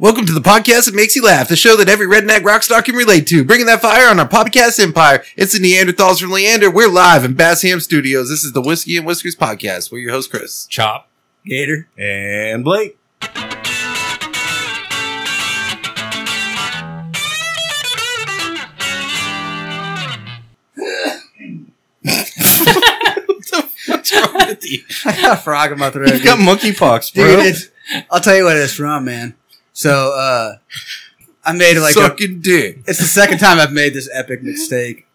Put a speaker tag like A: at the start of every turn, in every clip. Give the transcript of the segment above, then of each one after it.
A: Welcome to the podcast that makes you laugh, the show that every redneck rock star can relate to. Bringing that fire on our podcast empire. It's the Neanderthals from Leander. We're live in Bass Ham Studios. This is the Whiskey and Whiskers podcast. We're your host, Chris.
B: Chop.
C: Gator.
D: And Blake.
A: What's wrong with you?
C: I got a frog in my throat.
A: You've
C: dude.
A: got monkeypox, bro.
C: Dude, it's, I'll tell you what it's from, man. So, uh, I made like a,
A: Sucking dick.
C: it's the second time I've made this epic mistake.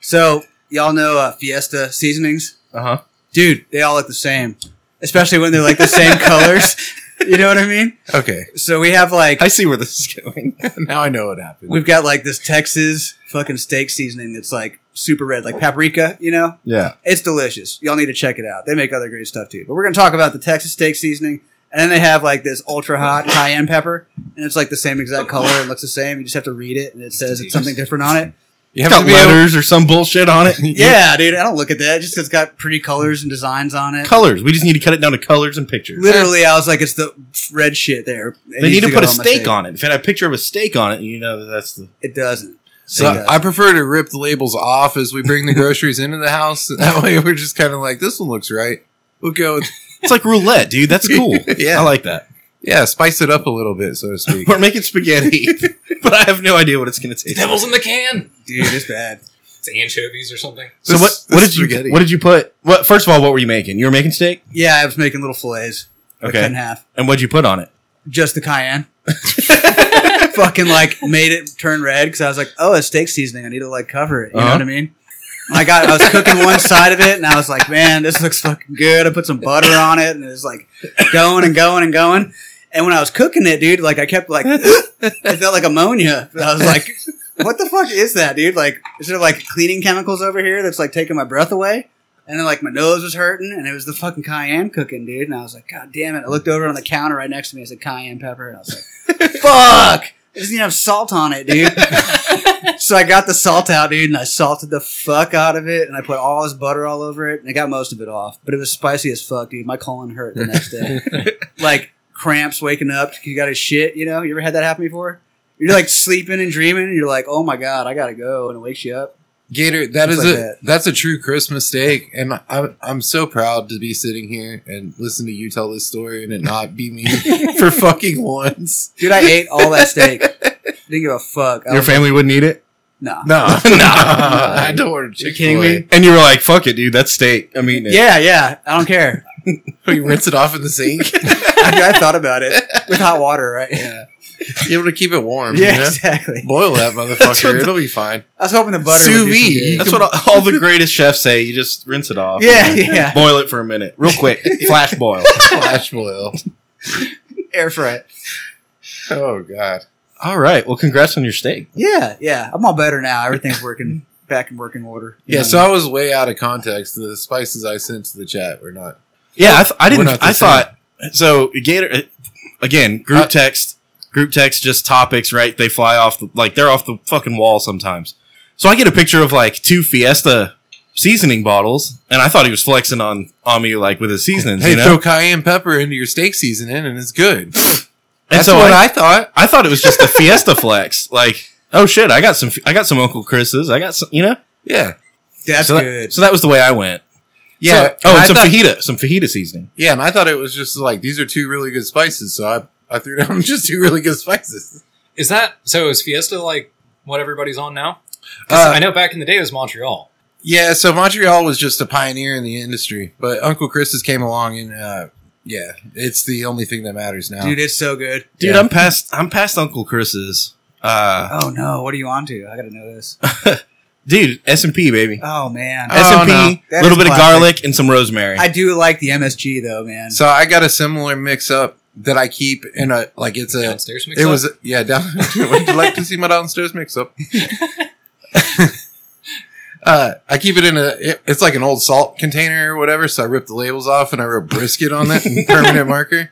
C: So, y'all know uh, Fiesta seasonings?
A: Uh huh.
C: Dude, they all look the same, especially when they're like the same colors. You know what I mean?
A: Okay.
C: So, we have like,
A: I see where this is going. now I know what happened.
C: we've got like this Texas fucking steak seasoning that's like super red, like paprika, you know?
D: Yeah.
C: It's delicious. Y'all need to check it out. They make other great stuff too. But we're going to talk about the Texas steak seasoning. And then they have like this ultra hot cayenne pepper. And it's like the same exact color and looks the same. You just have to read it and it says it's something different on it.
A: you have
D: Got
A: to be able-
D: letters or some bullshit on it.
C: Yeah, dude. I don't look at that. Just 'cause it's got pretty colors and designs on it.
D: Colors. We just need to cut it down to colors and pictures.
C: Literally, I was like, it's the red shit there. It
D: They need
C: needs
D: to
C: go
D: put a
C: my
D: steak on it. If it had a picture of a steak on it, you know that that's the.
C: It doesn't.
A: So
C: Yeah.
A: I prefer to rip the labels off as we bring the groceries into the house. That way we're just kind of like, this one looks right. We'll go with,
D: It's like roulette, dude. That's cool.
A: Yeah.
D: I like that.
A: yeah, spice it up a little bit, so to speak.
D: We're making spaghetti, but I have no idea what it's going to taste.
B: Devil's in the can.
C: Dude, it's bad.
B: It's anchovies or something.
D: So what?
A: This-
D: What
A: this
D: did you?
A: spaghetti.
D: What did you put? What? First of all, what were you making? You were making steak,
C: Yeah, I was making little fillets. I
D: Okay.
C: cut in half.
D: and what'd you put on it?
C: just the cayenne. Fucking like made it turn red because I was like, oh, it's steak seasoning. I need to like cover it. You know
D: Uh-huh.
C: what I mean? I got. I was cooking one side of it, and I was like, man, this looks fucking good. I put some butter on it, and it was like going and going and going. And when I was cooking it, dude, like I kept like it felt like ammonia. I was like, what the fuck is that, dude? Like, is there like cleaning chemicals over here that's like taking my breath away? And then like my nose was hurting, and it was the fucking cayenne cooking, dude. And I was like, God damn it! I looked over on the counter right next to me. I said cayenne pepper, and I was like, Fuck! It doesn't even have salt on it, dude. so I got the salt out, dude, and I salted the fuck out of it, and I put all this butter all over it, and I got most of it off. But it was spicy as fuck, dude. My colon hurt the next day, like cramps, waking up. You got a shit, you know. You ever had that happen before? You're like sleeping and dreaming, and you're like, "Oh my god, I gotta go," and it wakes you up.
A: Gator, that is
C: Just
A: a
C: like that.
A: that's a true Chris mistake, and I'm I'm so proud to be sitting here and listen to you tell this story and it not be me for fucking once.
C: Dude, I ate all that steak. Didn't give a fuck. I
D: Your
C: was-
D: family wouldn't eat it.
C: Nah.
A: No,
D: Nah.
A: I don't want to.
D: You kidding me? And you were like, "Fuck it, dude. That's steak. I'm eating it."
C: Yeah, yeah. I don't care.
A: We rinse it off in the sink.
C: I, I thought about it with hot water, right? Yeah,
A: Be able to keep it warm. you
C: yeah,
A: know?
C: exactly.
A: Boil that
D: That's what
A: motherfucker.
D: the-
A: It'll be fine.
C: I was hoping the butter
A: Sous
C: would do some
A: vide.
C: good.
D: That's what all, all the greatest chefs say. You just rinse it off.
C: Yeah, yeah.
D: Boil it for a minute, real quick. Flash boil.
A: Flash boil.
C: Air fry. it.
A: Oh god.
D: All right. Well, congrats on your steak.
C: Yeah, yeah. I'm all better now. Everything's working back in working order.
A: Yeah, so I was way out of context. The spices I sent to the chat were not.
D: Yeah, I, th- I
A: We're
D: didn't.
A: not the
D: I thought so. Gator uh, again. Group
A: Uh,
D: text. Group text. Just topics. Right. They fly off. The, like they're off the fucking wall sometimes. So I get a picture of like two Fiesta seasoning bottles, and I thought he was flexing on on me like with his seasonings.
A: Hey,
D: you know.
A: throw cayenne pepper into your steak seasoning, and it's good. That's
D: and so
A: what
D: I,
A: I thought.
D: I thought it was just a Fiesta flex. Like oh shit, I got some. I got some Uncle Chris's. I got some. You know.
A: Yeah.
C: That's
D: So that,
C: good.
D: so that was the way I went.
A: Yeah.
D: So- oh,
A: I
D: and some
A: thought-
D: fajita, some fajita seasoning.
A: Yeah, and I thought it was just like these are two really good spices, so I I threw down just two really good spices.
B: Is that so? Is Fiesta like what everybody's on now? 'Cause
A: Uh,
B: I know back in the day it was Montreal.
A: yeah, so Montreal was just a pioneer in the industry, but Uncle Chris's came along and uh, yeah, it's the only thing that matters now.
C: Dude, it's so good.
D: Dude,
A: Yeah.
D: I'm past. I'm past Uncle Chris's. Uh,
C: Oh no, what are you on to? I gotta know this.
D: dude, S and P baby.
C: Oh man.
A: Uh,
D: S and
A: no.
D: P,
C: That
D: little
C: is
D: bit of
C: classic.
D: garlic and some rosemary.
C: I do like the MSG though, man.
A: so I got a similar mix up that I keep in a like it's a
B: Downstairs mix
A: it was yeah down. would you like to see my downstairs mix up? Uh, I keep it in a. it- it's like an old salt container or whatever. So I ripped the labels off and I wrote brisket on it, in permanent marker.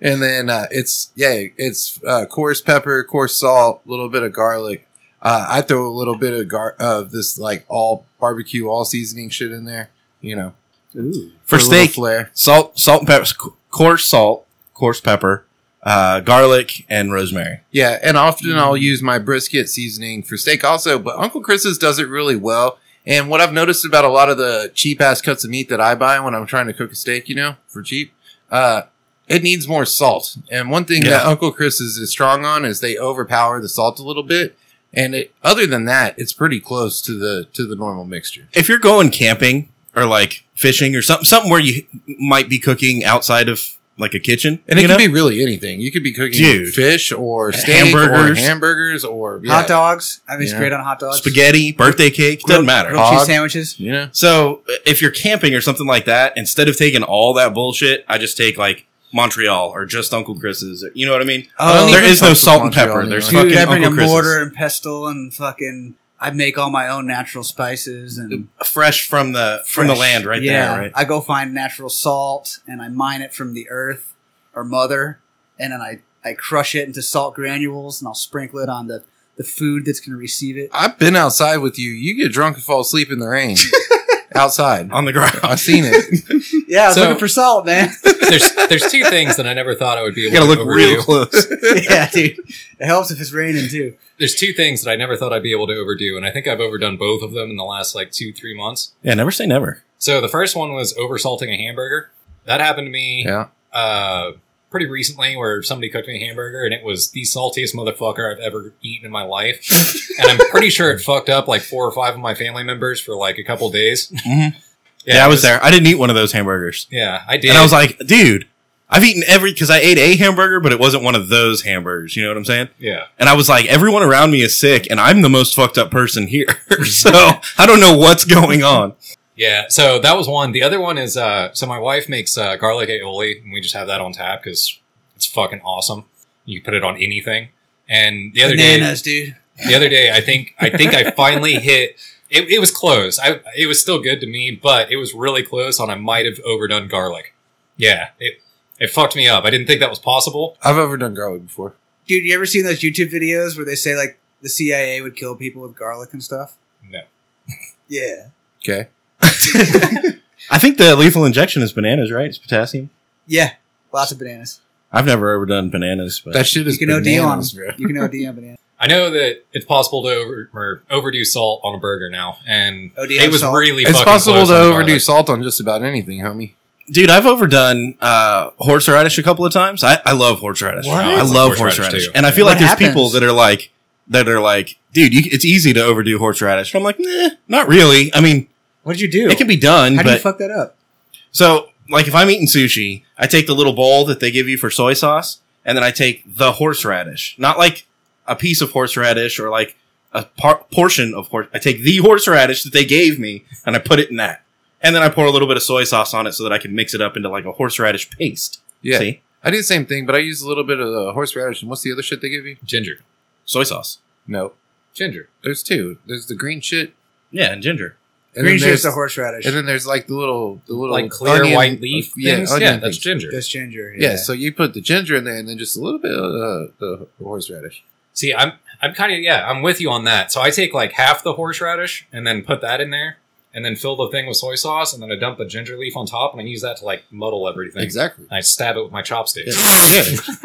A: And then uh, it's yeah, it's uh, coarse pepper, coarse salt, a little bit of garlic. Uh, I throw a little bit of gar of this like all barbecue, all seasoning shit in there. You know,
D: for
A: a little
D: steak,
A: flair.
D: salt, salt and pepper, coarse salt, coarse pepper, uh, garlic, and rosemary.
A: Yeah, and often
D: Mm-hmm.
A: I'll use my brisket seasoning for steak also, but Uncle Chris's does it really well. And what I've noticed about a lot of the cheap ass cuts of meat that I buy when I'm trying to cook a steak, you know, for cheap, uh, it needs more salt. And one thing that
D: Yeah.
A: Uncle Chris's is strong on is they overpower the salt a little bit. And it, other than that, it's pretty close to the to the normal mixture.
D: If you're going camping or like fishing or something, something where you might be cooking outside of like a kitchen,
A: And it
D: you
A: can
D: know?
A: be really anything. You could be cooking
D: Dude.
A: fish or steak
D: Hamburgers.
A: or hamburgers or yeah,
C: Hot dogs. I think it's
A: Yeah.
C: great on hot dogs.
D: spaghetti, birthday cake, doesn't
C: Grilled-
D: matter.
C: Grilled cheese
A: Hog.
C: sandwiches.
A: You know?
D: So if you're camping or something like that, instead of taking all that bullshit, I just take like Montreal or just Uncle Chris's. You know what I mean?
C: Oh,
A: don't
D: there
A: even
D: is no
A: fuck
D: salt and
A: with Montreal
D: pepper. There's
A: anymore.
C: Dude,
D: fucking
C: I bring
D: Uncle
C: a
D: Chris's.
C: mortar and pestle and fucking. I make all my own natural spices and
D: fresh from the from the
C: fresh.
D: land right
C: Yeah,
D: there, right?
C: I go find natural salt and I mine it from the earth or mother, and then I I crush it into salt granules and I'll sprinkle it on the the food that's going to receive it.
A: I've been outside with you. You get drunk and fall asleep in the rain outside.
D: On the ground.
A: I've seen it.
C: Yeah, I was
B: So-
C: looking for salt, man.
B: There's there's two things that I never thought I would be
D: You
B: able
D: gotta
B: to
D: look
B: overdo.
D: real close.
C: yeah, dude, it helps if it's raining too.
B: There's two things that I never thought I'd be able to overdo, and I think I've overdone both of them in the last like two three months.
D: Yeah, never say never.
B: So the first one was oversalting a hamburger. That happened to me
A: Yeah.
B: uh, pretty recently, where somebody cooked me a hamburger, and it was the saltiest motherfucker I've ever eaten in my life. and I'm pretty sure it fucked up like four or five of my family members for like a couple days.
D: Mhm. Yeah, I
B: it
D: was there. I didn't eat one of those hamburgers,
B: Yeah, I did.
D: and I was like, dude. I've eaten every because I ate a hamburger, but it wasn't one of those hamburgers. You know what I'm saying?
B: yeah.
D: And I was like, everyone around me is sick, and I'm the most fucked up person here. so I don't know what's going on.
B: Yeah, so that was one. The other one is uh, so my wife makes uh, garlic aioli, and we just have that on tap because it's fucking awesome. You put it on anything. And the other
C: Bananas, dude.
B: day, the other day, I think I think I finally hit. It, it was close. I it was still good to me, but it was really close. On I might have overdone garlic. Yeah, it it fucked me up. I didn't think that was possible.
A: I've overdone garlic before.
C: Dude, you ever seen those YouTube videos where they say like the CIA would kill people with garlic and stuff?
B: No.
C: Yeah.
A: Okay.
D: I think the lethal injection is bananas, right? It's potassium.
C: Yeah. Lots of bananas.
D: I've never overdone bananas, but
A: That shit is
C: you can OD on
A: bananas, bro.
C: You can OD on bananas.
B: I know that it's possible to over or overdo salt on a burger now, and
C: Oh, do you
B: it
C: have
B: was
C: salt?
B: really
A: It's
B: fucking
A: possible
B: close
A: to
B: on
A: overdo
B: garlic.
A: salt on just about anything, homie.
D: Dude, I've overdone uh, horseradish a couple of times. I, I love horseradish.
B: What?
D: I
B: I
D: love
B: love
D: horseradish,
B: horseradish, too.
D: and I feel
C: What
D: like there's
C: happens?
D: people that are like that are like, dude, you, it's easy to overdo horseradish. And I'm like, nah, not really. I mean,
C: What did you do?
D: it can be done,
C: How do you
D: but
C: fuck that up?
D: so like if I'm eating sushi, I take the little bowl that they give you for soy sauce, and then I take the horseradish, not like a piece of horseradish or like a par- portion of horse. I take the horseradish that they gave me, and I put it in that, and then I pour a little bit of soy sauce on it so that I can mix it up into like a horseradish paste.
A: Yeah.
D: See?
A: I do the same thing, but I use a little bit of the horseradish. And what's the other shit they give you?
B: ginger,
D: soy sauce.
A: No.
B: ginger.
A: There's two. There's the green shit.
D: Yeah, and ginger.
A: And
C: Green
A: then
C: shit's the
A: there's-
C: horseradish.
A: And then there's like the little, the little
B: like clear
A: onion-
B: white leaf
A: Yeah,
B: things.
A: onion
B: Yeah, that's
A: things.
B: ginger.
C: That's ginger.
A: Yeah, so you put the ginger in there and then just a little bit of the, the horseradish.
B: See, I'm I'm kind of yeah, I'm with you on that. So I take like half the horseradish and then put that in there, and then fill the thing with soy sauce, and then I dump the ginger leaf on top, and I use that to like muddle everything.
A: Exactly.
B: And I stab it with my chopsticks.
D: So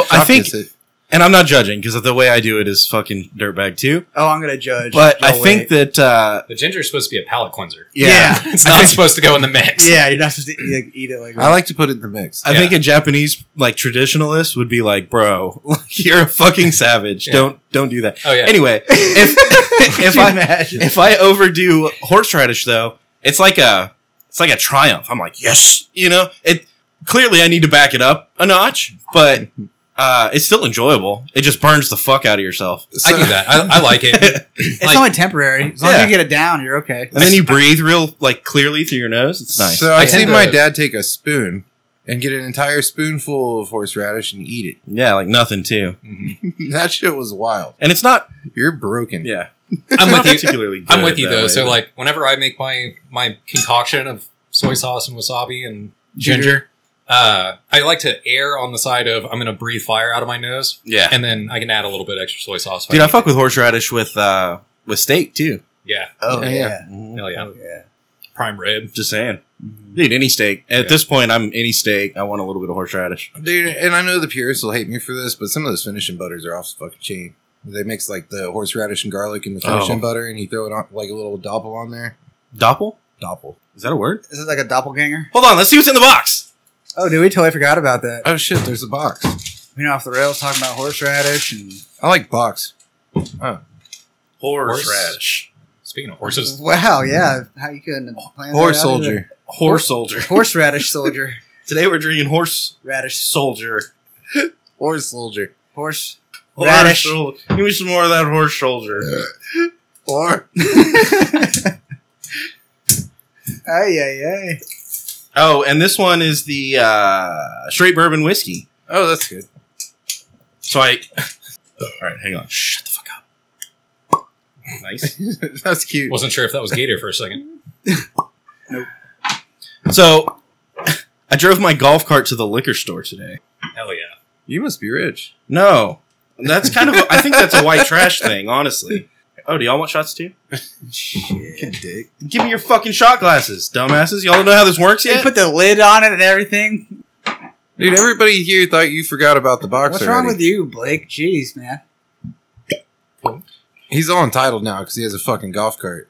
A: Shock-
D: I
A: shock
D: think,
A: Ah, is it.
D: and I'm not judging because the way I do it is fucking dirtbag too.
C: oh, I'm gonna judge.
D: But
C: No
D: I think
C: way.
D: that uh,
B: The ginger is supposed to be a palate cleanser.
D: yeah,
C: Yeah.
B: It's not supposed to go in the mix.
C: yeah, you're not supposed to eat, like, eat it like.
A: I like to put it in the mix.
D: I
B: Yeah.
D: think a Japanese like traditionalist would be like, bro, you're a fucking savage.
B: Yeah.
D: Don't don't do that.
B: Oh yeah.
D: Anyway, if if
C: Could you
D: I
C: imagine?
D: if I overdo horseradish though, it's like a it's like a triumph. I'm like, yes, you know. It clearly I need to back it up a notch, but uh, it's still enjoyable. It just burns the fuck out of yourself.
B: I do that. I, I like it.
C: it's
B: like-
C: only temporary. As long
D: Yeah.
C: as you get it down, you're okay.
D: And then you breathe real like clearly through your nose. It's nice.
A: So I've
B: tend
A: seen
B: to-
A: my dad take a spoon and get an entire spoonful of horseradish and eat
D: yeah, like nothing too.
B: Mhm.
A: it. that shit was wild.
D: And it's not
A: You're broken.
D: yeah.
B: I'm
D: not
B: with you.
D: particularly
B: I'm
D: good
B: with you
D: that
B: though.
D: way,
B: so
D: but-
B: like whenever I make my my concoction of soy sauce and wasabi and ginger, uh, I like to err on the side of I'm gonna breathe fire out of my nose,
D: yeah.
B: and then I can add a little bit extra soy sauce. if
D: Dude, I
B: need
D: fuck with horseradish with uh with steak too.
B: Yeah,
C: Oh
A: Yeah, yeah.
C: yeah.
D: Mm-hmm.
B: hell yeah,
C: Oh, yeah.
B: prime rib.
D: Just saying. Dude, any steak. At
B: Yeah.
D: this point, I'm any steak. I want a little bit of horseradish.
A: Dude, and I know the purists will hate me for this, but some of those finishing butters are off the fucking chain. They mix like the horseradish and garlic in the finishing
D: Oh.
A: butter, and you throw it on like a little doppel on there.
D: Doppel?
A: Doppel.
D: Is that a word?
C: This is like a doppelganger.
D: Hold on, let's see what's in the box.
C: Oh, dude, we totally forgot about that.
A: Oh shit, there's a box.
C: We know off the rails talking about horseradish and
A: I like box.
B: Horseradish. Speaking of horses,
C: wow, yeah, how you couldn't have planned
A: Horse
C: that out either.
A: soldier.
D: Horse soldier.
C: horseradish soldier,
D: Today we're drinking horse
C: radish,
D: soldier.
A: Horse soldier.
C: horse.
D: Horse
C: Radish.
D: soldier. Give me some more of that horse soldier.
A: Or
C: Ay yeah, yeah.
D: Oh, and this one is the uh, straight bourbon whiskey.
A: oh, that's good.
D: So I. All right, hang on. Shut the fuck up. Nice.
A: that's cute.
B: wasn't sure if that was Gator for a second.
D: So I drove my golf cart to the liquor store today.
B: Hell yeah.
A: You must be rich.
D: No, that's kind of. I think that's a white trash thing, honestly. Oh, do y'all want shots too?
A: Fucking dick.
D: Give me your fucking shot glasses, dumbasses. Y'all don't know how this works
C: They
D: yet.
C: put the lid on it and everything.
A: Dude, everybody here thought you forgot about the box.
C: What's wrong with you, Blake? Jeez, man.
A: He's all entitled now because he has a fucking golf cart.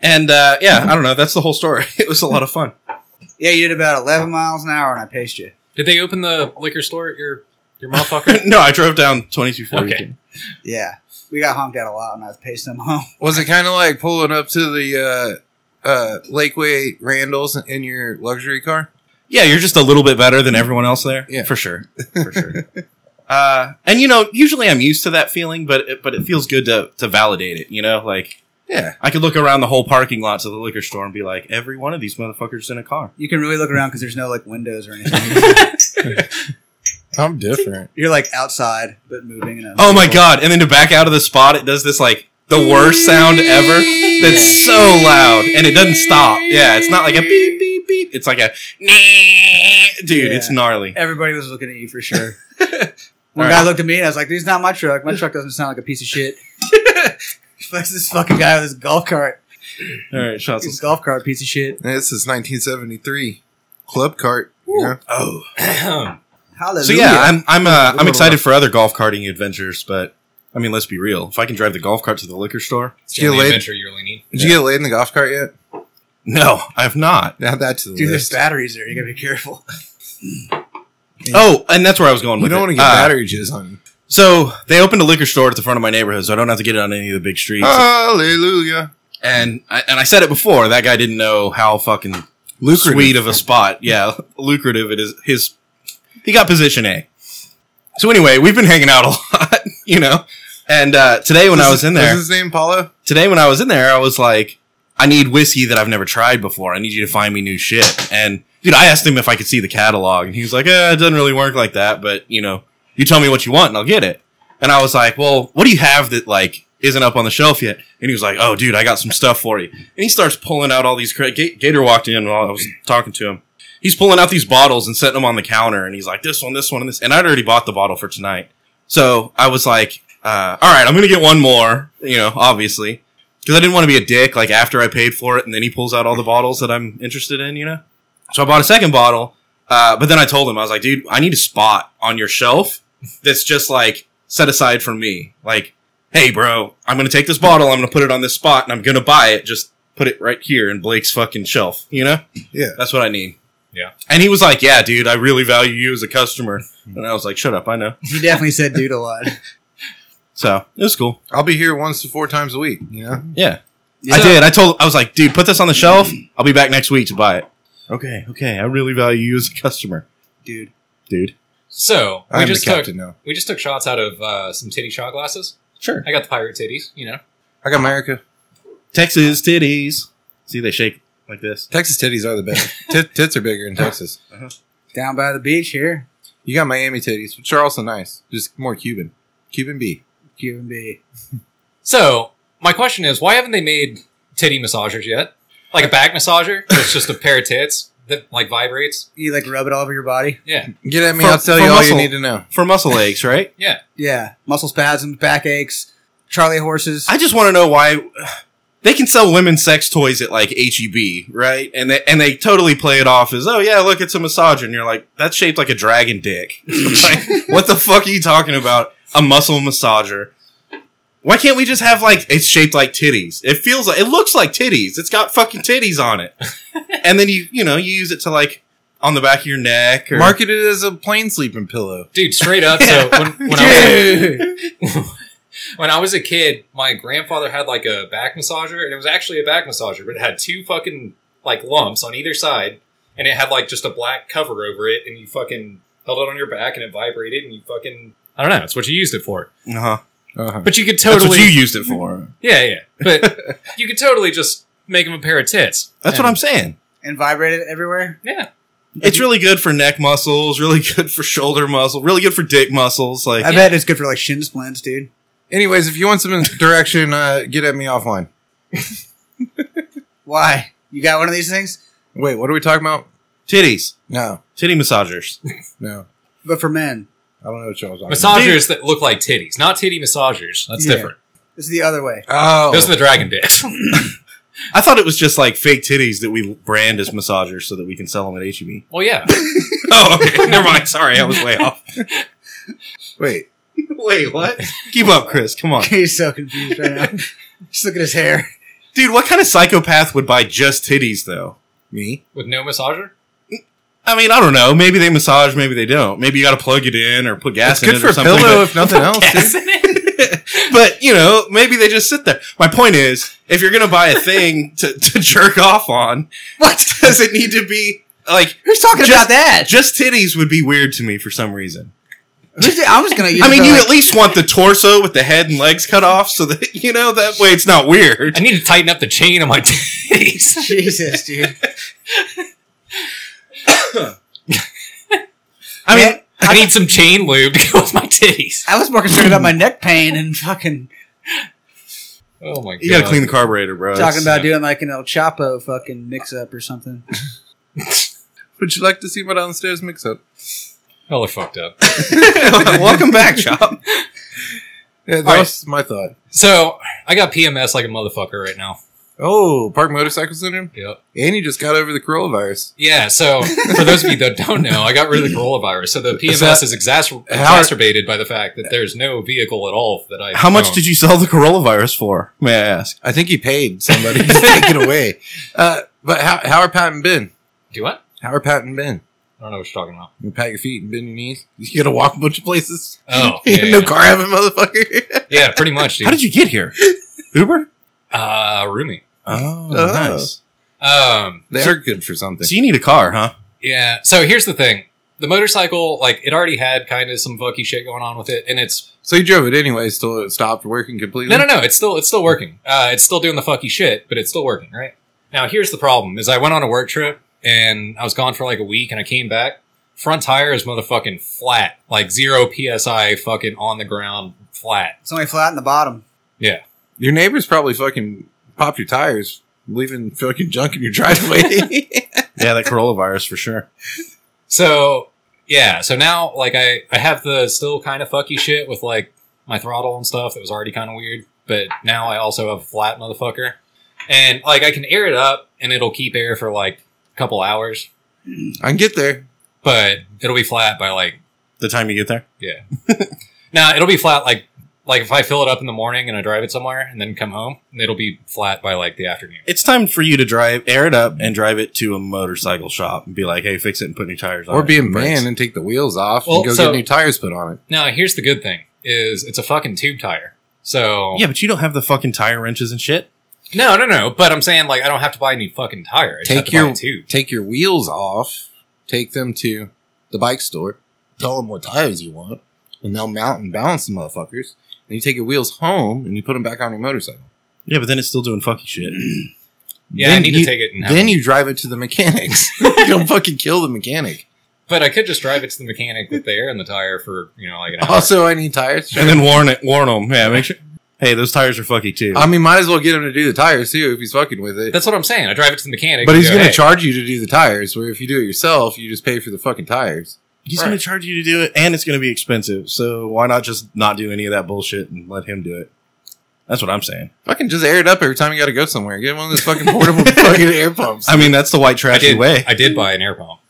D: and uh, yeah, I don't know. That's the whole story. It was a lot of fun.
C: Yeah, you did about 11 miles an hour and I paced you.
B: Did they open the liquor store at your your motherfucker?
D: no, I drove down twenty two forty.
B: Okay.
C: Yeah. We got honked at a lot when I was pacing them home.
A: Was it kind of like pulling up to the uh, uh, Lakeway Randall's in your luxury car?
D: Yeah, you're just a little bit better than everyone else there.
A: Yeah.
D: for sure, for sure. uh, and you know, usually I'm used to that feeling, but it, but it feels good to to validate it. You know, like
A: Yeah.
D: I could look around the whole parking lot to the liquor store and be like, every one of these motherfuckers is in a car.
C: You can really look around because there's no like windows or anything.
A: I'm different.
C: You're like outside, but moving. And
D: Oh my god! And then to back out of the spot, it does this like the worst sound ever. That's so loud, and it doesn't stop. Yeah, it's not like a beep beep beep. It's like a dude. It's
C: Yeah.
D: gnarly.
C: Everybody was looking at you for sure. One
D: All
C: guy
D: right.
C: looked at me and I was like, "This is not my truck. My truck doesn't sound like a piece of shit." Flex this fucking guy with his golf cart.
D: All right, shots.
C: His golf cart piece of shit.
A: This is 1973 club cart. You know?
D: Oh,
C: Hallelujah.
D: so yeah, I'm I'm uh, I'm excited for other golf karting adventures, but I mean, let's be real. If I can drive the golf cart to the liquor store,
B: It's the only
A: Get laid.
B: adventure you really need.
A: Did you get laid in the golf cart yet?
D: no, I have not.
A: Add that to the
C: Dude, there's
A: list.
C: batteries there. You gotta be careful.
D: Oh, and that's where I was going
A: You
D: with
A: don't
D: it.
A: want to get
D: Uh,
A: battery jizz on you.
D: So they opened a liquor store at the front of my neighborhood, so I don't have to get it on any of the big streets.
A: Ah. Hallelujah.
D: and I, and I said it before. That guy didn't know how fucking
A: Lucrative.
D: sweet of a spot. Yeah, lucrative it is. His he got position A. So anyway, we've been hanging out a lot, you know. And uh, today when I was in there,
A: Was his name Paulo?
D: today when I was in there, I was like, I need whiskey that I've never tried before. I need you to find me new shit. And dude, I asked him if I could see the catalog, and he was like, eh, it doesn't really work like that, but you know, you tell me what you want and I'll get it. And I was like, well, what do you have that like isn't up on the shelf yet? And he was like, oh, dude, I got some stuff for you. And he starts pulling out all these. Cra- Ga- Gator walked in while I was talking to him. He's pulling out these bottles and setting them on the counter, and he's like, this one, this one, and this. And I'd already bought the bottle for tonight. So I was like, uh, all right, I'm going to get one more, you know, obviously. Because I didn't want to be a dick, like after I paid for it, and then he pulls out all the bottles that I'm interested in, you know? So I bought a second bottle, uh, but then I told him, I was like, dude, I need a spot on your shelf that's just like set aside for me. Like, hey, bro, I'm going to take this bottle, I'm going to put it on this spot, and I'm going to buy it. Just put it right here in Blake's fucking shelf, you know?
A: Yeah.
D: That's what I need.
B: Yeah.
D: And he was like, yeah, dude, I really value you as a customer. And I was like, shut up, I know.
C: He definitely said dude a lot.
D: So it was cool.
A: I'll be here once to four times a week, you know?
D: Yeah. I
C: So-
D: did. I told I was like, dude, put this on the shelf. I'll be back next week to buy it. Okay, okay. I really value you as a customer,
C: Dude,
D: dude.
B: So we
A: I'm the
B: just took
A: captain now.
B: we just took shots out of uh, some titty shot glasses.
D: Sure.
B: I got the pirate titties, you know.
A: I got America.
D: Texas titties. See they shake like this.
A: Texas titties are the best. Tit- tits are bigger in Texas.
C: down by the beach here,
A: You got Miami titties, which are also nice, just more Cuban. Cuban B.
C: Cuban B.
B: So my question is, why haven't they made titty massagers yet? Like a back massager, it's just a pair of tits that like vibrates.
C: You like rub it all over your body.
B: Yeah,
A: Get at me,
D: For-
A: I'll tell
D: for
A: you all
D: muscle.
A: you need to know.
D: For muscle aches, right?
B: yeah.
C: Yeah, muscle spasms, back aches, Charlie horses.
D: I just want to know why they can sell women's sex toys at like HEB, right? And they and they totally play it off as, oh yeah, look, it's a massage, and you're like, that's shaped like a dragon dick. like, what the fuck are you talking about? A muscle massager. Why can't we just have like it's shaped like titties? It feels like it looks like titties. It's got fucking titties on it. and then you you know you use it to like on the back of your neck or
A: Marketed as a plain sleeping pillow.
B: Dude, straight up. So when, when I was a
A: Dude.
B: when I was a kid, my grandfather had like a back massager, and it was actually a back massager, but it had two fucking like lumps on either side, and it had like just a black cover over it, and you fucking held it on your back, and it vibrated, and you fucking I don't know, that's what you used it for.
D: uh-huh.
A: Uh-huh.
B: But you could
D: That's
B: totally,
D: what you used it for.
B: yeah, yeah. But you could totally just make him a pair of tits.
D: That's what I'm saying.
C: and vibrated everywhere.
B: Yeah,
D: It's really good for neck muscles, really good for shoulder muscle, really good for dick muscles. Like
C: I bet it's good for like shin splints, dude.
A: Anyways, if you want some direction, uh, get at me offline.
C: Why? You got one of these things,
A: Wait, what are we talking about?
D: titties,
A: No,
D: titty massagers.
A: no.
C: but for men,
A: I don't know what y'all are talking about.
B: massagers that look like titties, not titty massagers. That's
C: Yeah.
B: different.
C: it's the other way.
A: Oh.
B: Those are the dragon dicks.
D: I thought it was just like fake titties that we brand as massagers so that we can sell them at HEB.
B: well, yeah.
D: Oh, okay. Never mind. Sorry, I was way off.
A: Wait.
D: Wait, what? Keep up, Chris. Come on,
C: He's so confused right now. Just look at his hair.
D: dude. What kind of psychopath would buy just titties though?
A: Me?
B: With no massager.
D: I mean, I don't know. Maybe they massage. Maybe they don't. Maybe you got to plug it in or put gas
A: That's
D: in
A: good
D: it
A: for
D: or
A: a
D: something.
A: pillow,
D: but-
A: if nothing else. dude.
D: but you know, maybe they just sit there. My point is, if you're gonna buy a thing to, to jerk off on, what does it need to be like?
C: Who's talking
D: Just-
C: about that?
D: Just titties would be weird to me for some reason.
C: Just- I was gonna. Use
D: I mean, you at
C: like,
D: least want the torso with the head and legs cut off, so that you know that way it's not weird.
B: I need to tighten up the chain on my titties.
C: Jesus, dude.
D: I mean,
C: Yeah,
B: I need some chain lube to go with my titties.
C: I was more concerned about my neck pain and fucking
B: Oh my god!
D: you gotta clean the carburetor, bro.
C: talking
D: It's-
C: about doing like an El Chapo fucking mix up or something.
A: Would you like to see my downstairs mix up?
B: Y'all are fucked up.
D: Welcome back, Chop.
A: Yeah,
B: All right.
A: that's my thought.
B: So I got PMS like a motherfucker right now.
A: Oh, Park Motorcycle Syndrome?
B: Yep.
A: And you just got over the coronavirus.
B: Yeah. So for those of you that don't know, I got rid of the coronavirus. So the PMS
A: that-
B: is exacer-
A: How-
B: exacerbated by the fact that there's no vehicle at all that I.
D: How much did you sell the coronavirus for? May I ask?
A: I think he paid somebody to take it away. Uh, but how, how are Pat and Ben?
B: do? What?
A: How are Pat and Ben?
B: I don't know what you're talking about.
A: You pat your feet and bend your knees. You gotta walk a bunch of places.
B: Oh,
A: You
B: yeah,
A: had no
B: yeah.
A: car having motherfucker.
B: Yeah, pretty much, dude.
D: How did you get here? Uber?
B: uh, roomie.
D: Oh,
A: Oh.
D: nice.
B: Um,
A: They are good for something.
D: So you need a car, huh?
B: Yeah. So here's the thing. The motorcycle, like, it already had kind of some fucky shit going on with it, and it's
A: So you drove it anyways till it stopped working completely.
B: No, no, no. It's still it's still working. Uh, it's still doing the fucky shit, but it's still working, right? Now here's the problem: is I went on a work trip and I was gone for like a week, and I came back. Front tire is motherfucking flat, like zero psi, fucking on the ground, flat.
C: It's only flat in the bottom.
A: Your neighbors probably fucking popped your tires, leaving fucking junk in your driveway.
D: Yeah, that coronavirus for sure.
B: So yeah, so now like I I have the still kind of fucky shit with like my throttle and stuff that was already kind of weird, but now I also have a flat motherfucker, and like I can air it up and it'll keep air for like a couple hours,
A: I can get there.
B: but it'll be flat by like
D: The time you get there.
B: Yeah. now it'll be flat like like if I fill it up in the morning and I drive it somewhere and then come home, it'll be flat by like the afternoon.
D: It's time for you to drive, air it up, and drive it to a motorcycle shop and be like, "Hey, fix it and put new tires on."
A: or
D: it
A: be a
D: and brakes."
A: man and take the wheels off
B: Well,
A: and go
B: so-
A: get new tires put on it.
B: Now here's the good thing is it's a fucking tube tire. So
D: Yeah, but you don't have the fucking tire wrenches and shit.
B: no no no. But I'm saying like I don't have to buy a new fucking tire. I just
A: Take
B: have to buy
A: your-
B: a tube.
A: Take your wheels off, take them to the bike store, tell them what tires you want, and they'll mount and balance the motherfuckers. And you take your wheels home and you put them back on your motorcycle.
D: Yeah, but then it's still doing fucking shit.
B: Yeah, I
A: Then
B: need
A: you-
B: to take it and have
A: Then
B: it.
A: you drive it to the mechanics. you don't fucking kill the mechanic.
B: But I could just drive it to the mechanic with the air in the tire for you know like an hour.
A: Also, I need tires.
D: and then warn it, warn them. Yeah, make sure. Hey, those tires are fucking too.
A: I mean, might as well get him to do the tires too if he's fucking with it.
B: That's what I'm saying. I drive it to the mechanic.
A: but
B: and
A: he's
B: go,
A: going to
B: "Hey."
A: charge you to do the tires. Where if you do it yourself, you just pay for the fucking tires.
D: He's
B: Right.
D: going to charge you to do it, and it's going to be expensive. So why not just not do any of that bullshit and let him do it? That's what I'm saying.
A: Fucking just air it up every time you got to go somewhere. Get one of those fucking portable fucking air pumps.
D: I mean, that's the white
B: I
D: trashy
B: did.
D: way.
B: I did buy an air pump,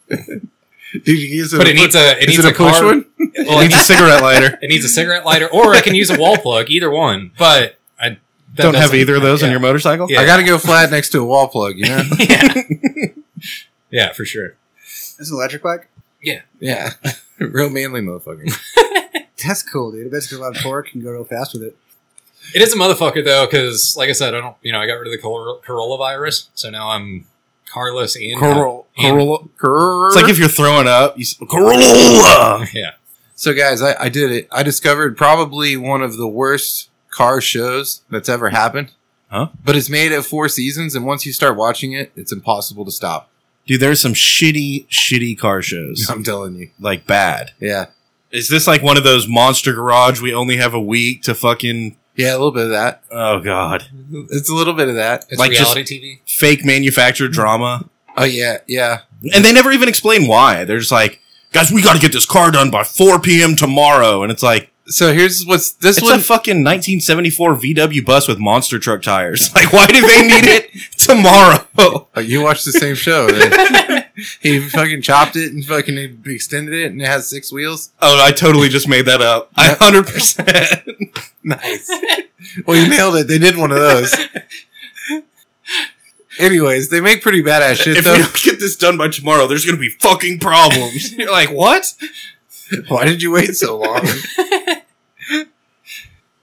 A: Dude, you use
B: but it needs a it needs a, car. Well,
D: It
B: it,
D: needs a cigarette lighter.
B: it needs a cigarette lighter, or I can use a wall plug. Either one, but I that
D: Don't have
B: doesn't-
D: either of those on
B: yeah.
D: your motorcycle.
B: Yeah.
A: I got to go flat next to a wall plug. You know?
B: yeah. yeah, for sure.
C: It's an electric bike.
A: yeah, real manly motherfucker.
C: That's cool, dude. It basically a lot of torque. You can go real fast with it.
B: It is a motherfucker though, because like I said, I don't. You know, I got rid of the Cor- Corolla virus, so now I'm carless and
A: Corolla.
B: and-
D: Corolla.
A: Grrr.
D: It's like if you're throwing up, you s- Corolla.
B: yeah.
A: so, guys. I, I did it. I discovered probably one of the worst car shows that's ever happened.
D: Huh?
A: But it's made it four seasons, and once you start watching it, it's impossible to stop.
D: Dude, there's some shitty, shitty car shows.
A: I'm telling you.
D: Like bad.
A: Yeah,
D: Is this like one of those monster garage? We only have a week to fucking.
A: yeah, a little bit of that.
D: Oh god.
A: It's a little bit of that.
B: It's
D: Like,
B: reality TV.
D: Fake manufactured drama,
A: Oh yeah, yeah.
D: and they never even explain why. They're just like, guys, we got to get this car done by 4 p.m. tomorrow, and it's like.
A: So here's what's this
D: It's
A: one.
D: a fucking 1974 VW bus with monster truck tires. Like, why do they need it tomorrow? Oh,
A: Like, oh, you watched the same show. then. he fucking chopped it and fucking extended it, and it has six wheels.
D: Oh, I totally just made that up. I
A: Yep.
D: 100%.
A: Nice. well, you nailed it. They did one of those. Anyways, they make pretty badass shit
D: If
A: though.
D: we don't get this done by tomorrow, there's going to be fucking problems. You're like, what?
A: Why did you wait so long?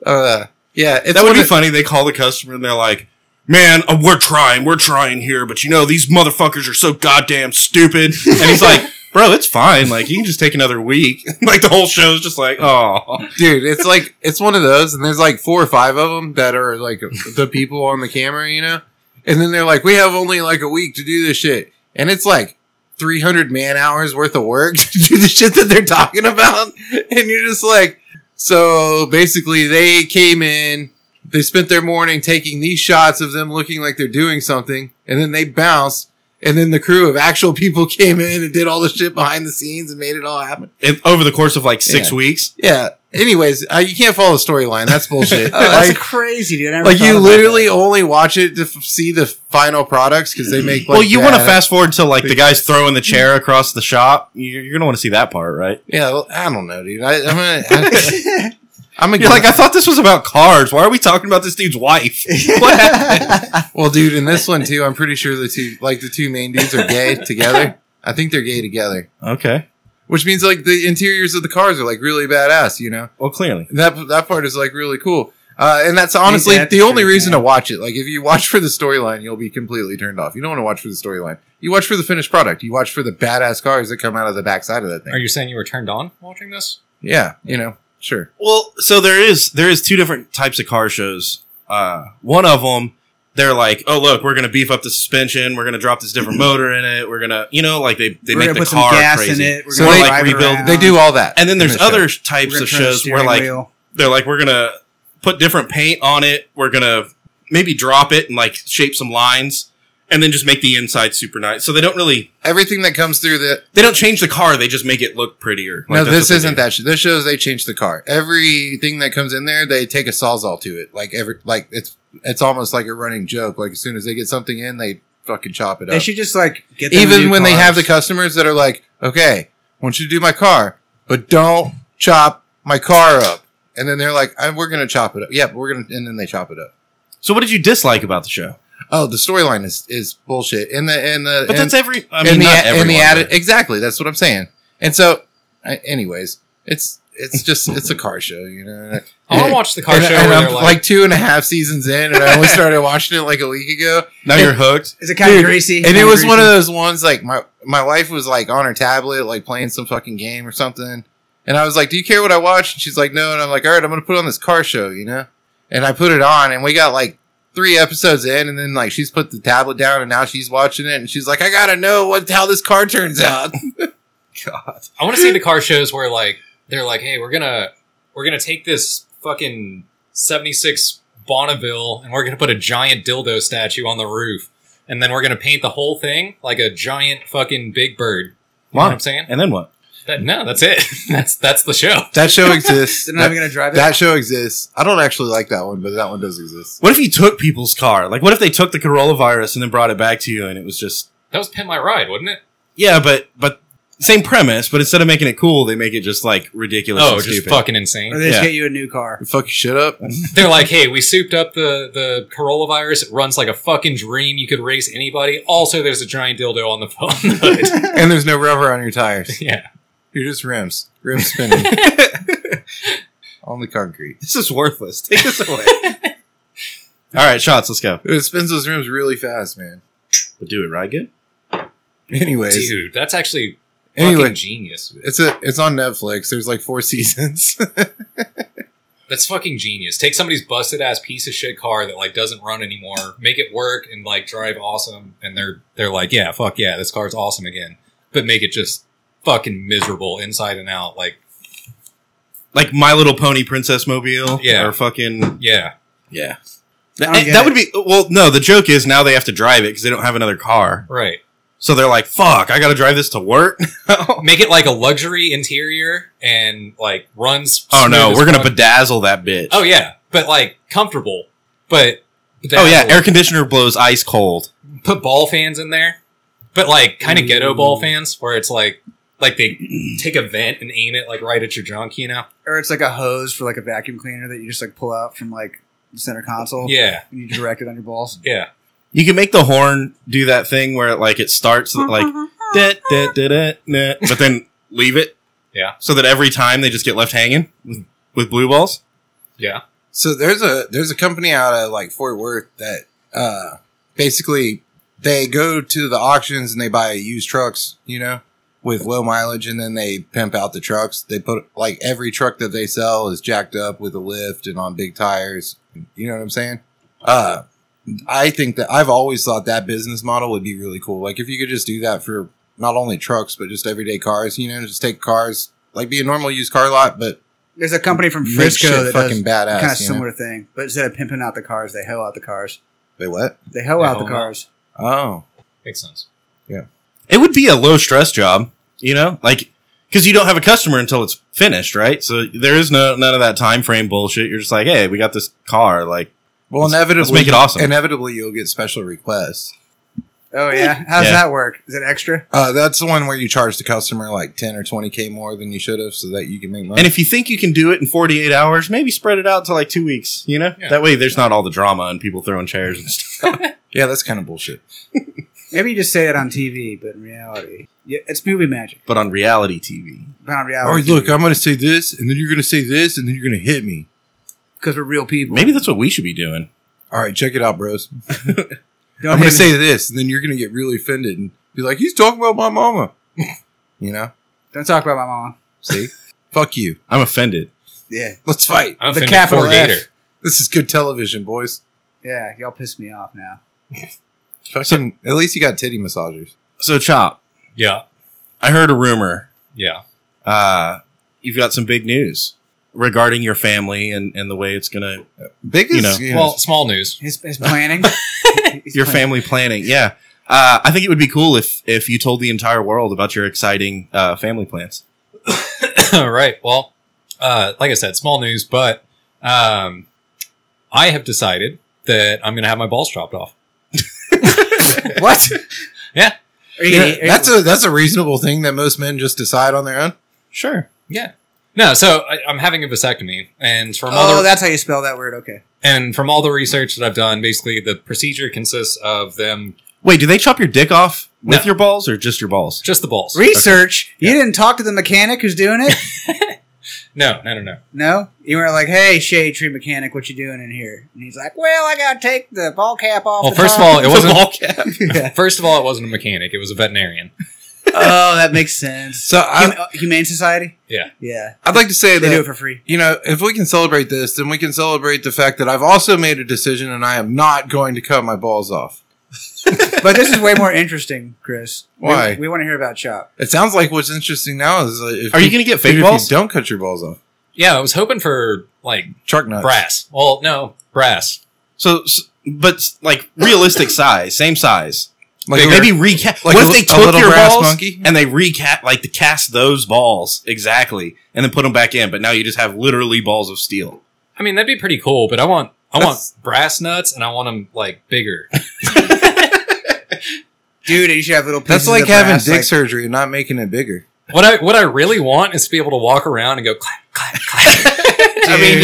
A: uh, yeah, it's
D: that would
A: one
D: be
A: of-
D: funny. They call the customer and they're like, "Man, uh, we're trying, we're trying here, but you know these motherfuckers are so goddamn stupid." And he's like, "Bro, it's fine. Like you can just take another week." like the whole show is just like, "Oh,
A: dude. It's like it's one of those, and there's like four or five of them that are like the people on the camera, you know. And then they're like, "We have only like a week to do this shit," and it's like 300 man hours worth of work to do the shit that they're talking about, and you're just like, so basically they came in. They spent their morning taking these shots of them looking like they're doing something, and then they bounced. And then the crew of actual people came in and did all the shit behind the scenes and made it all happen.
D: And over the course of like six
A: Yeah.
D: weeks."
A: Yeah. Anyways, uh, you can't follow the storyline. That's bullshit.
C: Oh, that's
A: like,
C: crazy, dude. I never
A: like
C: thought
A: you
C: about
A: literally only watch it to f- see the final products because they make. Like,
D: well, you want to
A: bad-
D: fast forward to like the guys throwing the chair across the shop. You're, you're gonna want to see that part, right?
A: Yeah, well, I don't know, dude. I, I'm gonna. I,
C: that.
A: I'm gonna
D: You're like,
A: like,
D: I thought this was about cars. Why are we talking about this dude's wife? What happened?
A: well, dude, in this one too, I'm pretty sure the two, like the two main dudes, are gay together. I think they're gay together,
D: okay.
A: which means like the interiors of the cars are like really badass, you know.
D: Well, clearly.
A: That that part is like really cool. Uh, and that's honestly
C: that's
A: the only
C: true,
A: reason
C: man.
A: to watch it. Like, if you watch for the storyline, you'll be completely turned off. You don't want to watch for the storyline. You watch for the finished product. You watch for the badass cars that come out of the backside of that thing.
B: Are you saying you were turned on watching this?
A: yeah, you know, sure.
D: Well, so there is there is two different types of car shows. Uh, one of them, they're like, oh look, we're gonna beef up the suspension, we're gonna drop this different motor in it, we're gonna, you know, like they they
C: We're
D: make
C: gonna
D: the
C: put some
D: car
C: gas
D: crazy.
C: in it. We're
A: So
C: gonna
A: they-
C: drive it
D: rebuild-
C: around.
A: They do all that.
D: Um, And then
A: in
D: there's
A: the show.
D: other
C: We're
D: types
C: gonna
D: of
C: turn the
D: shows where
C: steering
D: like
C: wheel.
D: they're like we're gonna put different paint on it, we're gonna maybe drop it and like shape some lines, and then just make the inside super nice. So they don't really
A: Everything that comes through the.
D: they don't change the car, they just make it look prettier. Like,
A: no,
D: that's
A: this
D: what they
A: isn't
D: do.
A: that. Sh- this shows they change the car. Everything that comes in there, they take a sawzall to it. Like every, like it's it's almost like a running joke. Like as soon as they get something in, they fucking chop it up.
C: They should just like get them
A: even
C: new
A: when they
C: cars.
A: have the customers that are like, okay, I want you to do my car, but don't chop my car up. And then they're like, I, we're going to chop it up. Yeah, but we're going to, and then they chop it up.
D: So what did you dislike about the show?
A: Oh, the storyline is, is bullshit. And the, and the,
D: But
A: and,
D: that's every I
A: and
D: mean
A: the,
D: not
A: and the
D: everyone,
A: added,
D: but-
A: exactly. That's what I'm saying. And so, I, anyways, it's, it's just, it's a car show, you know?
B: I want to watch the car
A: and,
B: show
A: and
B: where
A: I'm
B: they're
A: like,
B: like,
A: two and a half seasons in, and I only started watching it like a week ago.
D: now you're hooked.
C: Is it kind
A: Dude,
C: of greasy?
A: And it
C: Kinda
A: was one of
C: greasy?
A: those ones like my my wife was like on her tablet, like playing some fucking game or something. And I was like, "Do you care what I watch?" And she's like, "No." And I'm like, "All right, I'm gonna put on this car show," you know. And I put it on, and we got like three episodes in, and then like she's put the tablet down, and now she's watching it, and she's like, "I gotta know what how this car turns out." God,
B: I want to see the car shows where like they're like, hey, we're gonna we're gonna take this fucking seventy six Bonneville and we're gonna put a giant dildo statue on the roof, and then we're gonna paint the whole thing like a giant fucking Big Bird. You know what I'm saying?
D: And then what?
B: That, no, that's it. That's that's the show.
A: That show exists.
C: They're not
A: that,
C: even gonna drive it.
A: that show exists. I don't actually like that one, but that one does exist.
D: What if you took people's car? Like, what if they took the coronavirus and then brought it back to you, and it was just
B: That was Pin My Ride, wasn't it?
D: yeah, but but same premise, but instead of making it cool, they make it just like ridiculous.
B: Oh,
D: and
B: just
D: stupid.
B: fucking
C: or
B: insane.
C: they just
D: yeah.
C: get you a new car.
A: Fuck your shit up.
B: They're like, hey, we souped up the the coronavirus. It runs like a fucking dream. You could race anybody. Also, there's a giant dildo on the phone. hood.
A: and there's no rubber on your tires.
B: yeah,
A: You're just rims. Rims spinning on the concrete.
D: This is worthless. Take this away. All right, shots. Let's go.
A: It spins those rims really fast, man.
D: But do it right good.
A: Anyways,
B: dude, that's actually
A: anyway,
B: fucking genius.
A: it's a it's on Netflix. There's like four seasons.
B: That's fucking genius. Take somebody's busted ass piece of shit car that like doesn't run anymore, make it work, and like drive awesome. And they're they're like, yeah, fuck yeah, this car's awesome again. But make it just fucking miserable inside and out. Like,
D: Like My Little Pony Princess Mobile.
B: Yeah.
D: Or fucking
B: yeah,
D: yeah.
C: I don't
D: That,
C: get
D: that would be well. No, the joke is now they have to drive it because they don't have another car.
B: right.
D: So they're like, "Fuck, I got to drive this to work."
B: Make it like a luxury interior and like runs.
D: Oh no,
B: smooth as
D: we're gonna
B: fuck.
D: bedazzle that bitch.
B: Oh yeah, but like comfortable. But
D: Oh, yeah, air
B: Eric.
D: conditioner blows ice cold.
B: put ball fans in there, but like kind of ghetto ball fans where it's like like they take a vent and aim it like right at your junk, you know?
C: or it's like a hose for like a vacuum cleaner that you just like pull out from like the center console.
B: Yeah,
C: And you direct it on your balls.
B: yeah.
D: You can make the horn do that thing where like it starts like da, da, da, da, da, but then leave it.
B: Yeah.
D: So that every time they just get left hanging with, with blue balls.
A: So there's a there's a company out of like Fort Worth that uh basically they go to the auctions and they buy used trucks, you know, with low mileage and then they pimp out the trucks. They put like every truck that they sell is jacked up with a lift and on big tires. You know what I'm saying? Uh I think that I've always thought that business model would be really cool. Like if you could just do that for not only trucks but just everyday cars, you know, just take cars like be a normal used car lot, but
C: There's a company from
A: make
C: Frisco
A: shit
C: that
A: fucking
C: does
A: badass.
C: kind of
A: you know?
C: similar thing, but instead of pimping out the cars, they hoe out the cars.
A: Wait, what?
C: They hoe
B: They
C: out
B: hoe
C: the
B: 'em
C: cars.
A: Oh,
B: Makes sense.
D: It would be a low stress job, you know, like because you don't have a customer until it's finished, right? So there is no none of that time frame bullshit. You're just like, hey, we got this car. Like,
A: Well,
D: Let's-
A: inevitably,
D: let's make it awesome.
A: Inevitably, you'll get special requests.
C: Oh yeah, how does
D: Yeah.
C: that work? Is it extra?
A: Uh, that's the one where you charge the customer like ten or twenty k more than you should have, so that you can make money.
D: and if you think you can do it in 48 hours, maybe spread it out to like two weeks. You know,
B: Yeah.
D: that way there's not all the drama and people throwing chairs and stuff.
A: yeah, that's kind of bullshit.
C: Maybe you just say it on TV, but in reality, yeah, it's movie magic.
D: But on reality TV,
C: But on
A: Or
C: reality,
A: Oh, look, I'm going to say this, and then you're going to say this, and then you're going to hit me.
C: because we're real people.
D: maybe that's what we should be doing.
A: All right, check it out, bros.
C: Don't
A: I'm
C: hit
A: going
C: me.
A: to say this, and then you're going to get really offended and be like, "He's talking about my mama," you know?
C: Don't talk about my mom.
A: See, fuck you.
D: I'm offended.
C: Yeah,
A: Let's fight.
B: I'm
C: The
B: offended
C: capital
B: for
C: F.
B: Gator.
A: This is good television, boys.
C: yeah, y'all piss me off now.
A: Fucking, at least you got titty massagers.
D: So Chop,
B: Yeah,
D: I heard a rumor.
B: yeah.
D: Uh, you've got some big news regarding your family and, and the way it's gonna
A: Biggest,
D: You know.
A: you know,
B: Well, small news.
C: His, his planning. He's
D: your
C: planning.
D: family planning. Yeah. Uh, I think it would be cool if if you told the entire world about your exciting uh, family plans.
B: All right. Well, uh, like I said, small news, but um, I have decided that I'm going to have my balls chopped off.
C: What?
B: Yeah.
C: Are you
A: Yeah,
C: gonna- are you-
A: that's a that's a reasonable thing that most men just decide on their own.
D: Sure.
B: Yeah. No, so I, I'm having a vasectomy, and from all
C: oh,
B: the
C: that's how you spell that word. Okay.
B: and from all the research that I've done, basically the procedure consists of them
D: Wait, do they chop your dick off with
B: No.
D: your balls or just your balls?
B: just the balls.
C: Research. You didn't talk to the mechanic who's doing it.
B: No, no, no, no.
C: No, you were like, "Hey, shade tree mechanic, what you doing in here?" And he's like, "Well, I gotta take the ball cap off."
B: Well,
C: the
B: first of
C: top."
B: all, it wasn't.
D: ball cap.
C: Yeah.
B: First of all, it wasn't a mechanic; it was a veterinarian.
C: oh, that makes sense.
A: So I,
C: Hum- uh, Humane Society.
B: Yeah.
C: yeah,
A: I'd like to say
C: they do it
A: that
C: for free.
A: you know if we can celebrate this, then we can celebrate the fact that I've also made a decision and I am not going to cut my balls off.
C: But this is way more interesting, Chris. We-
A: Why?
C: We, want to hear about Chop.
A: It sounds like what's interesting now is like, if
D: Are you gonna get fake
A: if
D: balls?
A: You don't cut your balls off.
B: Yeah, I was hoping for like
A: Truck nuts.
B: brass. Well, no, brass.
D: So, s but like realistic size, same size.
A: Like
D: maybe recast.
A: like a
D: what if they
A: li- a
D: took
A: little
D: your
A: brass
D: balls
A: monkey?
D: and they recast, like, to cast those balls exactly, and then put them back in? But now you just have literally balls of steel.
B: I mean, that'd be pretty cool, but I want I
A: That's-
B: want brass nuts and I want them like bigger.
C: dude. You should have little. Pieces
A: that's like
C: of
A: having
C: brass,
A: dick
C: like-
A: surgery and not making it bigger.
B: what I what I really want is to be able to walk around and go clap clap clap. I mean,
C: Dude.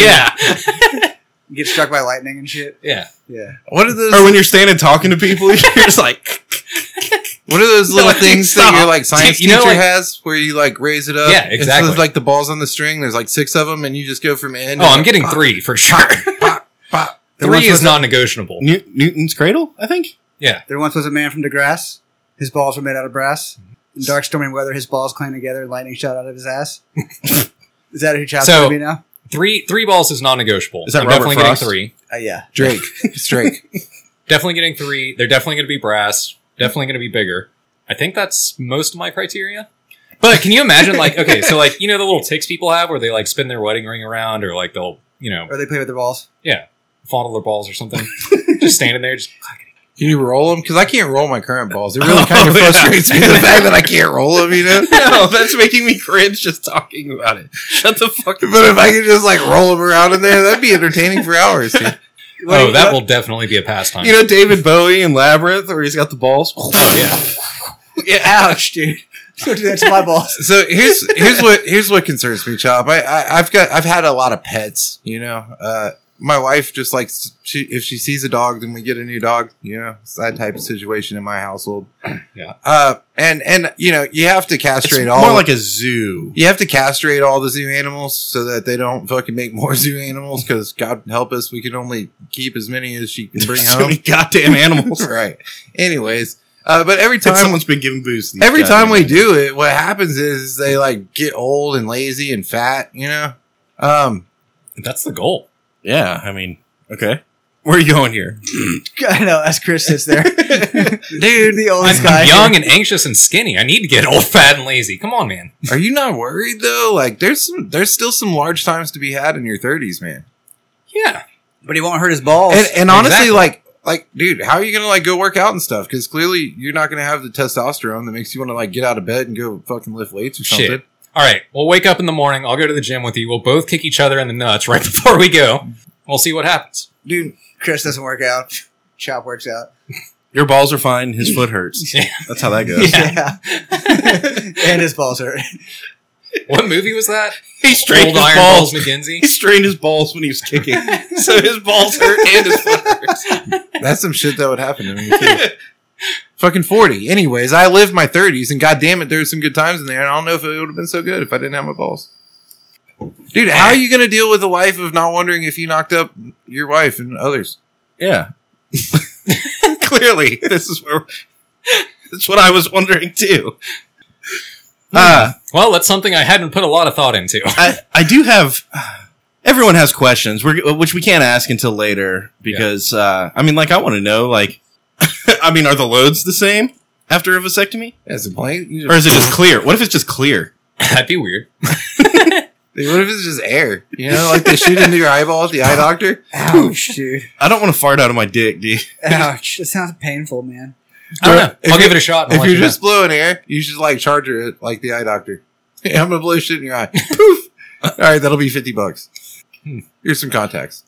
B: yeah,
C: get struck by lightning and shit.
B: yeah.
C: Yeah,
A: What are those?
D: Or when you're standing talking to people, you're just like,
A: What are those little
D: Like,
A: things that
D: stop.
A: your like science
B: You know,
A: teacher
B: like-
A: has where you like raise it up?
B: Yeah,
A: And so
B: exactly.
A: there's, like the balls on the string. There's like six of them, and you just go from end.
B: Oh,
A: to
B: I'm getting
A: pop,
B: three for sure.
A: pop. And
B: Three
A: once
B: is
A: was-
B: non-negotiable.
D: New- Newton's cradle, I think.
C: there once was a man from DeGrasse. His balls were made out of brass. In dark, stormy weather, his balls clang together. Lightning shot out of his ass. Is that who Child's
B: So-
C: gonna be now?
B: Three three balls is non-negotiable.
D: Is that
B: I'm
D: Robert
B: definitely
D: Frost?
B: getting three.
C: Uh, yeah,
A: Drake. It's Drake.
B: Definitely getting three. They're definitely going to be brass. Definitely going to be bigger. I think that's most of my criteria. But can you imagine, like, okay, so like you know the little ticks people have where they like spin their wedding ring around or like they'll you know
C: or they play with their balls.
B: fondle their balls or something, just standing there, just
A: Can you roll them? Because I can't roll my current balls. It really kind
D: Oh,
A: of
D: yeah.
A: frustrates me the fact that I can't roll them. You know.
D: No, that's making me cringe just talking about it. Shut the
A: But
D: fuck
A: if I could just like roll them around in there, that'd be entertaining for hours. dude.
C: What
B: oh,
C: do
B: that
C: you-
B: will definitely be a pastime.
D: uh, You know David Bowie in Labyrinth, where he's got the balls.
B: yeah,
C: Ouch, dude. Don't do that to my balls.
A: So here's here's what here's what concerns me, Chop. I, I I've got I've had a lot of pets. You know, uh, my wife just likes she if she sees a dog, then we get a new dog. You know, it's that type of situation in my household.
B: Yeah.
A: Uh, and and you know you have to
D: It's
A: castrate
D: more
A: all
D: like a zoo.
A: you have to castrate all the zoo animals so that they don't fucking make more zoo animals. Because God help us, we can only keep as many as she can bring
D: So many
A: home.
D: goddamn animals.
A: right. Anyways, uh, but every
D: That
A: time
D: someone's been giving booze. to these
A: Every
D: goddamn
A: time we
D: animals.
A: do it, what happens is they like get old and lazy and fat, you know? Um,
B: that's the goal.
D: yeah, I mean, okay. Where are you going here?
C: I know, as Chris sits there. dude, the
B: I'm,
C: oldest
B: I'm
C: guy.
B: young and anxious and skinny. I need to get old, fat, and lazy. Come on, man.
A: are you not worried though? Like there's some, there's still some large times to be had in your thirties, man.
B: Yeah,
C: But he won't hurt his balls.
A: And, and honestly,
B: Exactly.
A: like, like, dude, how are you going to like go work out and stuff? Cause clearly you're not going to have the testosterone that makes you want to like get out of bed and go fucking lift weights or something.
B: shit. All right, we'll wake up in the morning. I'll go to the gym with you. We'll both kick each other in the nuts right before we go. We'll see what happens.
C: dude, Chris doesn't work out. Chop works out.
D: Your balls are fine. His foot hurts.
B: Yeah.
D: That's how that goes.
C: Yeah. and his balls hurt.
B: What movie was that?
D: He strained
B: Old
D: his
B: Iron
D: balls.
B: Balls
D: He
B: McGinsey.
D: strained his balls when he was kicking, so his balls hurt and his foot hurts.
A: That's some shit that would happen to me too. fucking 40. Anyways, I lived my thirties and god damn it, there were some good times in there. And I don't know if it would have been so good if I didn't have my balls. Dude, how are you going to deal with a life of not wondering if you knocked up your wife and others?
D: Yeah. Clearly, this is where. That's what I was wondering too. Uh,
B: Well, that's something I hadn't put a lot of thought into.
D: I I do have. Everyone has questions, we're, which we can't ask until later because uh, I mean, like, I want to know, like, I mean, are the loads the same after a vasectomy,
A: As a plane? You
D: or
A: just-
D: is it just clear? What if it's just clear?
B: That'd be weird.
A: Dude, what if it's just air? You know, like they shoot into your eyeball at the eye doctor?
C: Ouch, dude.
D: I don't want to fart out of my dick, dude.
C: Ouch. That sounds painful, man.
B: I don't know.
A: If
B: I'll
A: you-
B: give it a shot. And I'll
A: If
B: let
A: you're
B: you know.
A: just blowing air, you should like charge it like the eye doctor. Hey, I'm going to blow shit in your eye. Poof. All right, that'll be 50 bucks.
B: Hmm.
A: Here's some contacts.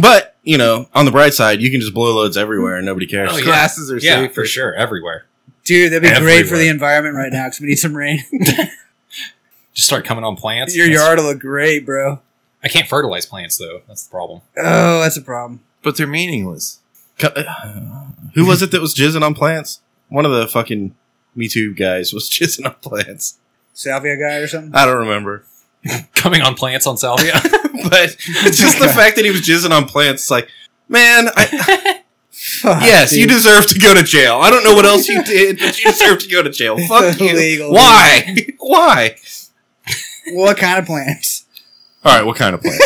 D: But you know, on the bright side, you can just blow loads everywhere and nobody cares.
B: Oh, yeah.
A: Glasses are
B: yeah,
A: safe
B: for sure, everywhere.
C: Dude, that'd be great for
B: Everywhere.
C: the environment right now because we need some rain.
B: Just start coming on plants.
C: Your
B: That's-
C: yard will look great, bro.
B: I can't fertilize plants though. That's the problem.
C: Oh, that's a problem.
A: but they're meaningless.
D: Co- uh, Who was it that was jizzing on plants? One of the fucking Me Too guys was jizzing on plants.
C: Salvia guy or something?
D: I don't remember.
B: Coming on plants on salvia.
D: But it's just the fact that he was jizzing on plants. It's like, man, I,
C: Fuck,
D: yes, you
C: dude.
D: deserve to go to jail. I don't know what else you did, but you deserve to go to jail. Fuck you.
C: Illegal.
D: Why? Why?
C: What kind of plants?
D: All right, what kind of plants?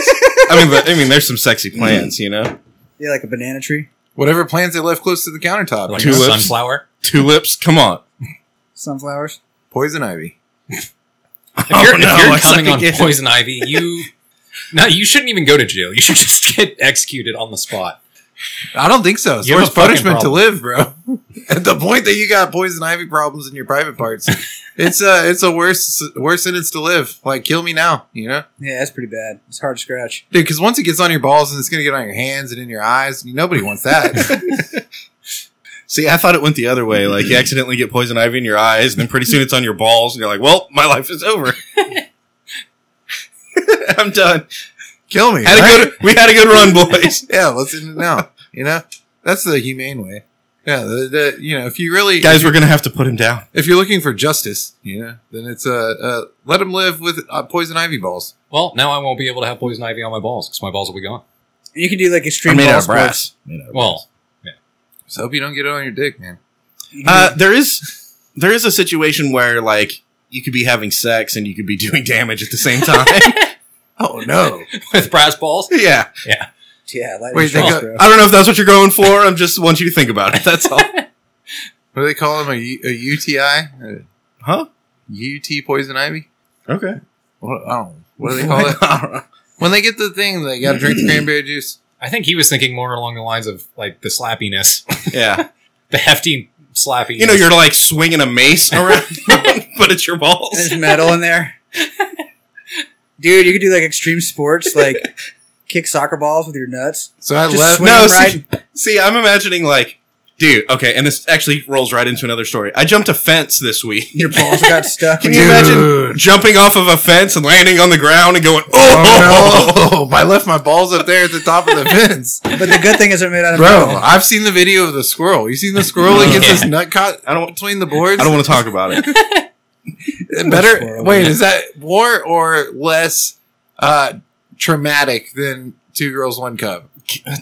D: I mean, but, I mean, there's some sexy plants, you know,
C: Yeah, like a banana tree?
A: Whatever plants they left close to the countertop.
B: like
A: you
B: a
A: know?
D: Tulips.
B: sunflower.
D: tulips. Come on.
C: Sunflowers?
A: Poison ivy.
B: If you're,
D: Oh, no,
B: if you're
D: it's
B: coming
D: like
B: on
D: again.
B: poison ivy, you no, you shouldn't even go to jail. You should just get executed on the spot.
A: I don't think so. It's
B: You have
A: worse
B: a fucking
A: punishment to live, bro. At the point that you got poison ivy problems in your private parts, it's a it's a worse worse sentence to live. Like kill me now, you know,
C: Yeah, that's pretty bad. It's hard to scratch.
A: dude. Because once it gets on your balls and it's gonna get on your hands and in your eyes, nobody wants that.
D: See, I thought it went the other way. Like you accidentally get poison ivy in your eyes, and then pretty soon it's on your balls, and you're like, "Well, my life is over. I'm done."
A: kill me.
D: Had
A: right?
D: a good, we had a good run, boys.
A: yeah, let's end it now. You know, that's the humane way. Yeah, the, the, you know, if you really
D: Guys, we're gonna have to put him down.
A: if you're looking for justice, you know, then it's uh, uh let them live with uh, poison ivy balls.
B: Well, now I won't be able to have poison ivy on my balls because my balls will be gone.
C: And you can do like extreme
D: Or
C: ball sports.
D: Made out of brass.
B: Well,
A: So hope you don't get it on your dick, man.
C: You can
D: Uh, there is there is a situation where like you could be having sex and you could be doing damage at the same time.
A: Oh no!
B: with brass balls.
D: yeah,
C: do- yeah, lightning
A: Wait, they
C: strikes,
A: got-
C: bro.
D: I don't know if that's what you're going for. I'm just want you to think about it. That's all,
A: What do they call them? A, U- a UTI, a
D: huh?
A: UT poison ivy?
D: Okay.
A: What, I don't. What do they call it?
D: I don't know.
A: When they get the thing, they gotta drink the cranberry juice.
B: I think he was thinking more along the lines of like the slappiness,
D: Yeah,
B: the hefty slappiness.
D: you know, you're like swinging a mace around, but it's your balls.
C: There's metal in there. Dude, you could do like extreme sports, like kick soccer balls with your nuts.
A: So I
C: Just
A: left.
C: swing
D: no,
C: them
D: see-
C: right.
D: See, I'm imagining like, dude. Okay, and this actually rolls right into another story. I jumped a fence this week.
C: Your balls got stuck.
D: Can
C: in
D: you
C: your-
D: imagine jumping off of a fence and landing on the ground and going, "Oh,
A: Oh no! I left my balls up there at the top of the fence,
C: But the good thing is they're made out of
A: bro.
C: metal.
A: I've seen the video of the squirrel. You seen the squirrel that gets his nut caught
D: I don't,
A: between the boards?
D: I don't want to talk about it."
A: better
C: squirrel.
A: wait is that more or less uh traumatic than two girls one cup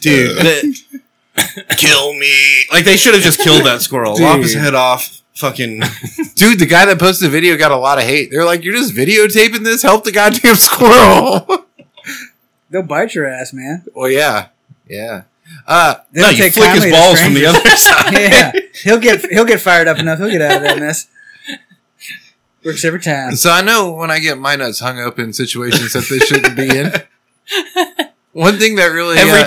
D: dude. that- kill me. Like they should have just killed that squirrel, lop his
A: Dude.
D: head off. Fucking
A: dude the guy that posted the video got a lot of hate they're like you're just videotaping this help the goddamn squirrel
C: They'll bite your ass, man.
A: well yeah yeah uh
C: They
D: no,
C: don't
D: you
C: take
D: flick his
C: kindly to
D: balls from the
C: strangers.
D: other side.
C: yeah, he'll get he'll get fired up enough. He'll get out of that mess. Works every time.
A: so i know when i get my nuts hung up in situations that they shouldn't be in one thing that really
D: Every
A: uh,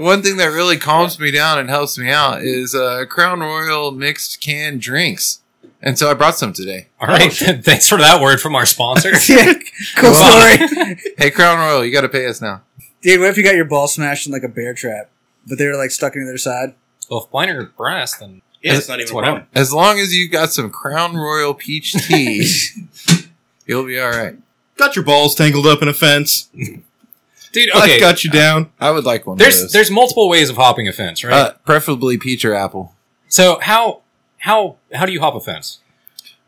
A: one thing that really calms me down and helps me out is uh crown royal mixed canned drinks and so i brought some today
B: all right. Thanks for that word from our sponsor.
C: Yeah, cool
A: Wow.
C: story,
A: Hey, Crown Royal, you got to pay us now.
C: dude. What if you got your ball smashed in like a bear trap, but they were like stuck in the other side?
B: well, if mine are brass, then
D: Yeah, it's not even a problem.
A: As long as you've got some Crown Royal peach tea, you'll be all right.
D: got your balls tangled up in a fence.
B: dude.
D: That
B: Okay,
D: got you down.
A: I would like one of
B: there's
A: those.
B: there's multiple ways of hopping a fence, right?
A: uh, preferably peach or apple.
B: so how how how do you hop a fence?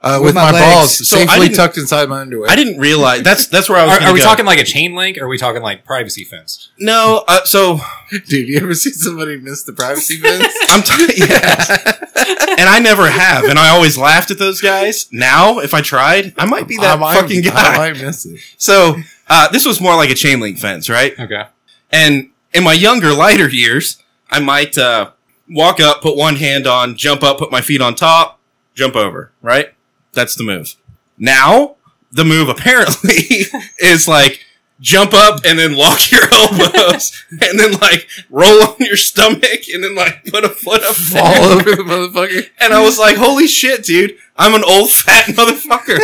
A: Uh,
C: With
A: with,
C: my
A: my,
C: legs.
A: balls
D: So I
A: safely
D: didn't-
A: tucked inside my underwear.
D: I didn't realize that's that's where I was.
B: Are,
D: gonna
B: are we
D: go.
B: talking like a chain link? Or are we talking like privacy fence?
D: No, uh, so
A: Dude, you ever see somebody miss the privacy fence?
D: I'm t- yeah. and I never have, and I always laughed at those guys. Now, if I tried, I might be
A: I
D: that
A: might-
D: fucking guy.
A: I might miss it.
D: So uh, this was more like a chain link fence, right?
B: Okay.
D: And in my younger, lighter years, I might uh, walk up, put one hand on, jump up, put my feet on top, jump over, right? That's the move. Now, the move apparently is like jump up and then lock your elbows and then like roll on your stomach and then like put a foot up.
A: Fall
D: there.
A: over the motherfucker.
D: And I was like, holy shit, dude, I'm an old fat motherfucker.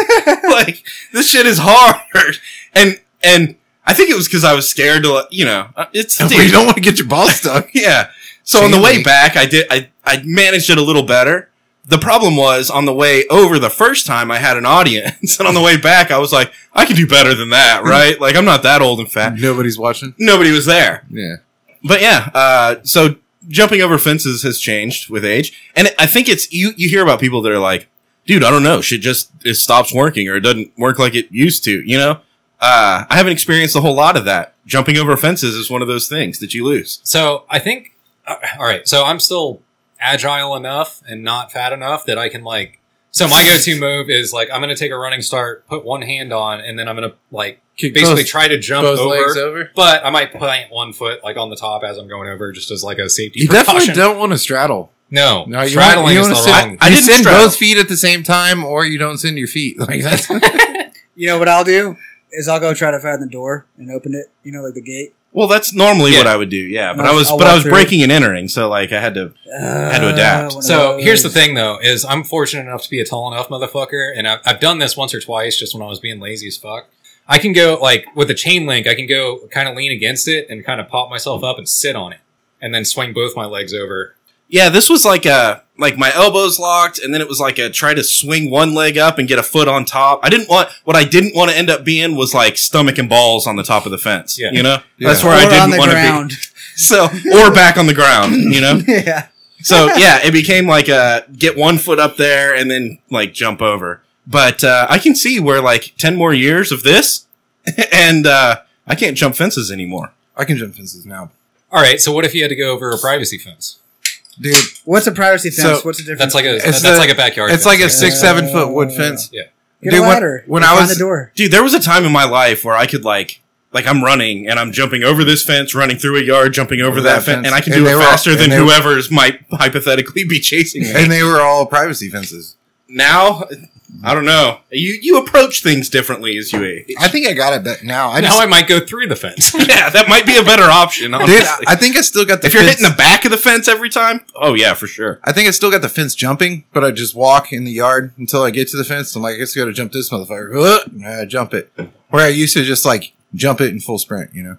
D: like, this shit is hard. And, and I think it was because I was scared to, like, you know, uh, it's,
A: Well,
D: dude,
A: you don't want to get your balls stuck.
D: yeah. So on the
A: Chain
D: way
A: link.
D: back, I did, I, I managed it a little better. The problem was on the way over the first time I had an audience and on the way back, I was like, I can do better than that, right? like, I'm not that old and fat.
A: Nobody's watching.
D: Nobody was there.
A: Yeah.
D: But yeah, uh, so jumping over fences has changed with age, and I think it's you. You hear about people that are like, "Dude, I don't know, shit just it stops working or it doesn't work like it used to." You know, uh, I haven't experienced a whole lot of that. Jumping over fences is one of those things that you lose.
B: So I think, uh, all right. So I'm still agile enough and not fat enough that I can like. So my go-to move is like I'm going to take a running start, put one hand on, and then I'm going to like
A: Kick
B: basically
A: both,
B: try to jump
A: both
B: over.
A: legs over.
B: But I might plant one foot like on the top as I'm going over, just as like a safety
A: You definitely
B: precaution.
A: don't want to straddle.
B: No,
A: No, you
B: straddling
A: wanna- you
B: is
A: wanna
B: the
A: sit-
B: wrong.
D: I
A: you
D: didn't
A: send
D: straddle.
A: both feet at the same time, or you don't send your feet like that's
C: You know what I'll do is I'll go try to find the door and open it. You know, like the gate.
D: Well, that's normally
B: Yeah.
D: what I would do. Yeah, but
C: I'll-
D: I was
C: I'll
D: but I
C: walk
D: was
C: through
D: breaking and entering, so like I had to. Had to adapt.
C: Uh, one of
B: So here's the
C: those.
B: thing, though, is I'm fortunate enough to be a tall enough motherfucker, and I've, I've done this once or twice just when I was being lazy as fuck. I can go like with a chain link, I can go kind of lean against it and kind of pop myself up and sit on it, and then swing both my legs over.
D: Yeah, this was like a like my elbows locked, and then it was like a try to swing one leg up and get a foot on top. I didn't want what I didn't want to end up being was like stomach and balls on the top of the fence.
B: Yeah.
D: You know,
A: Yeah.
D: that's where
C: Or
D: I
C: on the
D: didn't want to
C: ground.
D: be. So or back on the ground. You know,
C: yeah.
D: so yeah, it became like a get one foot up there and then like jump over. But uh, I can see where like ten more years of this, and uh, I can't jump fences anymore.
A: I can jump fences now,
B: All right, so what if you had to go over a privacy fence?
A: dude.
C: What's a privacy fence?
A: So,
C: What's the difference?
B: That's like a
A: It's
B: that's
A: the-
B: like a backyard.
A: It's
B: fence,
A: like a
B: yeah.
A: six, seven foot wood
C: Uh,
A: fence.
C: Get
A: Dude,
C: a
A: when-
C: ladder.
A: when
C: and
A: I
C: find
A: was-
C: the door.
D: Dude, there was a time in my life where I could like like I'm running and I'm jumping over this fence, running through a yard, jumping over that, fence, and I can
A: And
D: do
A: they
D: it
A: were-
D: faster than
A: and they-
D: whoever's might hypothetically be chasing me.
A: And they were all privacy fences.
D: now, I don't know. You you approach things differently as you age.
A: I think I got it but now. I
B: now
A: just
B: I might go through the fence.
D: yeah, that might be a better option. Honestly.
A: dude, I think I still got the
D: if you're
A: fence-
D: hitting the back of the fence every time, oh yeah, for sure.
A: I think I still got the fence jumping, but I just walk in the yard until I get to the fence. I'm like, I guess I gotta jump this motherfucker. Ugh, and I jump it. Where I used to just like jump it in full sprint, you know?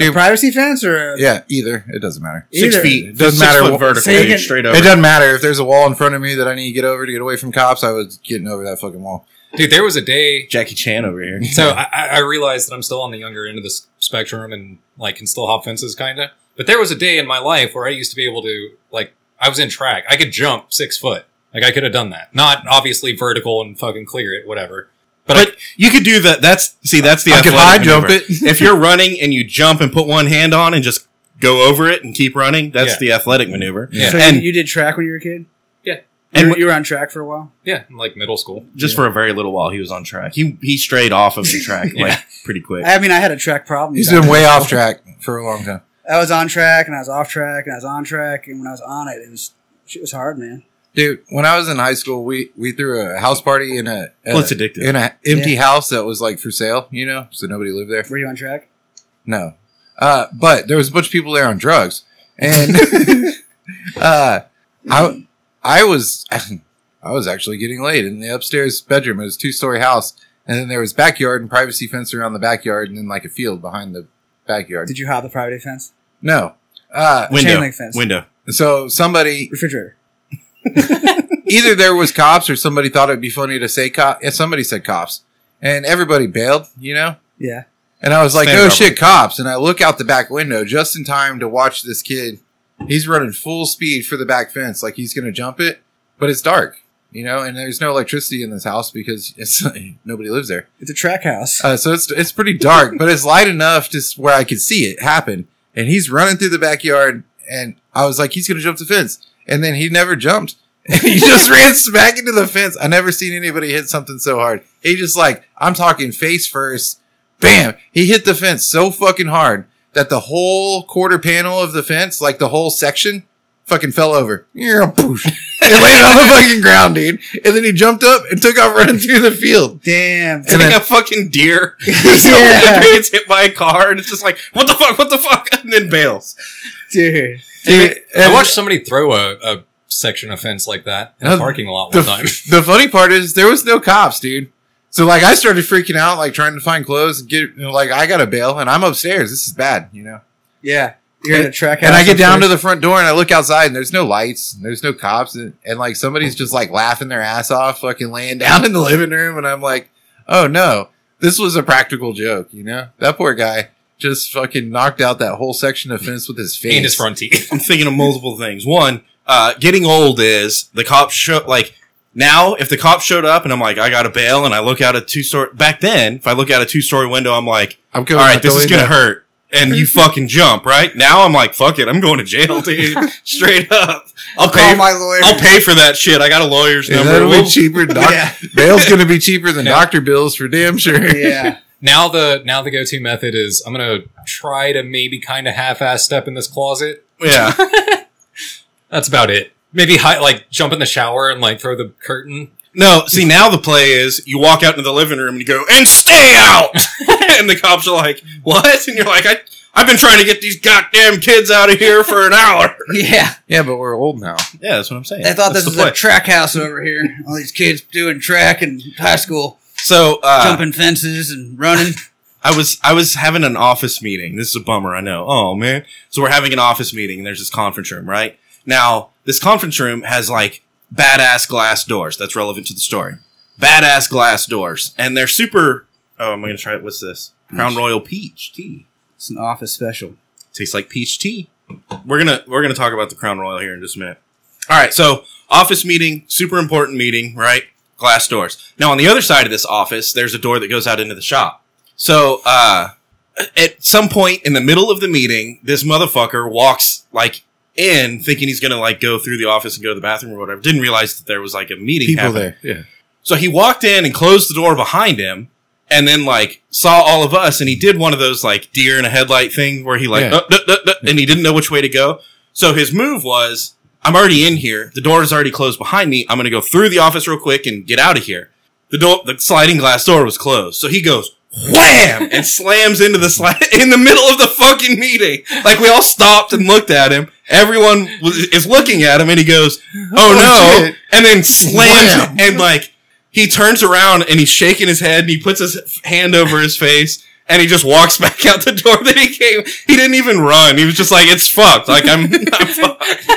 C: A privacy fence or a-
A: Yeah, either. It doesn't matter.
D: Six
C: Either.
D: feet,
A: It doesn't
D: six
A: matter
D: foot
A: what-
D: vertical,
C: so you
D: dude,
C: can-
D: straight
A: It
D: over.
A: doesn't matter. If there's a wall in front of me that I need to get over to get away from cops, I was getting over that fucking wall.
B: Dude, there was a day
D: Jackie Chan over here.
B: So I, I- I realize that I'm still on the younger end of the s- spectrum and like can still hop fences, kind of. But there was a day in my life where I used to be able to like I was in track. I could jump six foot. Like I could have done that. Not obviously vertical and fucking clear it, whatever. But,
D: But you could do that. That's see, that's the
A: I could
D: athletic
A: high jump
D: maneuver.
A: it.
D: if you're running and you jump and put one hand on and just go over it and keep running, that's
B: Yeah.
D: the athletic maneuver.
B: Yeah.
C: So you-
D: And-
C: you did track when you were a kid?
B: Yeah.
C: You
D: And
C: were- you were on track for a while?
B: I, yeah, in, like middle school.
D: Just for a very little while, he was on track. He he strayed off of the track
B: Yeah. Uh,
D: like pretty quick.
C: I mean, I had a track problem.
A: He's been way off track for a long time.
C: I was on track and I was off track and I was on track and when I was on it, it was shit was hard, man.
A: Dude, when I was in high school, we, we threw a house party in a, a
D: Well, it's addictive.
A: in a empty house that was like for sale, you know, so nobody lived there.
C: Were you on track?
A: No. Uh, but there was a bunch of people there on drugs. And uh, I I was I was actually getting laid in the upstairs bedroom. It was a two story house. And then there was backyard and privacy fence around the backyard and then like a field behind the backyard.
C: Did you hop the privacy fence?
A: No. Uh,
D: window,
C: link fence.
D: window.
A: so somebody
C: Refrigerator.
A: either there was cops or somebody thought it'd be funny to say cop yeah, somebody said cops. And everybody bailed, you know?
C: Yeah.
A: And I was like,
D: Stand
A: oh
D: rubber.
A: shit, cops. And I look out the back window just in time to watch this kid. He's running full speed for the back fence, like he's going to jump it, but it's dark, you know, and there's no electricity in this house because it's nobody lives there.
C: It's a track house.
A: Uh, so it's, it's pretty dark, but it's light enough just where I could see it happen. And he's running through the backyard, and I was like, he's going to jump the fence. And then he never jumped. he just ran smack into the fence. I never seen anybody hit something so hard. He just like, I'm talking face first. Bam! He hit the fence so fucking hard that the whole quarter panel of the fence, like the whole section, fucking fell over. Yeah, poosh. It landed on the fucking ground, dude. And then he jumped up and took off running through the field.
C: Damn.
D: It's
A: And
D: like
A: then-
D: a fucking deer.
C: Yeah.
D: Somebody gets hit by a car and it's just like, what the fuck, what the fuck, and then bails.
C: Dude.
A: Dude,
B: I
A: and-
B: watched somebody throw a, a section of fence like that in a
A: Uh,
B: parking lot
A: the,
B: one time.
A: the funny part is there was no cops, dude. So like I started freaking out, like trying to find clothes and get you know, like I got a bail and I'm upstairs. This is bad, you know.
C: Yeah. You're in a track house.
A: And I get down to the front door and I look outside and there's no lights, and there's no cops, and, and like somebody's just like laughing their ass off, fucking laying down in the living room, and I'm like, oh no, this was a practical joke, you know. That poor guy just fucking knocked out that whole section of fence with his face.
B: And his front teeth.
D: I'm thinking of multiple things. One, uh, getting old is the cops show like now if the cops showed up and I'm like, I got a bail and I look out a two story back then, if I look out a two story window, I'm like,
A: I'm
D: All
A: going.
D: right,
A: out the
D: this is
A: window.
D: gonna hurt. And you fucking jump, right? Now I'm like, fuck it, I'm going to jail, dude. Straight up. I'll
C: call
D: pay
C: my lawyer.
D: I'll pay for that shit. I got a lawyer's
A: Yeah,
D: number.
A: that'll be
D: We'll-
A: cheaper. than Doc-
C: Yeah.
A: Bail's gonna be cheaper than
B: Yeah.
A: doctor bills for damn sure.
C: Yeah.
B: now the now the go to method is I'm gonna try to maybe kind of half ass step in this closet.
D: yeah.
B: That's about it. Maybe hi- like jump in the shower and like throw the curtain.
D: No, see now the play is you walk out into the living room and you go, and stay out And the cops are like, What? And you're like, I I've been trying to get these goddamn kids out of here for an hour.
C: Yeah,
A: Yeah, but we're old now.
D: Yeah, that's what I'm saying.
C: I thought
D: That's
C: this
D: the
C: was a
D: point.
C: track house over here. All these kids doing track in high school,
D: so uh,
C: jumping fences and running.
D: I was I was having an office meeting. This is a bummer, I know. Oh man. So we're having an office meeting and there's this conference room, right? Now, this conference room has like badass glass doors. That's relevant to the story. Badass glass doors. And they're super Oh, am I gonna try it? What's this? Crown Royal Peach tea.
C: It's an office special.
D: Tastes like peach tea. We're gonna we're gonna talk about the Crown Royal here in just a minute. Alright, so office meeting, super important meeting, right? Glass doors. Now on the other side of this office, there's a door that goes out into the shop. So uh at some point in the middle of the meeting, this motherfucker walks like in thinking he's gonna like go through the office and go to the bathroom or whatever. Didn't realize that there was like a meeting
A: People
D: happening.
A: there. Yeah.
D: So he walked in and closed the door behind him and then like saw all of us and he did one of those like deer in a headlight thing where he like
A: Yeah.
D: "Uh, duh, duh, duh," and he didn't know which way to go. So his move was I'm already in here. The door is already closed behind me. I'm going to go through the office real quick and get out of here. The door the sliding glass door was closed. So he goes wham and slams into the slide in the middle of the fucking meeting. Like we all stopped and looked at him. Everyone was, is looking at him and he goes, "Oh,
A: Oh,
D: no."
A: shit.
D: And then slams
A: Wham.
D: and like he turns around and he's shaking his head and he puts his hand over his face and he just walks back out the door that he came. He didn't even run. He was just like, it's fucked. Like I'm, I'm fucked.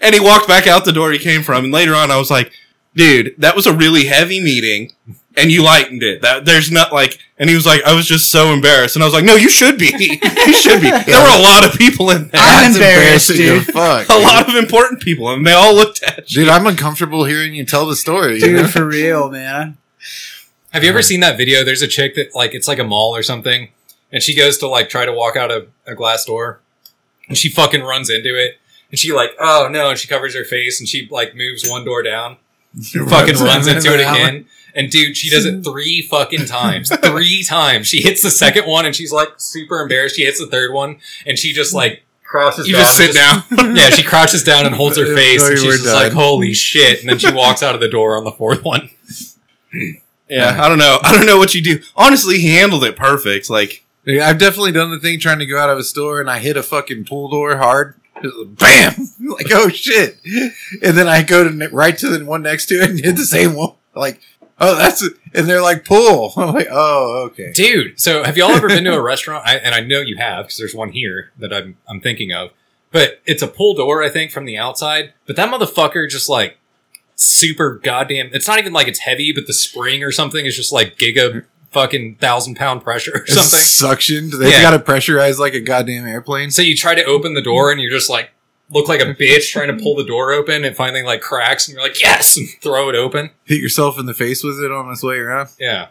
D: And he walked back out the door he came from. And later on, I was like, dude, that was a really heavy meeting and you lightened it. That there's not like, and he was like, I was just so embarrassed. And I was like, no, you should be. You should be. There were a lot of people in there.
C: I'm
A: That's
C: embarrassed,
A: embarrassing
C: dude.
A: to Fuck.
D: A lot of important people. And they all looked at you.
A: Dude, I'm uncomfortable hearing you tell the story. you know?
C: Dude, for real, man.
B: Have you ever seen that video? There's a chick that like it's like a mall or something, and she goes to like try to walk out a, a glass door, and she fucking runs into it, and she like oh no, and she covers her face, and she like moves one door down, fucking runs into it again, and dude, she does it three fucking times, three times. She hits the second one, and she's like super embarrassed. She hits the third one, and she just like crouches.
D: You
B: down
D: just
B: and
D: sit down.
B: Yeah, she crouches down and holds her face,
A: Sorry,
B: and she's
A: we're
B: just like,
A: done.
B: "Holy shit!" And then she walks out of the door on the fourth one.
D: Yeah, I don't know. I don't know what you do. Honestly, he handled it perfect. Like,
A: Dude, I've definitely done the thing trying to go out of a store and I hit a fucking pool door hard. Just Bam! like, oh shit. And then I go to ne- right to the one next to it and hit the same one. Like, oh, that's, a-" and they're like, pool. I'm like, oh, okay.
B: Dude, so have y'all ever been to a restaurant? I, and I know you have because there's one here that I'm I'm thinking of. But it's a pull door, I think, from the outside. But that motherfucker just like super goddamn. It's not even like it's heavy, but the spring or something is just like giga fucking thousand pound pressure or
A: It's
B: something.
A: Suctioned. They've
B: Yeah.
A: got to pressurize like a goddamn airplane.
B: So you try to open the door and you're just like look like a bitch trying to pull the door open. It finally like cracks and you're like yes and throw it open.
A: Hit yourself in the face with it on its way around.
B: Yeah,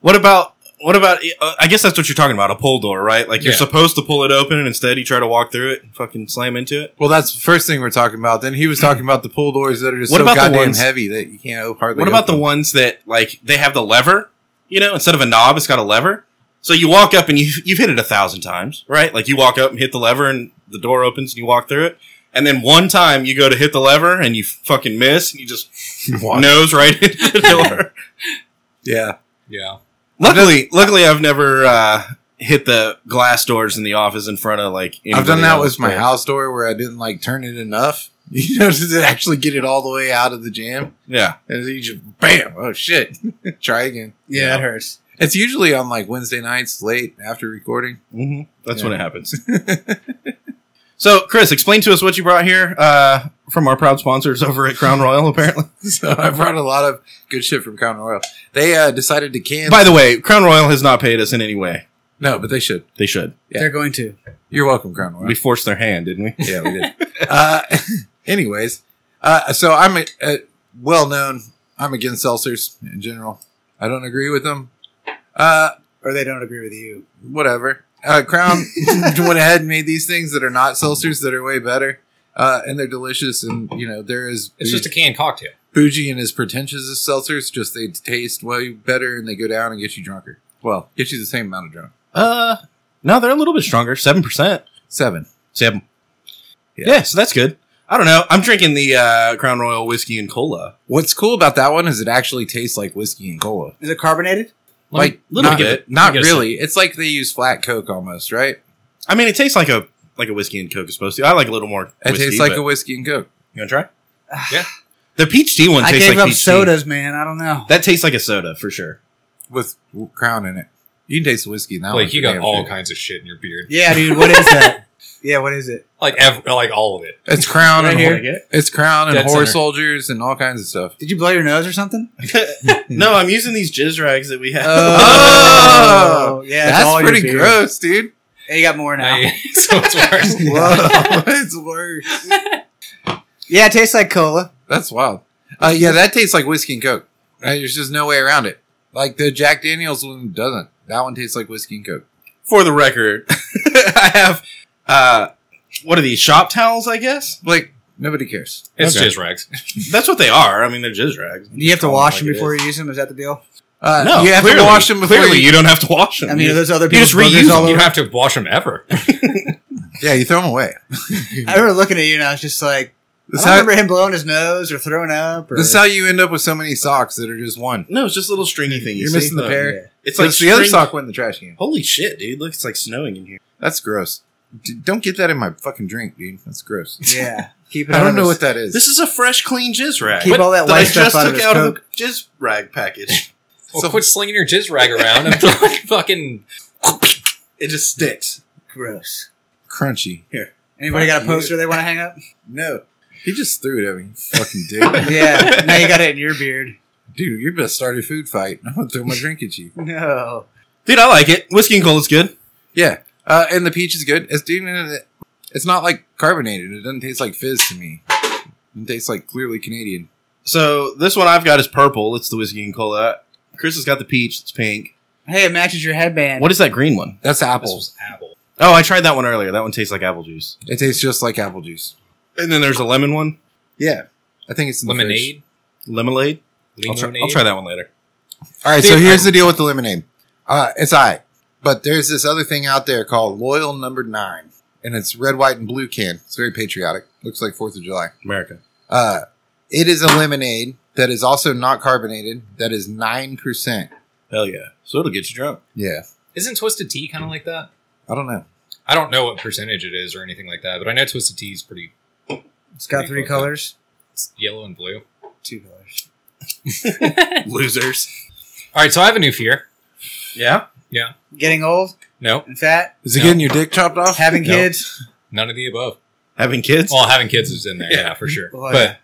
D: what about what about? Uh, I guess that's what you're talking about—a pull door, right? Like you're
B: Yeah.
D: supposed to pull it open, and instead you try to walk through it and fucking slam into it.
A: Well, that's the first thing we're talking about. Then he was talking about the pull doors that are just
D: What
A: so
D: about the
A: goddamn
D: ones-
A: heavy that you can't o- hardly.
D: What about the
A: open.
D: ones that like they have the lever? You know, instead of a knob, it's got a lever. So you walk up and you you've hit it a thousand times, right? Like you walk up and hit the lever, and the door opens, and you walk through it. And then one time you go to hit the lever and you fucking miss, and you just nose right into the door.
A: Yeah,
B: yeah.
D: Luckily, luckily, I've never uh, hit the glass doors in the office in front of like.
A: I've
D: anybody
A: done that
D: else,
A: with my
D: but-
A: house door where I didn't like turn it enough. You know, to actually get it all the way out of the jam,
D: Yeah,
A: and then you just bam! Oh shit! Try again.
C: Yeah, it hurts.
A: It's usually on like Wednesday nights late after recording.
D: hmm that's
A: Yeah.
D: when it happens. so, Chris, explain to us what you brought here uh, from our proud sponsors over at Crown Royal. Apparently,
A: So I brought a lot of good shit from Crown Royal. They uh, decided to can.
D: by the way, Crown Royal has not paid us in any way.
A: no, but they should.
D: They should.
A: Yeah.
C: They're going to.
A: You're welcome, Crown Royal.
D: We forced their hand, didn't we?
A: yeah, we did. Uh, anyways, uh, so I'm a, a well known. I'm against seltzers in general. I don't agree with them. Uh,
C: Or they don't agree with you.
A: whatever. Uh, Crown went ahead and made these things that are not seltzers that are way better, uh, and they're delicious. And you know, there is
B: It's just a canned cocktail.
A: bougie and as pretentious as seltzers. Just they taste way better, and they go down and get you drunker. Well, get you the same amount of drunk.
D: Uh, no, they're a little bit stronger, seven percent.
A: Seven.
D: Seven.
A: Yeah.
D: yeah, so that's good. I don't know. I'm drinking the uh, Crown Royal whiskey and cola.
A: What's cool about that one is it actually tastes like whiskey and cola.
C: Is it carbonated?
B: Let me-
A: like
D: little
A: not,
D: bit.
A: not
B: Let me get a sip.
A: really. It's like they use flat Coke almost, right?
D: I mean, it tastes like a like a whiskey and coke is supposed to. I like a little more.
A: It
D: whiskey,
A: tastes like
D: but-
A: a whiskey and Coke.
D: You want to try?
B: Yeah.
D: The peach tea one
C: I
D: tastes
C: gave
D: like
C: up
D: peach soda.
C: sodas, man. I don't know.
D: That tastes like a soda for sure.
A: with Crown in it. You can taste the whiskey now.
B: Blake, you got all kinds of shit in your beard.
C: Yeah, dude. What is that? yeah, what is it?
B: Like ev- like all of it.
A: It's Crown
C: Right
A: and
C: here.
A: whore- it's Crown and
B: Dead
A: Horror
B: center.
A: Soldiers and all kinds of stuff.
C: Did you blow your nose or something?
D: no, I'm using these jizz rags that we have.
A: Oh.
C: yeah. it's all
A: That's
C: your
A: pretty
C: beard.
A: gross, dude.
C: Hey, you got more now.
B: I- so it's worse.
A: Whoa, it's worse.
C: Yeah, it tastes like cola.
A: That's wild. Uh, yeah, that tastes like whiskey and Coke. Right? There's just no way around it. Like the Jack Daniels one doesn't. That one tastes like whiskey and Coke.
D: For the record, I have uh, what are these shop towels? I guess
A: Like nobody cares.
B: It's
D: Okay.
B: jizz rags.
D: that's what they are. I mean, they're jizz rags.
C: You have to
D: Oh,
C: wash
D: like
C: them
D: it
C: before
D: is.
C: you use them. Is that the deal?
A: Uh,
D: No,
A: you have
D: clearly,
A: to wash them before
D: Clearly,
A: you,
D: you don't have to wash them.
C: I mean, are
D: You-
C: those other
D: you
C: people's
D: just reuse
C: boogers all
B: You
C: over?
B: don't have to wash them ever.
A: Yeah, you throw them away.
C: I remember looking at you and I was just like,
A: This,
C: I don't
A: how,
C: remember him blowing his nose or throwing up. Or,
A: this is how you end up with so many socks that are just one.
D: no, it's just a little stringy thing.
A: You're
D: see?
A: missing the
D: Uh,
A: pair.
D: It's
A: Like
D: like
A: the other
D: string-
A: sock went in the trash can.
D: Holy shit, dude! Look, it's like snowing in here.
A: That's gross. D- don't get that in my fucking drink, dude. That's gross.
C: yeah. Keep it
A: I
C: out
A: don't
C: of
A: know
C: his-
A: what that is.
D: This is a fresh, clean jizz rag.
C: Keep
D: What?
C: all that
D: I
C: white stuff
D: just
C: out of
D: took
C: his
D: out of
C: Coke.
D: the jizz rag package.
B: Well,
A: So-
B: quit slinging your jizz rag around and fucking.
D: it just sticks.
C: gross.
A: crunchy.
C: Anybody got a poster they want to hang up?
A: No. He just threw it at me. Fucking dude.
C: Yeah. Now you got it in your beard.
A: dude, you best start a food fight. I'm going to throw my drink at you.
C: No.
D: Dude, I like it. Whiskey and cola's good.
A: Yeah. Uh, and the peach is good. It's, dude, it's not like carbonated. It doesn't taste like fizz to me. It tastes like clearly Canadian.
D: So this one I've got is purple. It's the whiskey and cola. Chris has got the peach. It's pink.
C: Hey, it matches your headband.
D: What is that green one?
A: That's
B: This
A: apples.
B: was apple.
D: Oh, I tried that one earlier. That one tastes like apple juice.
A: It tastes just like apple juice.
D: And then there's a lemon one,
A: Yeah. I think it's in the fridge.
B: Lemonade.
D: lemonade. I'll try,
B: Lemonade.
D: I'll try that one later.
A: All right,
B: Dude,
A: so here's the deal with the lemonade. Uh, it's all right, but there's this other thing out there called Loyal Number Nine, and it's red, white, and blue can. It's very patriotic. Looks like Fourth of July.
D: America.
A: Uh, it is a lemonade that is also not carbonated. That is nine percent.
D: Hell yeah. So it'll get you drunk.
A: Yeah,
B: Isn't Twisted Tea kind of like that?
A: I don't know.
B: I don't know what percentage it is or anything like that, but I know Twisted Tea is pretty
C: It's got three colors.
B: it's yellow and blue.
C: Two colors.
D: Losers.
B: All right, so I have a new fear.
D: Yeah.
C: Getting old
B: No,
C: and fat,
A: Is it
B: No.
A: getting your dick chopped off?
C: having
B: No.
C: kids.
B: none of the above.
D: Having kids.
B: Well, having kids is in there, yeah, for sure.
C: Well,
B: but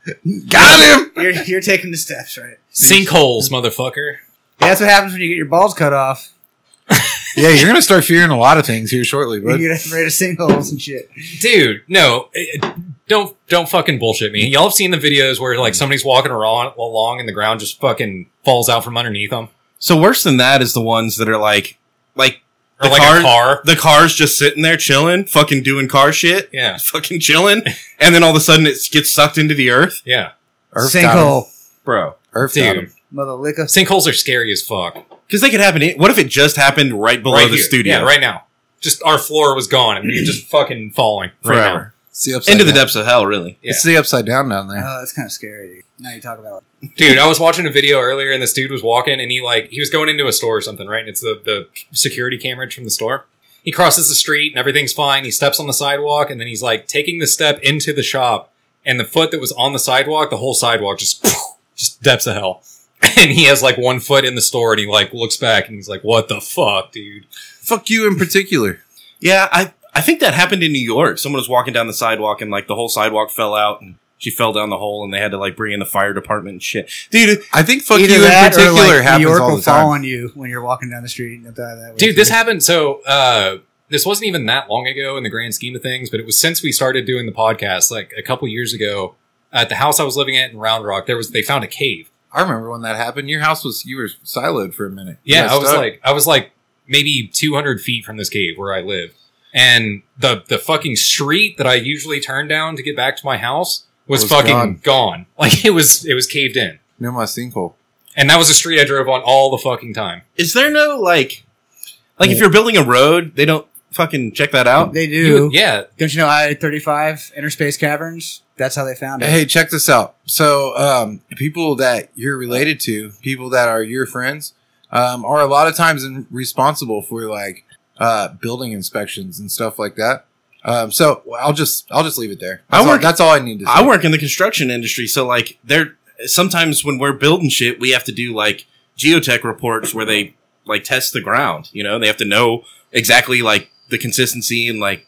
A: Got him.
C: You're, you're taking the steps, right?
B: sinkholes, motherfucker.
C: Yeah, that's what happens when you get your balls cut off.
A: yeah, you're gonna start fearing a lot of things here shortly,
C: You
A: bud.
C: get afraid of sinkholes and shit.
B: dude no it- it- don't don't fucking bullshit me y'all have seen the videos where like somebody's walking around along and the ground just fucking falls out from underneath them
D: so worse than that is the ones that are like, like
B: or
D: The
B: like
D: car-
B: a car
D: the car's just sitting there chilling, fucking doing car shit,
B: yeah
D: fucking chilling, and then all of a sudden it gets sucked into the earth,
B: yeah
A: Earth got him.
C: Sinkhole.
D: bro.
A: Earth got him.
B: dude
C: Mother lick us.
B: sinkholes are scary as fuck
D: Because they could happen. any- What if it just happened right below
B: right
D: the
B: here.
D: studio?
B: yeah right now just our floor was gone and we were just fucking falling right
D: Forever.
A: It's the upside
D: Into the
A: down.
D: depths of hell, really.
B: Yeah.
A: It's the upside down down there.
C: Oh, that's kind of scary. Dude. Now you talk about
B: now dude i was watching a video earlier and this dude was walking and he like he was going into a store or something right and it's the the security cameras from the store he crosses the street and everything's fine. He steps on the sidewalk and then he's like taking the step into the shop and the foot that was on the sidewalk, the whole sidewalk just just depths of hell. And he has like one foot in the store and he like looks back and he's like, "What the fuck, dude?"
A: Fuck you in particular.
D: Yeah, I I think that happened in New York. Someone was walking down the sidewalk and like the whole sidewalk fell out and she fell down the hole and they had to like bring in the fire department and shit. Dude,
A: I think fuck
C: Either
A: you in
C: that
A: particular
C: or like New
A: happens
C: York
A: all
C: will
A: the time.
C: fall on you when you're walking down the street. And you'll die that way
B: Dude, this
C: too.
B: happened. So uh, this wasn't even that long ago in the grand scheme of things, but it was since we started doing the podcast, like a couple years ago. At the house I was living at in Round Rock, there was they found a cave.
A: I remember when that happened. Your house was you were siloed for a minute. You
B: Yeah,
A: got
B: I was
A: stuck.
B: like, I was like maybe 200 feet from this cave where I live, and the the fucking street that I usually turn down to get back to my house was,
A: Was gone.
B: fucking gone. Like it was it was caved in,
A: no my sinkhole.
B: and that was a street I drove on all the fucking time.
D: is there no like like if you're building a road, they don't fucking check that out?
C: They do.
B: You would- yeah,
C: Don't you know I 35 Interspace Caverns? That's how they found it.
A: Hey, check this out. So, um, people that you're related to, people that are your friends, um, are a lot of times in- responsible for like uh, building inspections and stuff like that. Um, so I'll just I'll just leave it there.
D: I
A: That's, all,
D: work-
A: that's all I need to. Say.
D: I work in the construction industry, so like there sometimes when we're building shit, we have to do like geotech reports where they like test the ground. You know, they have to know exactly like the consistency and like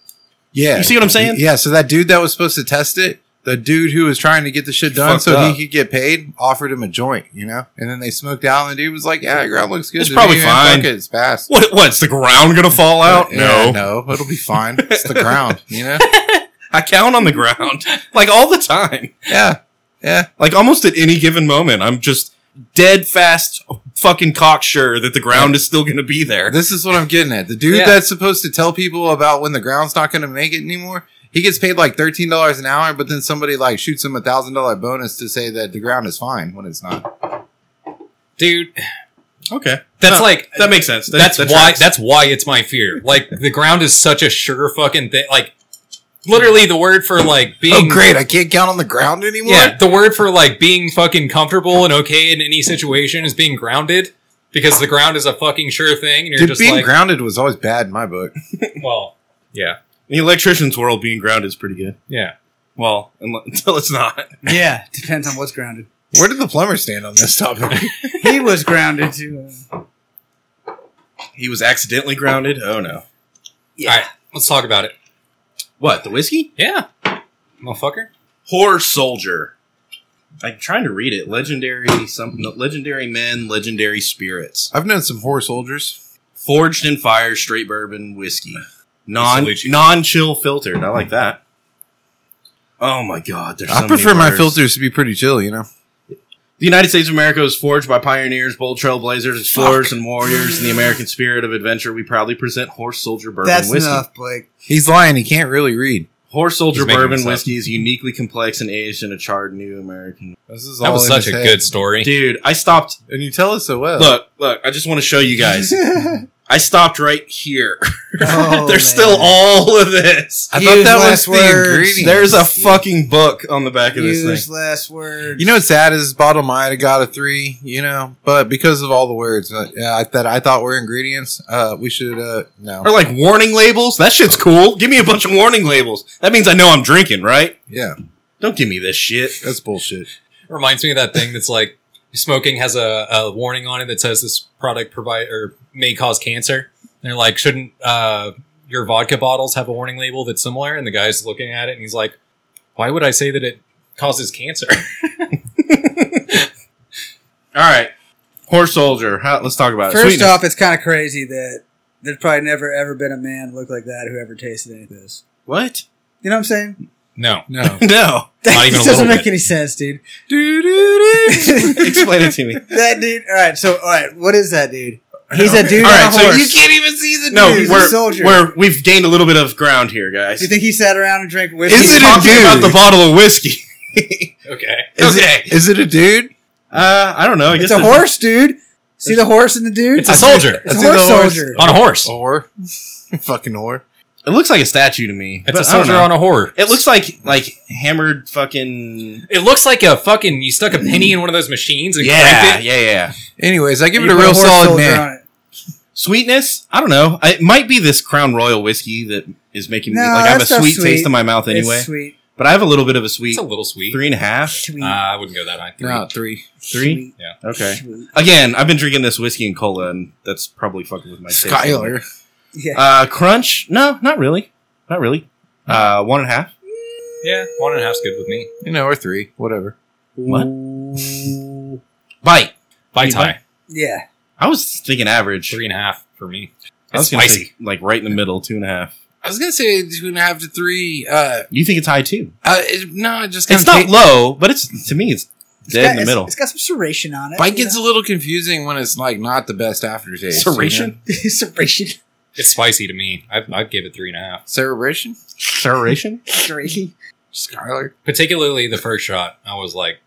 A: Yeah,
D: you see what I'm saying?
A: Yeah, so that dude that was supposed to test it, the dude who was trying to get the shit done
D: Fucked
A: so
D: up.
A: he could get paid, offered him a joint, you know? And then they smoked out, and the dude was like, Yeah, your ground looks good.
D: It's
A: to
D: probably
A: me,
D: fine."
A: Fuck it, it's fast.
D: What? What's the ground gonna fall out?
A: Yeah,
D: no,
A: No, it'll be fine. It's the ground, you know?
D: I count on the ground like all the time,
A: Yeah. Yeah.
D: like almost at any given moment. I'm just dead fast, fucking cocksure that the ground is still gonna be there.
A: This is what I'm getting at. The dude
B: Yeah.
A: that's supposed to tell people about when the ground's not going to make it anymore, he gets paid like $13 an hour, but then somebody like shoots him a $1,000 bonus to say that the ground is fine when it's not.
B: dude.
D: Okay,
B: That's
D: No,
B: like
D: that makes sense. That-
B: that's
D: that
B: why
D: tracks.
B: that's why it's my fear. Like the ground is such a sugar fucking thing. Like literally the word for like being
A: Oh, great. I can't count on the ground anymore?
B: Yeah, the word for like being fucking comfortable and okay in any situation is being grounded because the ground is a fucking sure thing, and you're
A: Dude,
B: just
A: being
B: like,
A: grounded was always bad in my book.
B: well, yeah,
D: the electrician's world being grounded is pretty good.
B: yeah.
D: Well, unle- until it's not.
C: Yeah, depends on what's grounded.
A: Where did the plumber stand on this topic?
C: He was grounded too. uh,
D: He was accidentally grounded. Oh no!
C: Yeah.
B: All right, let's talk about it.
D: What the whiskey?
B: Yeah, motherfucker.
D: Horror soldier. I'm trying to read it. Legendary something. Legendary men. Legendary spirits.
A: I've known some horse soldiers.
D: Forged in fire. Straight bourbon whiskey. Non
B: Salute you.
D: non chill filtered. I like that. Oh my god! There's so
A: I
D: many
A: prefer my
D: words.
A: filters to be pretty chill, you know.
D: The United States of America was forged by pioneers, bold trailblazers, explorers, and warriors. In the American spirit of adventure, we proudly present Horse Soldier Bourbon
C: That's
D: Whiskey.
C: enough, Blake.
A: He's lying. He can't really read.
D: Horse Soldier
B: He's making this
D: Bourbon
B: up.
D: Whiskey is uniquely complex and aged in a charred new American.
A: This is
B: That was such a good story.
D: Dude, I stopped
A: And you tell us so well.
D: Look, look, I just want to show you guys.
A: I
D: I stopped right here.
C: Oh,
D: There's
C: man.
D: still all of this.
A: thought
C: Use
A: that was
C: less
A: the
C: words.
A: ingredients.
D: There's a fucking book on the back of this
C: Use
D: thing.
C: less words.
A: You know what's sad is bottle might have got a three, you know, but because of all the words uh, yeah, I- that I thought were ingredients, uh, we should uh, no,
D: Or like warning labels. That shit's cool. Give me a bunch of warning labels. That means I know I'm drinking, right?
A: yeah,
D: Don't give me this shit.
A: that's bullshit.
B: Reminds me of that thing that's like smoking has a, a warning on it that says this product provide or may cause cancer. And they're like, shouldn't uh, your vodka bottles have a warning label that's similar? And the guy's looking at it and he's like, why would I say that it causes cancer?
D: All right. Horse soldier. How, let's talk
A: uh,
D: about it.
C: First
D: Sweetness.
C: off, it's kind of crazy that there's probably never ever been a man look like that who ever tasted any of this.
D: what?
C: You know what I'm saying?
B: no,
A: No,
D: No.
C: That
B: Not even a
C: doesn't
B: little
C: make
B: bit.
C: any sense, dude.
D: Explain it to me.
C: That dude. All right. So, all right. What is that dude? He's a dude
D: All right,
C: on a
D: so
C: horse.
D: you
C: can't even see the
D: No,
C: He's a
D: we're,
C: soldier.
D: we're we've gained a little bit of ground here, guys.
C: Do you think he sat around and drank whiskey?
D: Is it a
A: talking
D: dude?
A: about
D: about
A: the
D: the bottle of whiskey?
B: okay.
A: is
D: Okay.
A: it, is it a dude?
D: Uh, I don't know. I
C: It's
D: guess
C: a
D: there's-
C: horse, dude. See the horse and the dude.
B: It's a soldier
C: It's
A: I
C: a
A: see
C: horse
A: the horse.
C: soldier.
B: on a horse.
A: Or fucking or
D: It looks like a statue to me.
B: It's
D: but
B: a
D: I don't
B: soldier
D: know.
B: on a horse.
D: It looks like like hammered fucking.
B: It looks like a fucking you stuck a penny in one of those machines and
D: Yeah,
B: cranked it.
D: yeah, yeah.
A: Anyways, I give
C: You
A: it a
C: put
A: real
C: horse
A: solid
C: soldier
A: man.
C: on it.
D: Sweetness. I don't know. I, it might be this Crown Royal whiskey that is making me
C: No,
D: like I have a
C: that stuff's
D: sweet, taste
C: sweet.
D: in my mouth anyway.
C: It's sweet.
D: But I have a little bit of a sweet
B: It's a little sweet.
D: three and a half.
C: Sweet.
B: Uh, I wouldn't go that high. Three.
A: No, three.
D: Three.
C: Sweet.
B: Yeah.
D: Okay.
C: Sweet.
D: Again, I've been drinking this whiskey and cola, and that's probably fucking with my taste.
A: Skylar.
C: Yeah.
D: Uh, crunch? No, not really. Not really. Uh, one and a half.
B: Yeah, one and a half's good with me.
A: You know, or three, whatever.
D: What? Bite.
B: By
D: You
B: tie,
C: Yeah.
D: I was thinking average.
B: three and a half for me.
D: I was
B: It's
D: gonna
B: spicy.
D: say, like right in the middle, two and a half.
A: I was gonna say two and a half to three. Uh,
D: You think it's high too?
A: uh it, no, it just kind
D: It's not low, but it's to me it's
C: It's
D: dead
C: got-
D: in the
C: it's-
D: middle.
C: It's got some serration on it.
A: Bite gets a little confusing when it's like not the best aftertaste. you know?
D: Serration?
C: a serration.
B: It's spicy to me. I, I give it three and a half.
A: Cerebration?
D: Serration?
C: Serration.
A: Skylar?
B: Particularly the first shot, I was like,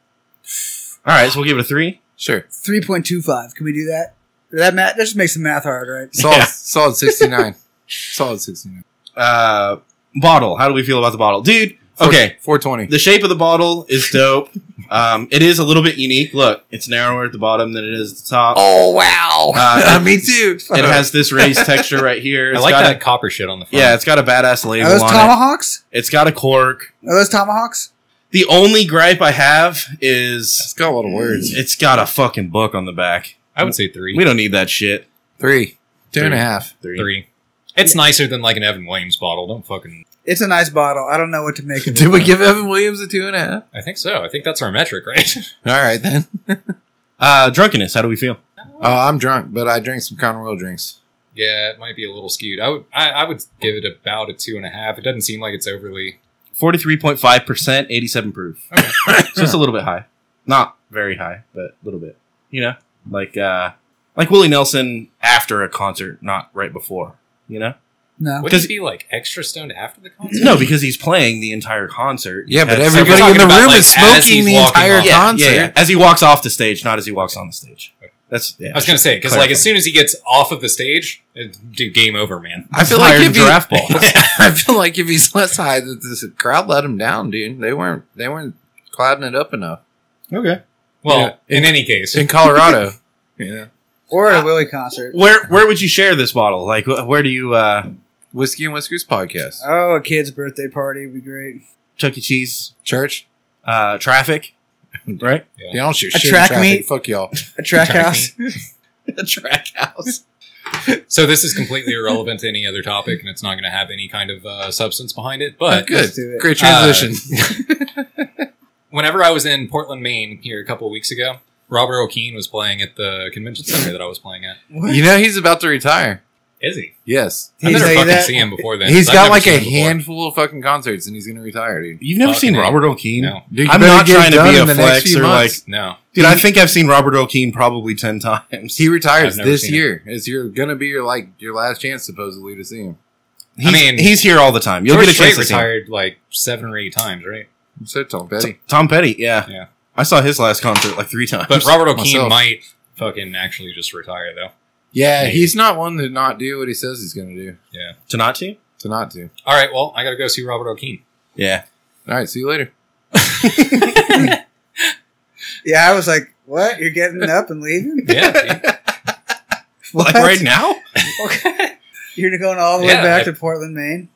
D: All right, so we'll give it a three.
A: Sure.
C: Three point two five. Can we do that? That math. That just makes the math hard, right?
A: Solid
D: Yeah.
A: solid sixty nine. solid sixty nine.
D: Uh, bottle. How do we feel about the bottle, dude? Okay.
A: 420.
D: The shape of the bottle is dope. Um, it is a little bit unique. Look, it's narrower at the bottom than it is at the top.
A: Oh wow!
D: Uh,
A: Me too.
D: It has this raised texture right here.
B: I
D: It's
B: like
D: got
B: that
D: A,
B: copper shit on the front.
D: yeah, it's got a badass label
C: Are those
D: on
C: tomahawks?
D: it. It's got a cork.
C: Are those tomahawks?
D: The only gripe I have is
A: It's got a lot of words.
D: it's got a fucking book on the back.
B: I would say three.
D: We don't need that shit.
A: Three, two and a half.
D: Three.
B: three. It's nicer than like an Evan Williams bottle. Don't fucking.
C: It's a nice bottle. I don't know what to make of it.
A: Did we give Evan Williams a two and a half?
B: I think so. I think that's our metric, right?
A: All right then.
D: Uh, drunkenness. How do we feel?
A: Uh, I'm drunk, but I drank some Crown Royal drinks.
B: yeah, it might be a little skewed. I would. I, I would give it about a two and a half. It doesn't seem like it's overly.
D: Forty-three point five percent, eighty-seven proof. so it's a little bit high. Not very high, but a little bit. You know, like uh, like Willie Nelson after a concert, not right before. You know.
C: No.
B: Would
D: Because-
B: it be like extra stoned after the concert?
D: No, because he's playing the entire concert.
A: Yeah, but
D: That's-
B: every-
A: everybody
B: you're
A: in the
B: talking about,
A: room
B: like,
A: is
B: as
A: smoking
B: he's
A: the
B: walking
A: entire
B: off.
D: yeah,
A: concert.
D: yeah, yeah. as he walks off the stage, not as he walks on the stage. That's yeah.
B: I was gonna say because like as soon as he gets off of the stage, it- dude, game over, man.
A: I feel
D: Hired
A: like if he,
D: giraffe ball.
A: I feel like if he's less high, that the crowd let him down, dude. They weren't they weren't clouding it up enough
D: okay.
B: Well,
A: Yeah.
B: in any case,
A: in Colorado. yeah,
C: Or at a Willie concert.
D: Where where would you share this bottle? Like wh- where do you uh
A: whiskey and whiskers podcast,
C: Oh, a kid's birthday party would be great.
D: Chuck E. Cheese
A: church.
D: uh traffic? Right?
A: They don't shoot
C: A
A: shit in
C: track
A: traffic.
C: meet?
A: Fuck y'all.
C: A track
B: Track
C: house.
D: the track house.
B: so this is completely irrelevant to any other topic, and it's not going to have any kind of uh, substance behind it. But
A: Good, Uh,
C: Let's do it.
A: great transition.
B: whenever I was in Portland, Maine, here a couple of weeks ago, Robert O'Keen was playing at the convention center that I was playing at.
A: you know he's about to retire.
B: Is he?
A: Yes,
B: I
C: He's
B: never
C: like
B: fucking
C: that-
B: see him before then.
A: he's
B: I've
A: got
B: never
A: like
B: seen
A: a
B: him before.
A: handful of fucking concerts, and he's gonna retire, dude.
D: You've never
B: Fucking
D: seen
B: A.
D: Robert O'Keen?
B: No,
A: Dude, you
D: I'm
A: better
D: not
A: get
D: trying to
A: done
D: be
A: in
D: a
A: the next
D: flex
A: few
D: or
A: months.
B: no.
D: Dude, I think I've seen Robert O'Keen probably 10 times.
A: He retires
B: I've never
A: this
B: seen
A: year. It's your gonna be your like your last chance supposedly to see him.
D: He's,
B: mean-
D: he's here all the time. You'll
B: George
D: get a chance
B: Strait
D: to see him.
B: retired like seven or eight times, right?
A: So Tom Petty.
D: T- Tom Petty, yeah.
B: Yeah.
D: I saw his last concert like 3 times.
B: But Robert O'Keen
A: myself.
B: might fucking actually just retire though.
A: Yeah,
B: Maybe.
A: he's not one to not do what he says he's gonna do.
D: to not to?
A: To not do.
B: All right, well, I gotta go see Robert O'Keen.
D: Yeah.
A: All right, see you later.
C: Yeah, I was like, what? You're getting up and leaving?
B: Yeah, dude.
D: Like right now?
C: You're going all the way
B: Yeah,
C: back
B: I-
C: to Portland, Maine?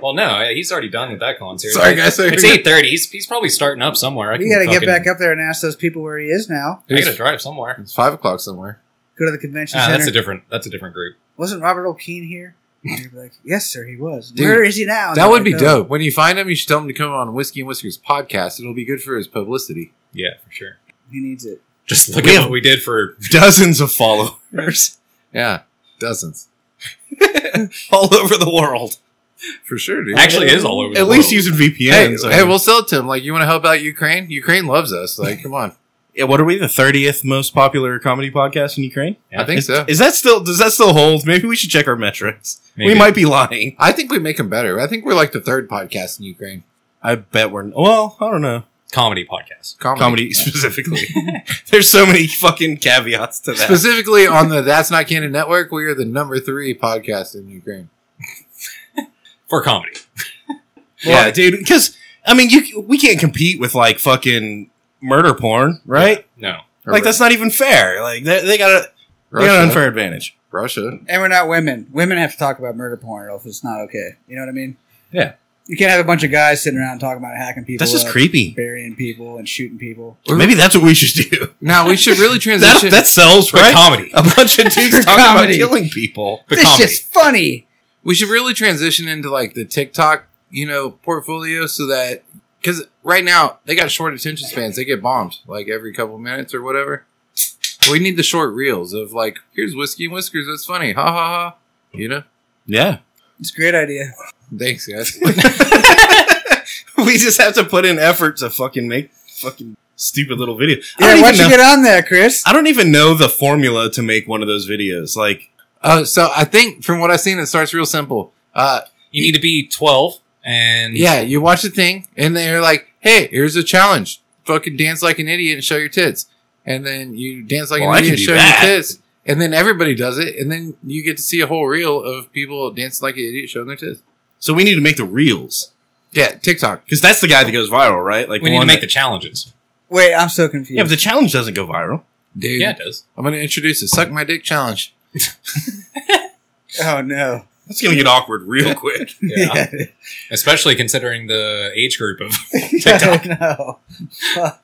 B: well, no, he's already done with that concert.
A: Sorry guys, I
B: It's eight thirty. He's, he's probably starting up somewhere. I
C: We
B: can
C: got to get
B: fucking-
C: back up there and ask those people where he is now.
B: I gotta drive somewhere.
A: It's five o'clock somewhere.
C: Go to the convention
B: Ah, that's
C: center.
B: a different. That's a different group.
C: Wasn't Robert O'Keen here? And you'd be like, yes, sir, he was.
A: Dude,
C: where is he now? And
A: That
C: they're
A: would
C: like,
A: be
C: "Oh."
A: dope. When you find him, you should tell him to come on Whiskey and Whiskers podcast. It'll be good for his publicity.
B: Yeah, for sure.
C: He needs it.
B: Just look
D: We
B: at
D: have-
B: what we did for.
D: Dozens of followers
A: Yeah, dozens
D: all over the world.
A: for sure, dude.
B: Actually, it is all over.
D: At
B: the
D: least
B: world.
D: using
A: Hey,
D: VPNs. I
A: hey,
D: mean.
A: we'll sell it to him. Like, you want to help out Ukraine? Ukraine loves us. Like, come on.
D: Yeah, what are we? The thirtieth most popular comedy podcast in Ukraine?
B: Yeah.
A: I think
D: is,
A: so.
D: Is that still? Does that still hold? Maybe we should check our metrics.
B: Maybe.
D: We might be lying.
A: I think we make him better. I think we're like the third podcast in Ukraine.
D: I bet we're. Well, I don't know.
B: comedy podcast.
D: Comedy specifically. There's so many fucking caveats to that.
A: Specifically on the That's Not Canon Network, we are the number three podcast in Ukraine.
B: for comedy.
D: yeah, dude. Because I mean, you we can't compete with like fucking murder porn, right?
B: No.
A: Or
D: Like that's not even fair. Like they, they got a they got an unfair advantage.
A: Russia.
C: And we're not women. Women have to talk about murder porn, or else it's not okay. You know what I mean?
D: Yeah.
C: You can't have a bunch of guys sitting around talking about hacking people.
D: That's just
C: up,
D: creepy.
C: Burying people and shooting people.
D: Maybe that's what we should do.
A: Now we should really
D: That,
A: transition.
D: that sells,
B: For
D: right?
B: comedy.
D: a bunch of dudes talking
C: Comedy.
D: about killing people.
B: For
C: this
B: comedy.
C: shit's funny.
A: we should really transition into like the TikTok, you know, portfolio so that because right now they got short attention spans. They get bombed like every couple minutes or whatever. We need the short reels of like, here's whiskey and whiskers. That's funny. Ha ha ha. You know.
D: Yeah.
C: It's a great idea.
A: Thanks, guys.
D: we just have to put in effort to fucking make fucking stupid little videos. I, don't
C: Yeah, why
D: even
C: don't you
D: know,
C: get on there, Chris?
D: I don't even know the formula to make one of those videos. Like,
A: uh, so I think from what I've seen, it starts real simple. Uh,
B: You need to be twelve and
A: yeah, you watch the thing, and they're like, "Hey, here's a challenge: fucking dance like an idiot and show your tits." And then you dance like
D: Well, I
A: an idiot and
D: can do
A: show
D: that.
A: your tits, and then everybody does it, and then you get to see a whole reel of people dancing like an idiot showing their tits.
D: so we need to make the reels.
A: Yeah, TikTok.
D: Because that's the guy that goes viral, right? Like
B: we
D: the
B: need to
D: one
B: make the
D: that-
B: challenges.
C: Wait, I'm so confused.
D: yeah, but the challenge doesn't go viral.
A: Dude,
B: Yeah, it does.
A: I'm going to introduce the Suck My Dick Challenge.
C: oh no.
D: That's gonna get awkward real quick.
B: Yeah. Especially considering the age group of
C: TikTok. Oh, no. Fuck.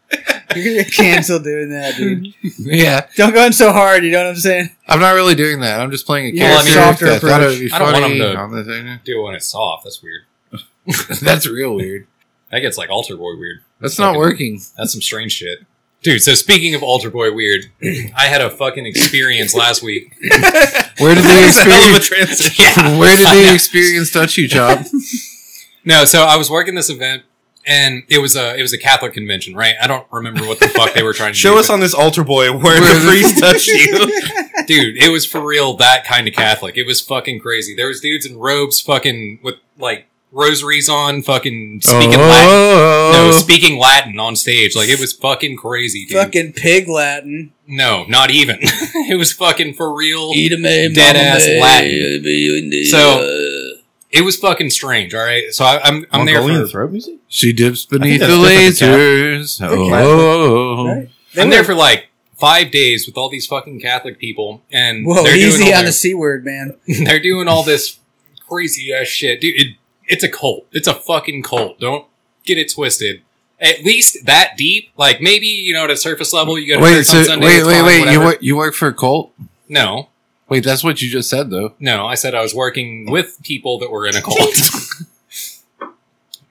C: You're gonna get canceled doing that, dude.
A: Yeah.
C: Don't go in so hard. You know what I'm saying?
A: I'm not really doing that. I'm just playing a
C: Yeah,
A: character.
C: softer
A: that I thought it
C: approach.
A: would be
B: I don't want
A: funny
B: him to-
A: on the thing.
B: do when it's soft. That's weird.
A: eh. That's real weird.
B: That gets like altar boy weird.
A: That's not
B: Fucking-
A: working.
B: That's some strange shit. Dude, so speaking of altar boy weird, I had a fucking experience last week.
A: Where did the
D: That's a hell of a
A: experience?
D: transition.
B: Yeah.
A: Where did
B: I know.
A: the experience touch you, Chop?
B: No, so I was working this event and it was a it was a Catholic convention, right? I don't remember what the fuck they were trying to do,
D: Show
B: but-
D: us on this altar boy where
A: Where
D: the
A: the-
D: priest touched you.
B: dude it was for real that kind of catholic it was fucking crazy there was dudes in robes fucking with like rosaries on fucking speaking
D: Uh-huh.
B: latin
A: Oh.
B: no speaking latin on stage like it was fucking crazy dude
C: Fucking pig Latin.
B: no not even it was fucking for real
E: Dead ass
B: Dead-ass Latin.
E: Latin.
C: uh,
B: So-
E: So,
B: it was fucking strange all right so I, i'm i'm there for
D: throat music.
A: she dips beneath the
D: that's different than
A: lasers.
C: Catholic.
A: Oh, oh, oh.
C: Right? They
B: i'm there
C: were-
B: for like five days with all these fucking catholic people and
C: Whoa,
B: they're doing
C: easy
B: all
C: on
B: their-
C: the c word, man.
B: they're doing all this crazy ass shit, dude. It, it's a cult. It's a fucking cult. Don't get it twisted. At least that deep, like maybe you know, at a surface level, you got to
A: Wait, so,
B: Sunday.
A: wait,
B: it's
A: wait,
B: fine,
A: wait. You
B: whatever.
A: work, you work for a cult?
B: no,
A: Wait, that's what you just said, though.
B: no. I said I was working with people that were in a cult.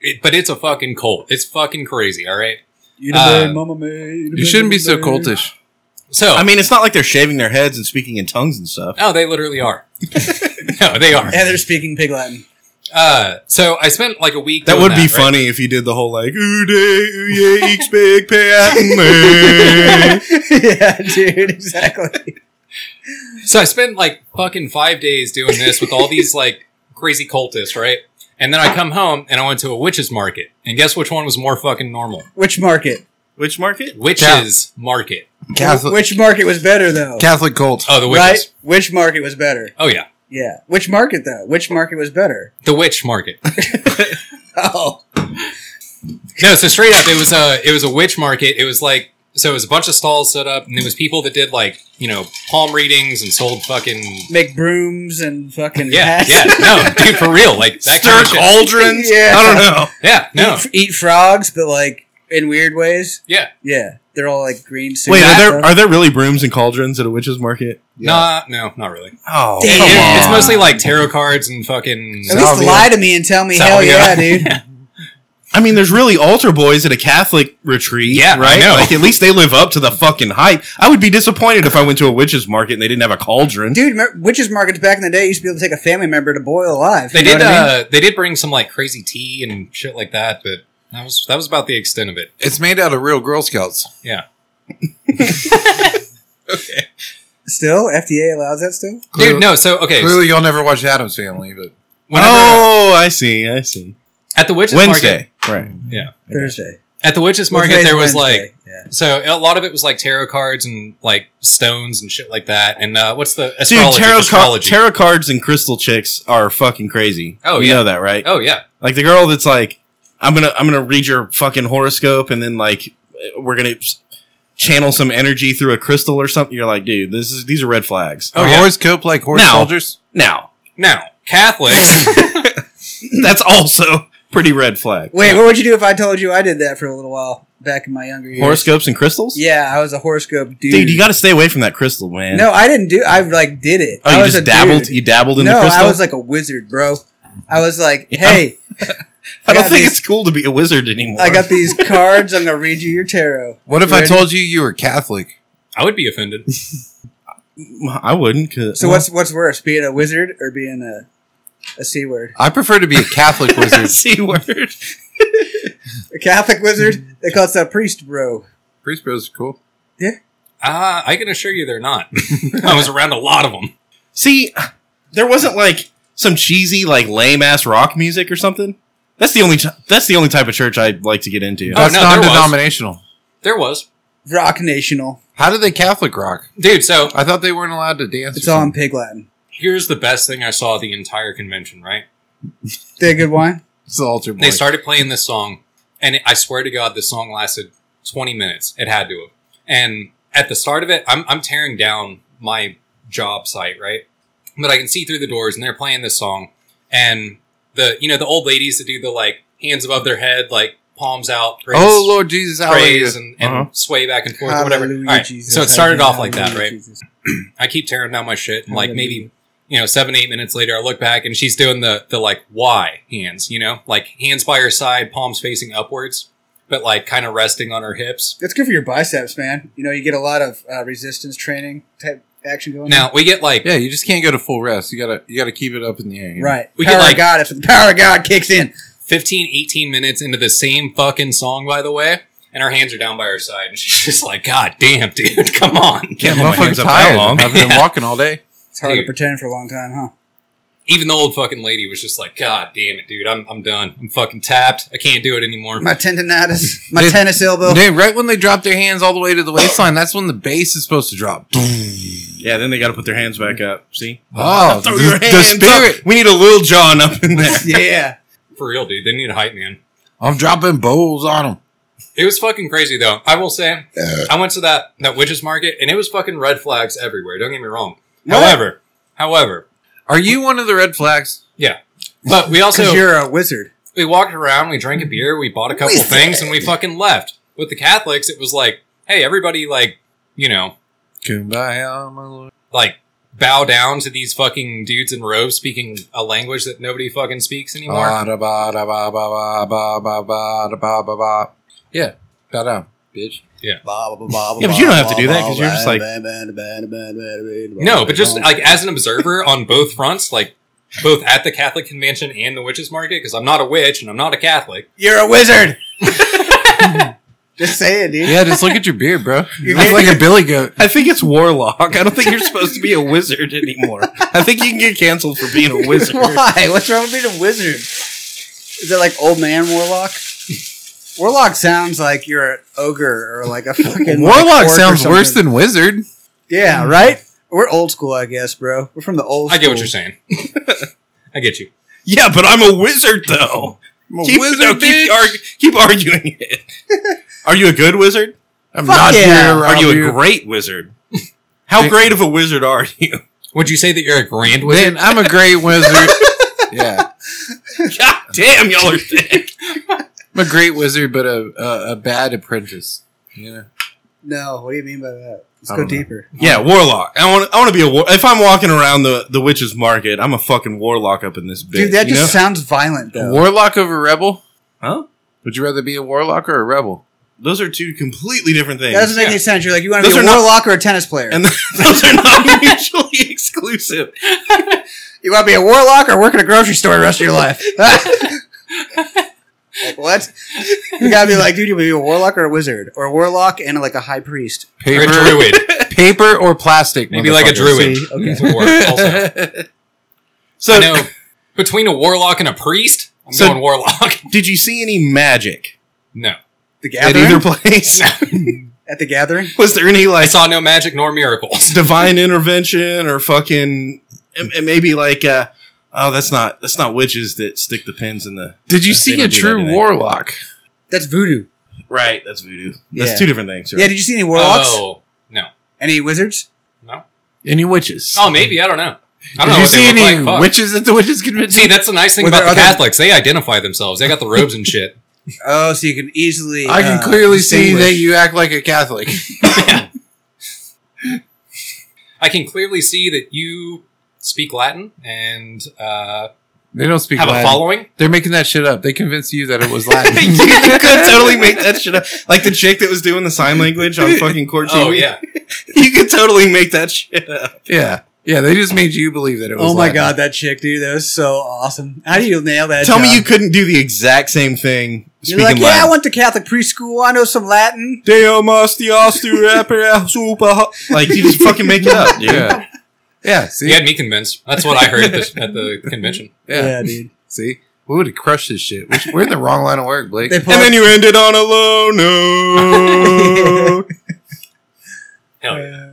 B: It- but it's a fucking cult. It's fucking crazy. All right.
C: You
B: Uh,
C: made mama made.
A: You shouldn't be so cultish.
B: So
D: I mean, it's not like they're shaving their heads and speaking in tongues and stuff.
B: oh, they literally are. no, they are.
C: And they're speaking pig Latin.
B: Uh, so I spent like a week.
D: That
B: doing
D: would be
B: right?
D: funny if you did the whole like ooh day ooh yeah each big pat.
C: yeah, dude, exactly.
B: So I spent like fucking five days doing this with all these like crazy cultists, right? And then I come home and I went to a witches market. And guess which one was more fucking normal?
C: Which market?
D: Which market?
B: Witches market.
A: Catholic,
C: Which market was better though?
A: Catholic cult.
B: Oh, the witches.
C: right? Which market was better?
B: Oh yeah,
C: Yeah. Which market though? Which market was better?
B: the witch market.
C: Oh,
B: No, so straight up, it was a it was a witch market. It was like so it was a bunch of stalls set up, and it was people that did like you know palm readings and sold fucking
C: make brooms and fucking
B: yeah
C: hats.
B: yeah no dude for real like that
D: Stir
B: kind of shit.
D: cauldrons?
C: Yeah.
D: I don't know.
B: yeah no
C: Eat, eat frogs, but like in weird ways.
B: yeah
C: Yeah, they're all like green.
D: Wait, are
C: suits,
D: there
C: though.
D: are there really brooms and cauldrons at a witch's market?
B: nah no not really.
D: Oh,
C: Damn.
D: come
B: It-
D: on.
B: it's mostly like tarot cards and fucking
C: At least
A: Salvia.
C: lie to me and tell me, hell
B: Salvia.
C: yeah, dude.
D: I mean, there's really altar boys at a Catholic retreat,
B: Yeah, I
D: right?
B: know.
D: Like, at least they live up to the fucking hype. I would be disappointed if I went to a witch's market and they didn't have a cauldron.
C: Dude, remember, witches markets back in the day used to be able to take a family member to boil alive.
B: They
C: you know
B: did.
C: what I mean?
B: Uh, they did bring some like crazy tea and shit like that, but that was that was about the extent of it.
A: It's made out of real Girl Scouts.
B: Yeah,
C: Still, FDA allows that still.
B: dude. No, so okay.
A: Clearly, y'all never watched Adam's Family, but
B: whenever-
D: oh, I see, I see.
B: at the witches market.
D: Wednesday, right?
C: Thursday
B: At the witches market,
C: Today's
B: there was
C: Wednesday.
B: like
C: yeah.
B: so a lot of it was like tarot cards and like stones and shit like that. And uh, what's the
D: Dude,
B: astrology?
D: tarot, car-
B: astrology.
D: tarot cards and crystal chicks are fucking crazy.
B: Oh,
D: you
B: yeah.
D: know that, right?
B: oh yeah,
D: Like the girl that's like, I'm gonna I'm gonna read your fucking horoscope, and then like we're gonna s- channel some energy through a crystal or something. You're like, dude, this is these are red flags.
B: Oh,
A: Are
B: yeah.
A: horse cope like horse
D: Now-
A: soldiers.
D: Now,
B: now Catholic.
D: that's also pretty red flag.
C: Wait, what would you do if I told you I did that for a little while back in my younger years?
D: Horoscopes and crystals?
C: Yeah, I was a horoscope dude.
D: Dude, you got to stay away from that crystal, man.
C: no, I didn't do. I like did it.
D: Oh,
C: I
D: you
C: was
D: just
C: a
D: dabbled.
C: dude.
D: You dabbled in
C: no,
D: the crystal.
C: I was like a wizard, bro. I was like, hey,
D: I don't
C: got
D: think
C: these-
D: it's cool to be a wizard anymore.
C: I got these cards. I'm gonna read you your tarot.
A: What if I
C: Ready?
A: told you you were Catholic?
B: I would be offended.
D: I wouldn't. 'cause-
C: So what's what's worse, being a wizard or being a a c word?
A: I prefer to be a Catholic wizard.
D: C word?
C: A Catholic wizard? They call us a priest, bro.
A: Priest bros are cool.
B: Uh, I can assure you, they're not. I was around a lot of them.
D: See, there wasn't like some cheesy, like lame ass rock music or something. That's the only. T- that's the only type of church I'd like to get into.
B: Oh,
A: That's
B: no, there was.
A: non-denominational.
B: There was
C: Rock national.
A: How do they Catholic rock?
B: dude. So
A: I thought they weren't allowed to dance.
C: It's
A: or
C: all in
A: something.
C: pig Latin.
B: here's the best thing I saw the entire convention. Right.
C: They a good wine.
A: It's the altar boy.
B: They started playing this song, and it, I swear to God, this song lasted 20 minutes. It had to have. And at the start of it, I'm, I'm tearing down my job site, right? But I can see through the doors, and they're playing this song, and the you know the old ladies that do the like hands above their head, like palms out, praise,
A: oh Lord Jesus, hallelujah.
B: praise, and, and
D: Uh-huh.
B: sway back and forth, or whatever. All
C: Hallelujah,
B: right,
C: Jesus,
B: so it started off like that,
C: hallelujah,
B: right?
C: Jesus.
B: I keep tearing down my shit, and like
C: Hallelujah.
B: maybe you know, seven, eight minutes later, I look back and she's doing the, the like Y hands, you know, like hands by her side, palms facing upwards, but like kind of resting on her hips.
C: That's good for your biceps, man. You know, you get a lot of uh, resistance training type action going.
B: Now we get like,
A: Yeah, you just can't go to full rest. You gotta you gotta keep it up in the air. you
C: on.
A: know?
C: right?
B: We
C: power
B: get like-
C: of God. If the power of God kicks in,
B: 15, 18 minutes into the same fucking song, by the way. And her hands are down by her side. And she's just like, God damn, dude, come on.
A: Yeah,
D: Yeah,
A: motherfucker's
D: my hands up that
A: tired.
D: long.
A: I've been walking all day.
C: it's hard
B: Dude.
C: to pretend for a long time, huh?
B: Even the old fucking lady was just like, God damn it, dude, I'm, I'm done. I'm fucking tapped. I can't do it anymore.
C: My tendonitis, my
A: Dude.
C: tennis elbow.
A: Dude, right when they drop their hands all the way to the waistline, that's when the bass is supposed to drop.
D: Yeah, then they got to put their hands back up. See,
A: Oh,
D: Throw
A: the-
D: your
A: the
D: hands
A: spirit.
D: up. We need a little John up in there.
C: Yeah,
B: For real, dude, they need a hype man.
A: I'm dropping bowls on them.
B: It was fucking crazy though. I will say, I went to that that witches market and it was fucking red flags everywhere. Don't get me wrong.
C: What?
B: However, however,
A: Are you one of the red flags?
B: but we
C: because
B: also
C: you're a wizard.
B: we walked around, we drank a beer, we bought a couple
C: We
B: things, and we fucking left. With the Catholics, it was like, hey, everybody, like you know,
A: Kumbaya, my lord.
B: like bow down to these fucking dudes in robes speaking a language that nobody fucking speaks anymore.
C: Uh,
A: Ba da ba da ba ba ba ba ba ba da ba ba ba. Yeah, bow down, bitch.
D: Yeah, but you don't have to do that 'cause you're just like-
B: no, but just like as an observer on both fronts, like both at the Catholic convention and the witches market, because I'm not a witch and I'm not a Catholic.
C: you're a wizard. just say it, dude.
A: Yeah, just look at your beard, bro. You
C: You're
A: look like a billy goat.
D: I think it's warlock. I don't think you're supposed to be a wizard anymore. I think you can get canceled for being a wizard.
C: Why? What's wrong with being a wizard? Is it like old man warlock? Warlock sounds like you're an ogre or like a fucking like,
A: Warlock
C: orc or
A: sounds worse
C: something.
A: than wizard.
C: yeah, right. We're old school, I guess, bro. We're from the old.
B: I get what
C: school.
B: you're saying. I get you.
D: Yeah, but I'm a wizard though.
A: I'm a
D: Keep,
A: wizard,
D: no, keep,
A: bitch.
D: arg- keep arguing it. Are you a good wizard?
A: I'm
C: Fuck
A: not
C: yeah.
A: here to
D: Are
A: rob
D: you a
A: you.
D: great wizard? How great of a wizard are you?
B: Would you say that you're a grand wizard?
A: Then I'm a great wizard. yeah,
D: God damn, y'all are thick.
A: I'm a great wizard, but a a, a bad apprentice. You know,
C: No, what do you mean by that? Let's
A: I
C: go
A: don't know.
C: deeper.
D: Yeah, warlock. I want. I want to be a. War- if I'm walking around the the witches market, I'm a fucking warlock up in this bitch.
C: Dude, that
D: you
C: just sounds violent, though.
A: warlock over rebel.
D: know? huh?
A: Would you rather be a warlock or a rebel?
D: Those are two completely different
C: that
D: things.
C: doesn't make any sense. You're like, you want to
D: Those
C: be
D: are
C: a
D: not-
C: warlock or a tennis player?
D: and those are not mutually exclusive.
C: you want to be a warlock or work at a grocery store the rest of your life? Like, what? You gotta be like, dude, you want to be a warlock or a wizard, or a warlock and like a high priest.
B: You're a
A: Paper,
B: druid.
A: paper or plastic?
B: Maybe like a
A: motherfuckers.
B: druid.
C: See, okay.
B: Would work also.
D: So,
B: I know between a warlock and a priest, I'm
D: So-
B: going warlock.
D: did you see any magic
B: No.
C: The
D: at
C: gathering
D: either place?
C: at the gathering.
D: Was there any
B: I
D: like
B: saw no magic nor miracles.
D: divine intervention or fucking and, and maybe like uh oh that's not that's not witches that stick the pins in the
A: Did you
D: They
A: see
D: don't
A: a
D: do that, do
A: true
D: they?
A: warlock?
C: That's voodoo.
D: right that's voodoo that's
C: Yeah.
D: two different things right?
C: Yeah. Did you see any warlocks?
B: Oh, no.
C: Any wizards?
B: No.
A: Any witches?
B: Oh, maybe. I don't know. I
A: Did
B: don't know.
A: you
B: what they
A: see
B: look
A: any
B: like. Fuck.
A: witches at the witches convention?
B: See, that's the nice thing
C: Were
B: about
C: there other-
B: the Catholics. They identify themselves. They got the robes and shit.
C: Oh, so you can easily.
A: I can
C: uh,
A: clearly see
C: distinguish.
A: that you act like a Catholic.
B: I can clearly see that you speak Latin and uh,
A: They don't speak
B: have a
A: Latin.
B: following.
A: They're making that shit up. They convinced you that it was Latin.
D: you could totally make that shit up. Like the chick that was doing the sign language on fucking court TV.
B: Oh, yeah.
D: You could totally make that shit up.
A: yeah, yeah. They just made you believe that it was.
C: Oh my
A: Latin.
C: god, that chick, dude, that was so awesome. How do you nail that?
D: Tell me
C: job?
D: you couldn't do the exact same thing
C: You're
D: speaking
C: like, yeah, I
D: Latin.
C: went to Catholic preschool. I know some Latin.
D: Deo mastias tu rapere super- Like you just fucking make it up, dude.
A: Yeah, yeah. See,
B: You
A: yeah.
B: had me convinced. That's what I heard at the, at the convention.
C: dude.
A: See, we would have crushed this shit. We- We're in the wrong line of work, Blake.
C: They pull
D: And
C: up-
D: then you ended on a low note.
B: Hell Oh, yeah.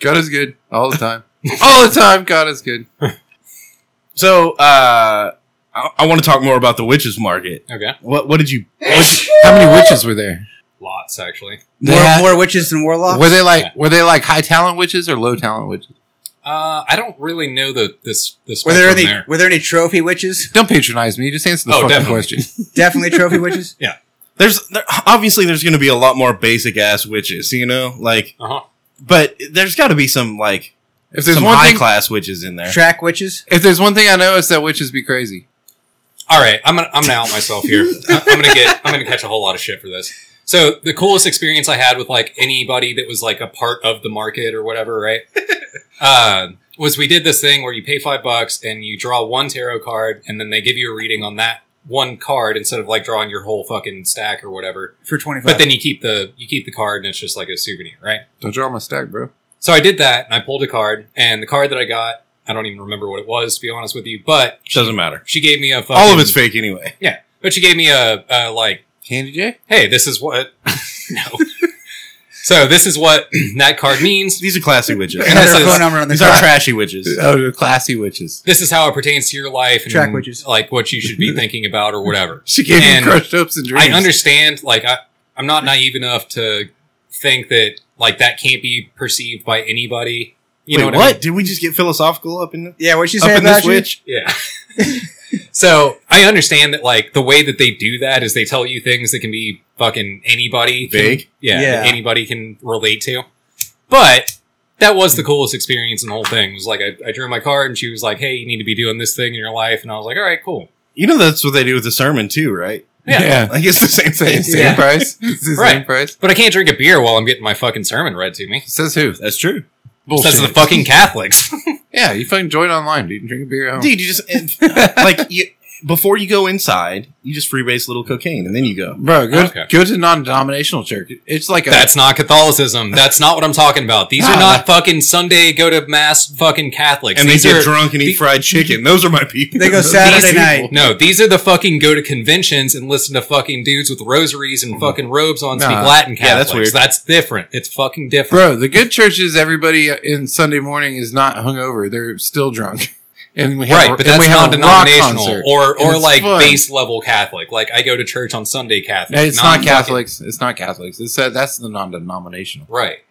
A: God is good all the time. all the time, God is good.
D: So uh, I I, I want to talk more about the witches market.
B: Okay.
D: What what did you? What did you
A: How many witches were there?
B: Lots, actually.
A: They
C: more,
A: had-
C: more witches than warlocks.
A: Were they like were they like high talent witches or low talent witches?
B: Uh, I don't really know the this this.
C: were there any?
B: there.
C: Were there any trophy witches?
A: Don't patronize me. Just answer the
B: Oh,
A: fucking
B: definitely.
A: question.
C: Definitely trophy witches.
D: there's there, obviously there's going to be a lot more basic ass witches, you know, like.
B: Uh-huh.
D: But there's got to be some like
A: If there's
D: some
A: one
D: high
A: thing,
D: class witches in there.
C: Track witches.
A: if there's one thing I know, it's that witches be crazy.
B: All right, I'm gonna I'm gonna out myself here. I- I'm gonna get I'm gonna catch a whole lot of shit for this. So the coolest experience I had with like anybody that was like a part of the market or whatever, right? Uh, was we did this thing where you pay five bucks and you draw one tarot card and then they give you a reading on that one card instead of like drawing your whole fucking stack or whatever.
C: for 25.
B: But then you keep the you keep the card and it's just like a souvenir, right?
A: Don't draw my stack, bro.
B: So I did that and I pulled a card and the card that I got, I don't even remember what it was to be honest with you, but
D: Doesn't matter.
B: she gave me a fucking,
D: All of it's fake anyway.
B: But she gave me a, a like
A: Candy J?
B: hey, this is what. no. So this is what that card means.
D: These are classy witches.
C: and that's
B: this
C: her
B: is-
C: phone number on the
D: These are
C: card.
D: trashy witches.
A: Oh, they're classy witches.
B: This is how it pertains to your life and
C: Track witches.
B: like what you should be thinking about or whatever.
A: She gave
B: And
A: me crushed ups and dreams.
B: I understand. Like I, I'm not naive enough to think that like that can't be perceived by anybody. You
D: Wait,
B: know what?
D: what?
B: I mean?
D: Did we just get philosophical up in the,
C: Yeah, what she
D: up
C: said
D: in this
C: about you?
D: witch?
B: Yeah. so I understand that like the way that they do that is they tell you things that can be fucking anybody can-
D: Vague?
B: yeah, that
C: Yeah.
B: anybody can relate to. But that was the coolest experience in the whole thing. It was like I, I drew my card and she was like, "Hey, you need to be doing this thing in your life," and I was like, "All right, cool."
D: You know that's what they do with the sermon too, right?
A: Yeah.
D: Like it's the same
A: Same,
D: thing.
A: same
B: Yeah.
A: price. It's the same
B: Right.
A: price.
B: But I can't drink a beer while I'm getting my fucking sermon read to me.
A: Says who?
D: That's true,
A: Bullshit.
B: Says the fucking Catholics.
A: Yeah, you fucking join online, dude. and Drink a beer at home.
D: dude. You just and, like you before you go inside, you just freebase a little cocaine, and then you go.
A: Bro, go,
B: Okay.
A: go to non-denominational church. It's like a
B: That's not Catholicism. That's not what I'm talking about. These are
A: Nah,
B: not fucking Sunday go to mass fucking Catholics.
D: And they
B: These
D: get
B: are-
D: drunk and eat
B: the-
D: fried chicken. Those are my people.
C: They go
D: Those-
C: Saturday
A: people.
C: night.
B: No, these are the fucking go to conventions and listen to fucking dudes with rosaries and fucking robes on speak
A: Mm-hmm. Nah.
B: Latin Catholics.
D: Yeah, that's weird.
B: That's different. It's fucking different.
A: bro. The good church is everybody in Sunday morning is not hungover; they're still drunk. And we have a,
B: right, but
A: and
B: that's
A: we have a
B: non
A: rock
B: denominational
A: concert.
B: or
A: And
B: or
A: it's
B: like
A: fun.
B: base level Catholic. Like I go to church on Sunday Catholic.
A: No, it's not
B: non-fucking-
A: Catholics. It's not Catholics. It's uh, that's the non-denominational.
B: Right.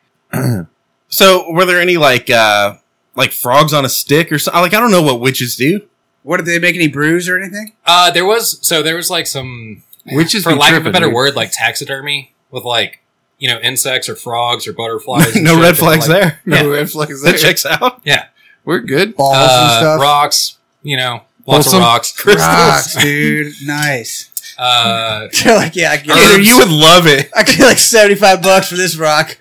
D: So were there any like uh like frogs on a stick or something? Like I don't know what witches do.
C: What did they make any brews or anything?
B: Uh there was so there was like some
A: Witches
B: for
A: be
B: lack of a
A: tripping,
B: better
A: dude.
B: word, like taxidermy with like you know, insects or frogs or butterflies. and
D: no
B: shit
D: red
B: that,
D: flags
B: like,
D: there.
A: No red flags
D: That
A: there.
D: checks out.
A: We're good.
C: Balls
B: uh, Rocks, you know, lots
A: Wholesome.
B: of rocks.
C: Rocks, dude. Nice.
B: Uh,
C: They're like, yeah, I get,
D: Either you would love it.
C: I get like 75 bucks for this rock.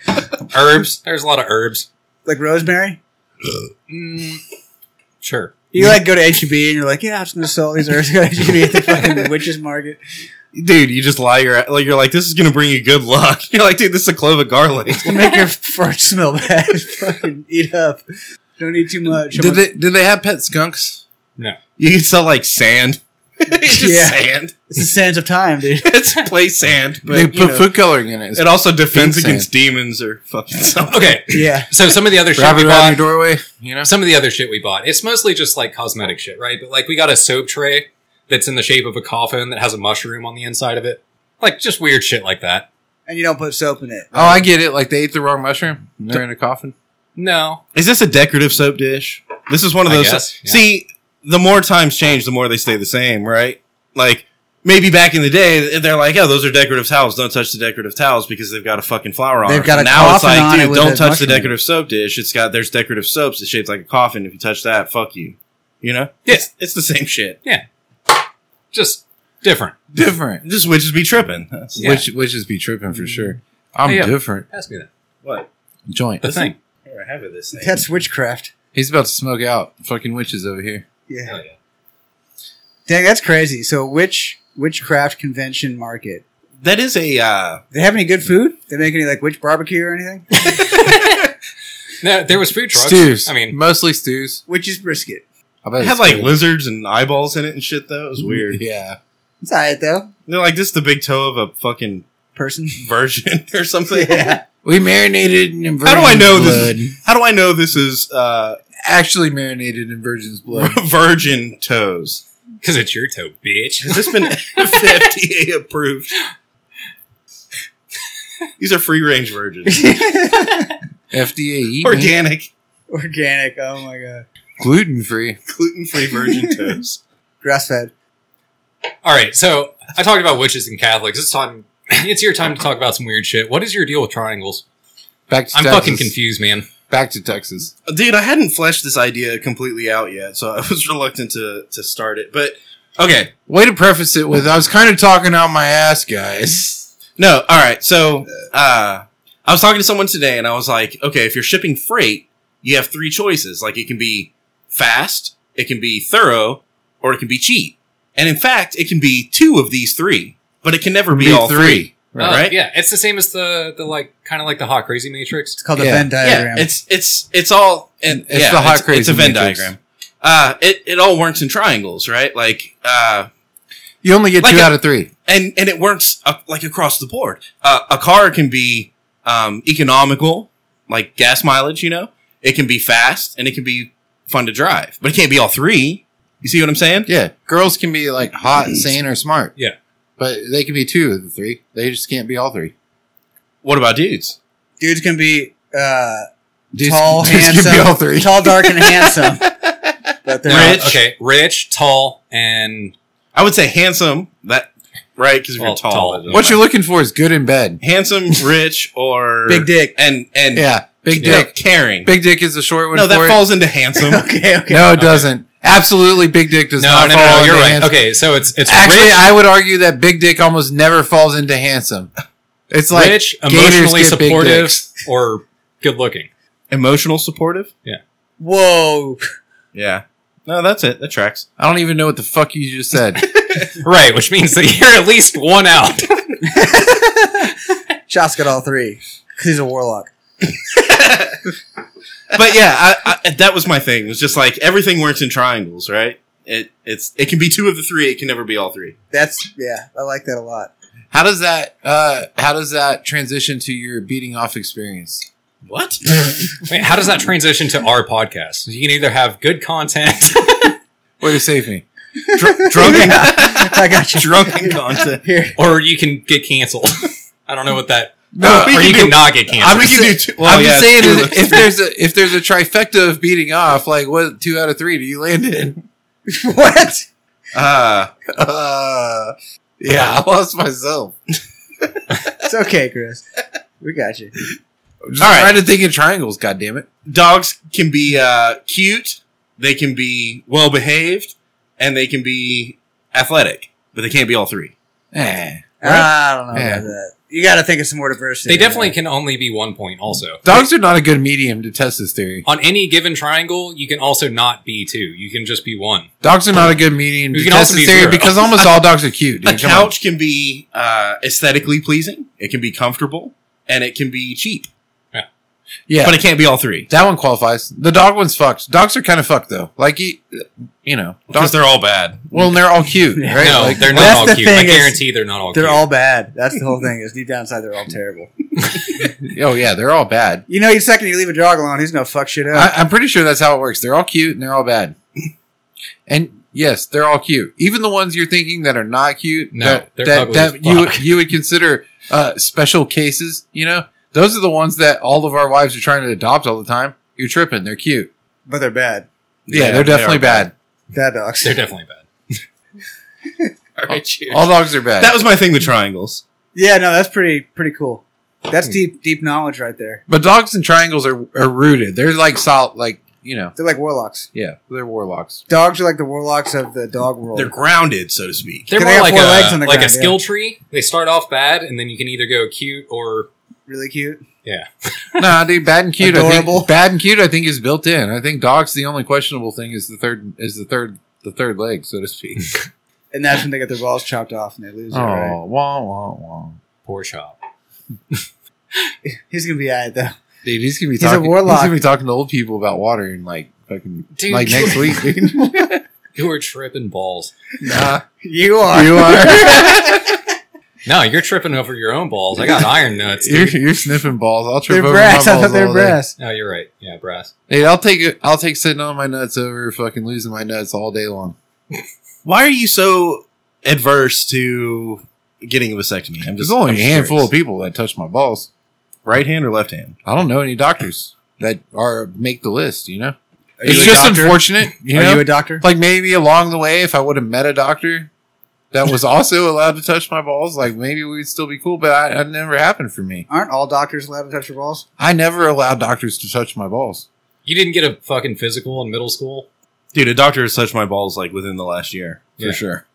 B: herbs. There's a lot of herbs.
C: Like rosemary?
B: Mm, sure.
C: You like go to HEB and you're like, yeah, I'm just going to sell these herbs at HEB at the fucking witches market.
D: Dude, you just lie your like you're like, this is gonna bring you good luck. You're like, dude, this is a clove of garlic.
C: It'll make your fart smell bad. fucking eat up. Don't eat too much.
A: Did they did they have pet skunks?
D: You can sell like sand. it's just
C: Yeah.
D: sand.
C: it's the sands of time, dude.
D: It's play sand, but
A: they
D: you
A: put
D: know,
A: food coloring in it.
D: it also defends
A: pink
D: against demons or fucking something.
B: Okay.
C: Yeah.
B: So some of the other shit
A: Rabbit
B: we
A: around your
B: bought,
A: doorway. You know.
B: some of the other shit we bought, it's mostly just like cosmetic shit, right? But like we got a soap tray that's in the shape of a coffin that has a mushroom on the inside of it, like just weird shit like that.
C: And you don't put soap in it.
A: Oh, I get it. Like they ate the wrong mushroom. And they're in a coffin.
B: No,
D: Is this a decorative soap dish? This is one of
B: I
D: those.
B: guess, yeah.
D: See, the more times change, the more they stay the same, right? Like maybe back in the day, they're like, "Oh, those are decorative towels. Don't touch the decorative towels because they've got a fucking flower on."
C: They've
D: it."
C: got a
D: now it's like,
C: coffin on it
D: dude,
C: with
D: don't
C: a
D: touch the
C: mushroom in it.
D: decorative soap dish. It's got there's decorative soaps. It's shaped like a coffin. If you touch that, fuck you. You know,
B: Yeah.
D: it's, it's the same shit.
B: just different.
A: Different.
D: Just witches be tripping. That's-
B: Yeah.
A: Which witches be tripping for sure. I'm
B: Yeah.
A: different.
B: Pass me that.
D: What?
A: Joint.
B: The thing.
D: Here, I have it. This thing.
C: That's witchcraft.
A: He's about to smoke out. Fucking witches over here.
C: Yeah.
B: Hell yeah.
C: Dang, that's crazy. So, witch witchcraft convention market.
D: that is a. Uh,
C: They have any good food? They make any like witch barbecue or anything?
B: There, there was food trucks.
A: Stews.
B: I mean,
A: mostly stews.
C: Witch's brisket.
A: I
D: it
A: bet
D: had
A: it's
D: like
A: good.
D: lizards and eyeballs in it and shit. Though it was weird.
A: Yeah.
C: It's alright though.
D: They're like, this is the big toe of a fucking
C: Person.
D: version or something.
C: yeah.
A: We marinated in
D: How do I
A: virgin's
D: know
A: blood.
D: this? How do I know this is uh,
A: Actually marinated in virgin's blood.
D: virgin toes?
B: Because it's your toe, bitch.
D: Has this been FDA approved? These are free range virgins.
A: FDA eating
D: Organic,
C: Organic. Oh my god.
A: gluten free.
D: gluten free virgin toast.
C: Grass fed.
B: All right, so I talked about witches and Catholics. It's time. It's your time to talk about some weird shit. What is your deal with triangles?
A: Back to
B: I'm
A: Texas.
B: fucking confused, man.
A: Back to Texas.
D: Dude, I hadn't fleshed this idea completely out yet, so I was reluctant to, to start it. But okay.
A: Way to preface it with I was kind of talking out my ass, guys.
D: No, all right. So uh, I was talking to someone today and I was like, okay, if you're shipping freight, you have three choices. Like it can be fast, it can be thorough, or it can be cheap. And in fact, it can be two of these three, but it can never be,
A: Be
D: all
A: three.
D: three.
B: Uh,
D: Right?
B: Yeah, it's the same as the the like kind of like the hot crazy matrix.
C: It's called the
A: Yeah.
C: Venn
D: yeah,
C: diagram.
D: it's it's it's all and
A: It's
D: yeah,
A: the hot
D: it's,
A: crazy
D: it's a Venn
A: matrix.
D: diagram. Uh, it it all works in triangles, right? Like uh,
A: You only get
D: Like
A: two
D: a-
A: out of three.
D: and and it works uh, like across the board. Uh, a car can be um, economical, like gas mileage, you know. It can be fast and it can be fun to drive, but it can't be all three. You see what I'm saying?
A: Yeah. Girls can be like hot, sane, or smart.
B: Yeah.
A: But they can be two of the three. They just can't be all three.
D: What about dudes?
C: Dudes can be uh,
A: Dudes-
C: tall,
A: dudes can be all
C: handsome,
A: three.
C: tall, dark, and handsome. But they're
B: Uh,
D: Rich.
B: okay, rich, tall, and
D: I would say handsome. That right? Because if
B: Well,
D: you're tall,
B: tall.
D: it doesn't
A: What
D: matter.
A: you're looking for is good in bed.
D: handsome, rich, or
C: big dick.
D: and and
A: Yeah. Big
D: you know,
A: dick.
D: caring.
A: Big dick is the short one
D: no,
A: for
D: that
A: it.
D: falls into handsome.
C: Okay, okay.
A: no, it doesn't. Absolutely, big dick does
B: no,
A: not
B: no,
A: fall
B: no, no,
A: into
B: you're right.
A: handsome.
B: Okay, so it's it's
A: Actually,
B: rich,
A: I would argue that big dick almost never falls into handsome. It's like
B: rich,
A: gators
B: emotionally
A: get big
B: supportive,
A: dicks.
B: or good looking.
D: Emotional, supportive.
C: Whoa.
D: Yeah. No, that's it. That tracks.
A: I don't even know what the fuck you just said.
B: Right, which means that you're at least one out.
C: Shots got all three. 'Cause he's a warlock.
D: but yeah, I, I, that was my thing. It was just like everything works in triangles, right? It it's it can be two of the three. It can never be all three.
C: That's yeah. I like that a lot.
A: How does that uh how does that transition to your beating off experience?
D: What?
B: Wait, how does that transition to our podcast? You can either have good content.
A: Way to save me.
D: Dr- drunken
C: Yeah, I got you.
D: drunken content.
C: Here,
B: or you can get canceled. I don't know what that.
A: No,
B: Uh,
D: we
B: or
D: can
B: you
D: do-
B: can not get
D: I'm
B: canceled.
D: just do two. Well,
A: I'm just
D: yeah,
A: saying
D: two
A: if,
D: of
A: if there's a if there's a trifecta of beating off, like what two out of three do you land in?
C: what?
D: the- uh,
A: Uh yeah, I lost myself.
C: It's okay, Chris. We got you.
A: I'm just
D: All right.
A: trying to think in triangles, god damn it.
D: dogs can be uh, cute. They can be well behaved, and they can be athletic, but they can't be all three.
A: Eh.
C: I don't know
A: Yeah.
C: about that. You got to think of some more diversity.
B: They definitely
C: Yeah.
B: can only be one point. Also,
A: Dogs are not a good medium to test this theory.
B: on any given triangle, you can also not be two. You can just be one.
A: Dogs are not a good medium
B: You
A: to
B: can
A: test
B: also
A: this
B: be
A: theory
B: zero.
A: because almost all dogs are cute.
D: A
A: Dude. Come on.
D: couch can be uh, aesthetically pleasing. It can be comfortable, and it can be cheap,
A: Yeah.
D: but it can't be all three
A: that one qualifies. The dog one's fucked. Dogs are kind of fucked though. Like you, you know,
D: because
A: dogs.
D: they're all bad.
A: Well, and they're all cute,
C: Yeah.
A: right?
B: no,
A: Like,
B: they're
C: that's
B: not all
C: the
B: cute. I
C: thing is-
B: guarantee they're not all.
C: They're
B: cute.
C: all bad. That's the whole thing. Is deep down inside, they're all terrible.
A: oh yeah, they're all bad.
C: You know, the second you leave a dog alone, he's gonna fuck shit up.
A: I, I'm pretty sure that's how it works. They're all cute and they're all bad. and yes, they're all cute. Even the ones you're thinking that are not cute,
B: No,
A: that,
B: they're
A: that,
B: ugly
A: that
B: as
A: you
B: fuck.
A: you would consider uh, special cases. You know, those are the ones that all of our wives are trying to adopt all the time. You're tripping. They're cute.
C: but they're bad.
A: Yeah,
D: Yeah,
A: they're
D: they
A: definitely
D: are
A: bad.
C: Bad dogs.
B: They're definitely bad.
D: All right, cheers.
A: All dogs are bad.
D: That was my thing with triangles.
C: yeah, no, that's pretty pretty cool.
A: Hmm.
C: That's deep deep knowledge right there.
A: but dogs and triangles are, are rooted. They're like solid, like you know,
C: They're like warlocks.
A: yeah, they're warlocks.
C: Dogs are like the warlocks of the dog world.
D: They're grounded, so to speak.
B: They're
C: They
B: more
C: got
B: like
C: four
B: a
C: legs on the
B: like
C: ground,
B: a skill tree. They start off bad, and then you can either go cute or
C: really cute.
A: nah, dude, bad and cute. I
C: Adorable.
A: think, bad and cute. I think is built in. I think dogs. The only questionable thing is the third is the third the third leg, so to speak.
C: And that's when they get their balls chopped off and they lose
A: oh,
C: it, right?
A: wah wah wah.
B: poor shop.
C: He's gonna be alright though.
A: Dude, he's gonna be
C: He's a
A: talking. He's,
C: warlock.
A: gonna be talking to old people about water and like fucking
B: Dude,
A: like
B: you-
A: next week, dude.
B: You are tripping balls.
A: nah,
C: You are.
A: you are.
B: No, you're tripping over your own balls. I got iron nuts,
A: you're,
B: dude.
A: you're sniffing balls. I'll trip
C: They're
A: over
C: brass.
A: my
C: I
A: balls.
C: thought they're
A: all day.
C: brass.
B: No, you're right. Yeah, brass.
A: Dude, I'll take it. I'll take sitting on my nuts over fucking losing my nuts all day long.
D: Why are you so adverse to getting a vasectomy? I'm
A: There's
D: just
A: only
D: I'm
A: a handful
D: curious.
A: of people that touch my balls.
D: Right hand or left hand?
A: I don't know any doctors that are make the list. You know,
D: Are
A: it's
D: you a
A: just
D: doctor?
A: unfortunate. You
C: Are
A: know,
C: you a doctor?
A: like maybe along the way, if I would have met a doctor that was also allowed to touch my balls, like maybe we'd still be cool. But I, it never happened for me.
C: Aren't all doctors allowed to touch your balls?
A: I never allowed doctors to touch my balls.
B: You didn't get a fucking physical in middle school.
D: dude. A doctor has touched my balls like within the last year.
B: Yeah.
A: For sure.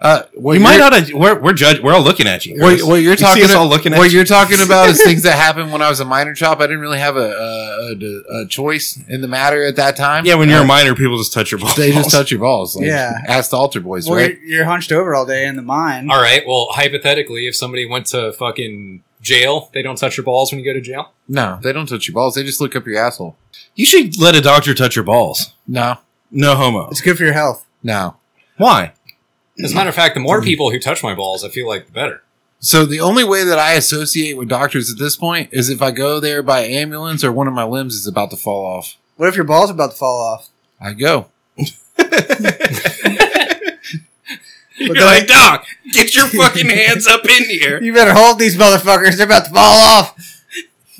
A: Uh, what
D: you might
A: you're-
D: not. Have, we're we're judge. We're all looking at you.
A: What,
D: Chris.
A: what you're
D: You see
A: talking
D: us
A: about,
D: all looking at
A: what
D: you.
A: you're talking about is things that happened when I was a minor chop. I didn't really have a, a, a, a choice in the matter at that time.
D: Yeah, when you're
A: Uh,
D: a minor, people just touch your balls.
A: they just touch your balls. Like,
C: Yeah.
A: ask the altar boys,
C: well,
A: right?
C: you're, you're hunched over all day in the mine.
B: All right. Well, hypothetically, if somebody went to fucking jail, they don't touch your balls when you go to jail.
A: No, they don't touch your balls. They just look up your asshole.
D: You should let a doctor touch your balls.
A: No,
D: No homo.
C: It's good for your health.
A: no.
D: Why?
B: As a matter of fact, the
C: Mm.
B: more people who touch my balls, I feel like the better.
A: So the only way that I associate with doctors at this point is if I go there by ambulance or one of my limbs is about to fall off.
C: What if your ball's about to fall off?
A: I go.
D: You're
C: then-
D: like, doc, get your fucking hands up in here.
C: You better hold these motherfuckers. They're about to fall off.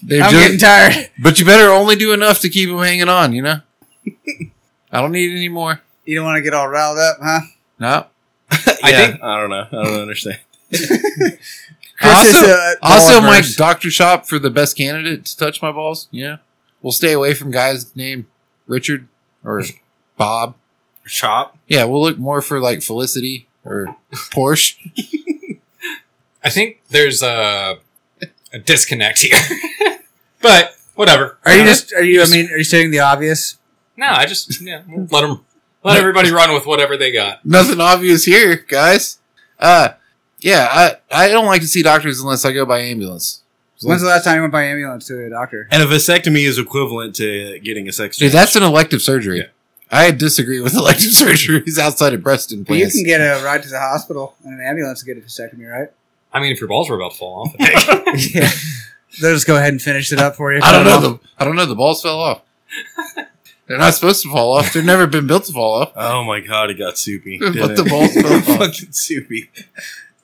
A: They're
C: I'm
A: just-
C: getting tired.
A: but you better only do enough to keep them hanging on. You know. I don't need any more.
C: You don't want to get all riled up, huh?
A: No.
B: I
D: Yeah,
B: think-
D: I don't know. I don't understand.
C: Chris
A: also,
C: is a ball
A: also my
C: adverse.
A: doctor shop for the best candidate to touch my balls. Yeah. We'll stay away from guys named Richard or Bob.
D: Chop.
A: Yeah, we'll look more for like Felicity or Porsche.
B: I think there's a, a disconnect here. but whatever.
C: Are you just? Are you? I mean, are you stating the obvious?
B: No, I just yeah, we'll let them let everybody run with whatever they got.
A: Nothing obvious here, guys. Uh yeah, I, I don't like to see doctors unless I go by ambulance.
C: When's the last time you went by ambulance to a doctor?
D: And a vasectomy is equivalent to getting a sex
A: Dude,
D: change.
A: that's an elective surgery. I disagree with elective surgeries outside of breast
C: Well, you
A: implants.
C: can get a ride to the hospital in an ambulance to get a vasectomy, right?
B: I mean, if your balls were about to fall off,
C: yeah. They'll just go ahead and finish it up for you.
A: I don't know. The, I don't know. The balls fell off. They're not supposed to fall off. They've never been built to fall off.
D: oh my god, it got soupy.
A: But
D: didn't
A: the
D: it?
A: balls fell off.
D: fucking soupy.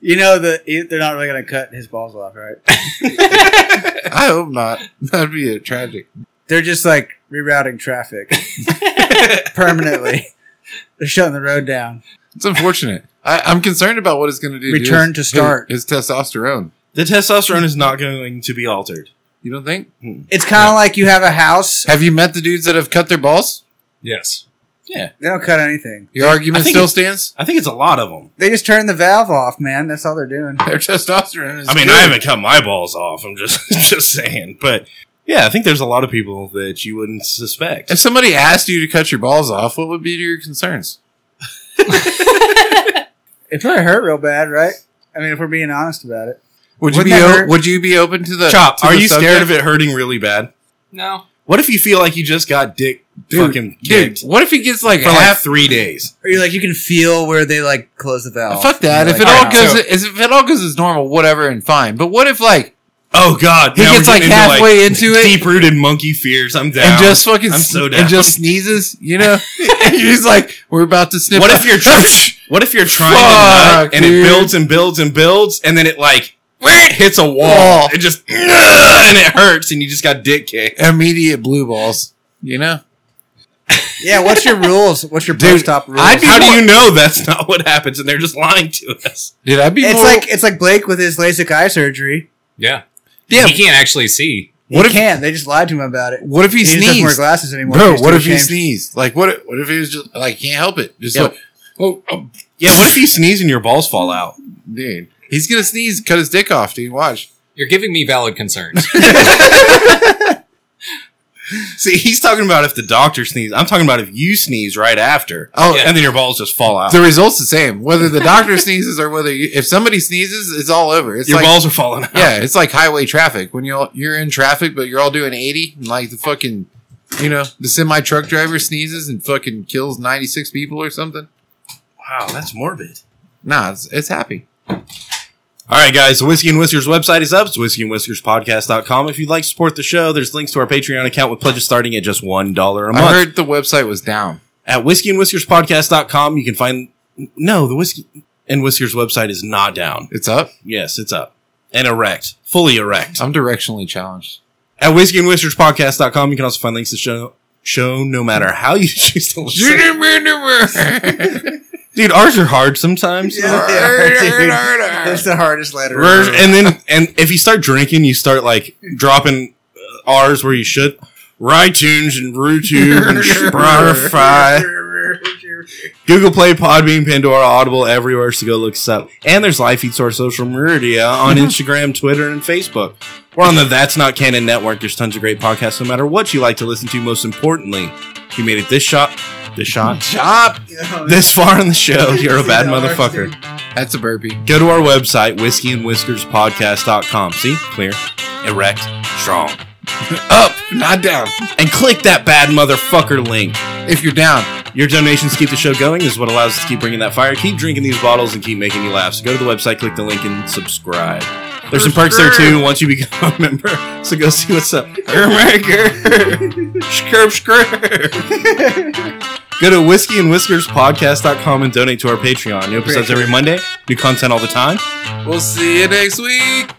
C: You know that they're not really going to cut his balls off, right?
A: I hope not. That'd be a tragic.
C: They're just like rerouting traffic permanently. They're shutting the road down.
A: It's unfortunate. I, I'm concerned about what it's going to do.
C: Return
A: his-
C: to start.
A: His, his testosterone.
D: The testosterone is not going to be altered.
A: You don't think?
C: It's kind of like you have a house.
A: Have you met the dudes that have cut their balls?
B: yes.
C: They don't cut anything.
A: Your
D: I
A: argument
D: think
A: still
D: it-
A: stands.
D: I think it's a lot of them.
C: They just turn the valve off, man. That's all they're doing.
A: Their testosterone is.
D: I mean,
A: good.
D: I haven't cut my balls off. I'm just just saying, but yeah, I think there's a lot of people that you wouldn't suspect.
A: If somebody asked you to cut your balls off, what would be your concerns?
C: It probably hurt real bad, right? I mean, if we're being honest about it.
A: Would you
C: Wouldn't
A: be
C: that
A: o-
C: hurt?
A: Would you be open to the
D: Chop,
A: to
D: are
A: the
D: you
A: subject?
D: scared of it hurting really bad?
B: No.
D: What if you feel like you just got dick
A: Dude,
D: fucking
A: Dude,
D: kicked
A: what if he gets like
D: for like
A: half
D: three days?
C: Or you like you can feel where they like close the valve.
A: Fuck that.
C: You're
A: If it
C: like, "Ah."
A: all
C: "Wow."
A: goes, as if it all goes as normal, whatever, and fine. But what if like
D: Oh god,
A: he
D: now
A: gets
D: we're
A: like
D: getting into,
A: halfway into it
D: deep rooted monkey fears. I'm down.
A: and just fucking
D: I'm
A: s-
D: so down.
A: and just sneezes? You know, and he's like, we're about to snip.
D: what
A: up.
D: if you're tr- what if you're trying to
A: Fuck,
D: nut and it
A: dude.
D: builds and builds and builds and then it like hits a wall. It just and it hurts and you just got dick kicked.
A: immediate blue balls? You know,
C: Yeah, what's your rules? What's your post op rules?
A: I'd be
D: How do
A: more-
D: you know that's not what happens and they're just lying to us?
A: Dude, I'd be
C: it's
A: more-
C: like it's like Blake with his LASIK eye surgery.
B: Yeah.
A: Yeah.
B: He can't actually see.
A: What
C: he
A: if-
C: can't. They just lied to him about it.
A: what if he,
C: He, just doesn't wear
A: sneezes?
C: glasses anymore.
A: Bro,
C: He's
A: what
C: too
A: if he
C: ashamed.
A: sneezed? Like what? if- What if he was just like can't help it? Just
D: Yeah.
A: like oh, oh,
D: Yeah, what if you sneeze and your balls fall out?
A: dude, he's gonna sneeze, cut his dick off, dude. Watch.
B: You're giving me valid concerns.
D: See, he's talking about if the doctor sneezes. I'm talking about if you sneeze right after.
A: Oh,
B: Yeah.
D: And then your balls just fall out.
A: the result's the same. Whether the doctor sneezes or whether you, if somebody sneezes, it's all over. It's
D: your
A: like
D: balls are falling out.
A: yeah, it's like highway traffic when you're you're in traffic, but you're all doing eighty, and like the fucking you know the semi truck driver sneezes and fucking kills ninety six people or something.
D: Wow, that's morbid.
A: Nah, it's, it's happy.
D: All right, guys, the Whiskey and Whiskers website is up. It's whiskeyandwhiskerspodcast.com. If you'd like to support the show, there's links to our Patreon account with pledges starting at just $1 a month.
A: I heard the website was down.
D: at whiskeyandwhiskerspodcast.com. You can find, no, the Whiskey and Whiskers website is not down.
A: It's up.
D: Yes, it's up and erect, fully erect.
A: I'm directionally challenged.
D: At whiskeyandwhiskerspodcast.com, you can also find links to show, show no matter how you choose to listen. Dude, ours are hard sometimes.
C: Yeah, they are, dude. That's the hardest letter.
D: Vers- and then and if you start drinking, you start like dropping uh, R's where you should. iTunes and RuTube and Spotify, Google Play, Podbean, Pandora, Audible, everywhere. So go look us up. And there's live feeds to our social media on Instagram, Twitter, and Facebook. We're on the That's Not Canon Network. There's tons of great podcasts. No matter what you like to listen to, most importantly, if you made it this shot, this shot,
A: Chop.
C: Yeah,
D: this far in the show, you're a
C: See
D: bad
C: the R's,
D: motherfucker.
C: dude.
A: That's a burpee.
D: Go to our website, whiskeyandwhiskerspodcast.com. See? Clear, erect, strong. Up!
A: Not down.
D: And click that bad motherfucker link.
A: If you're down,
D: Your donations keep the show going, is what allows us to keep bringing that fire. Keep drinking these bottles and keep making you laugh. So go to the website, click the link, and subscribe. There's some perks there too once you become a member. So go see what's up. Skirp, skirp. Go to whiskeyandwhiskerspodcast.com and donate to our Patreon. New episodes every Monday, new content all the time.
A: we'll see you next week.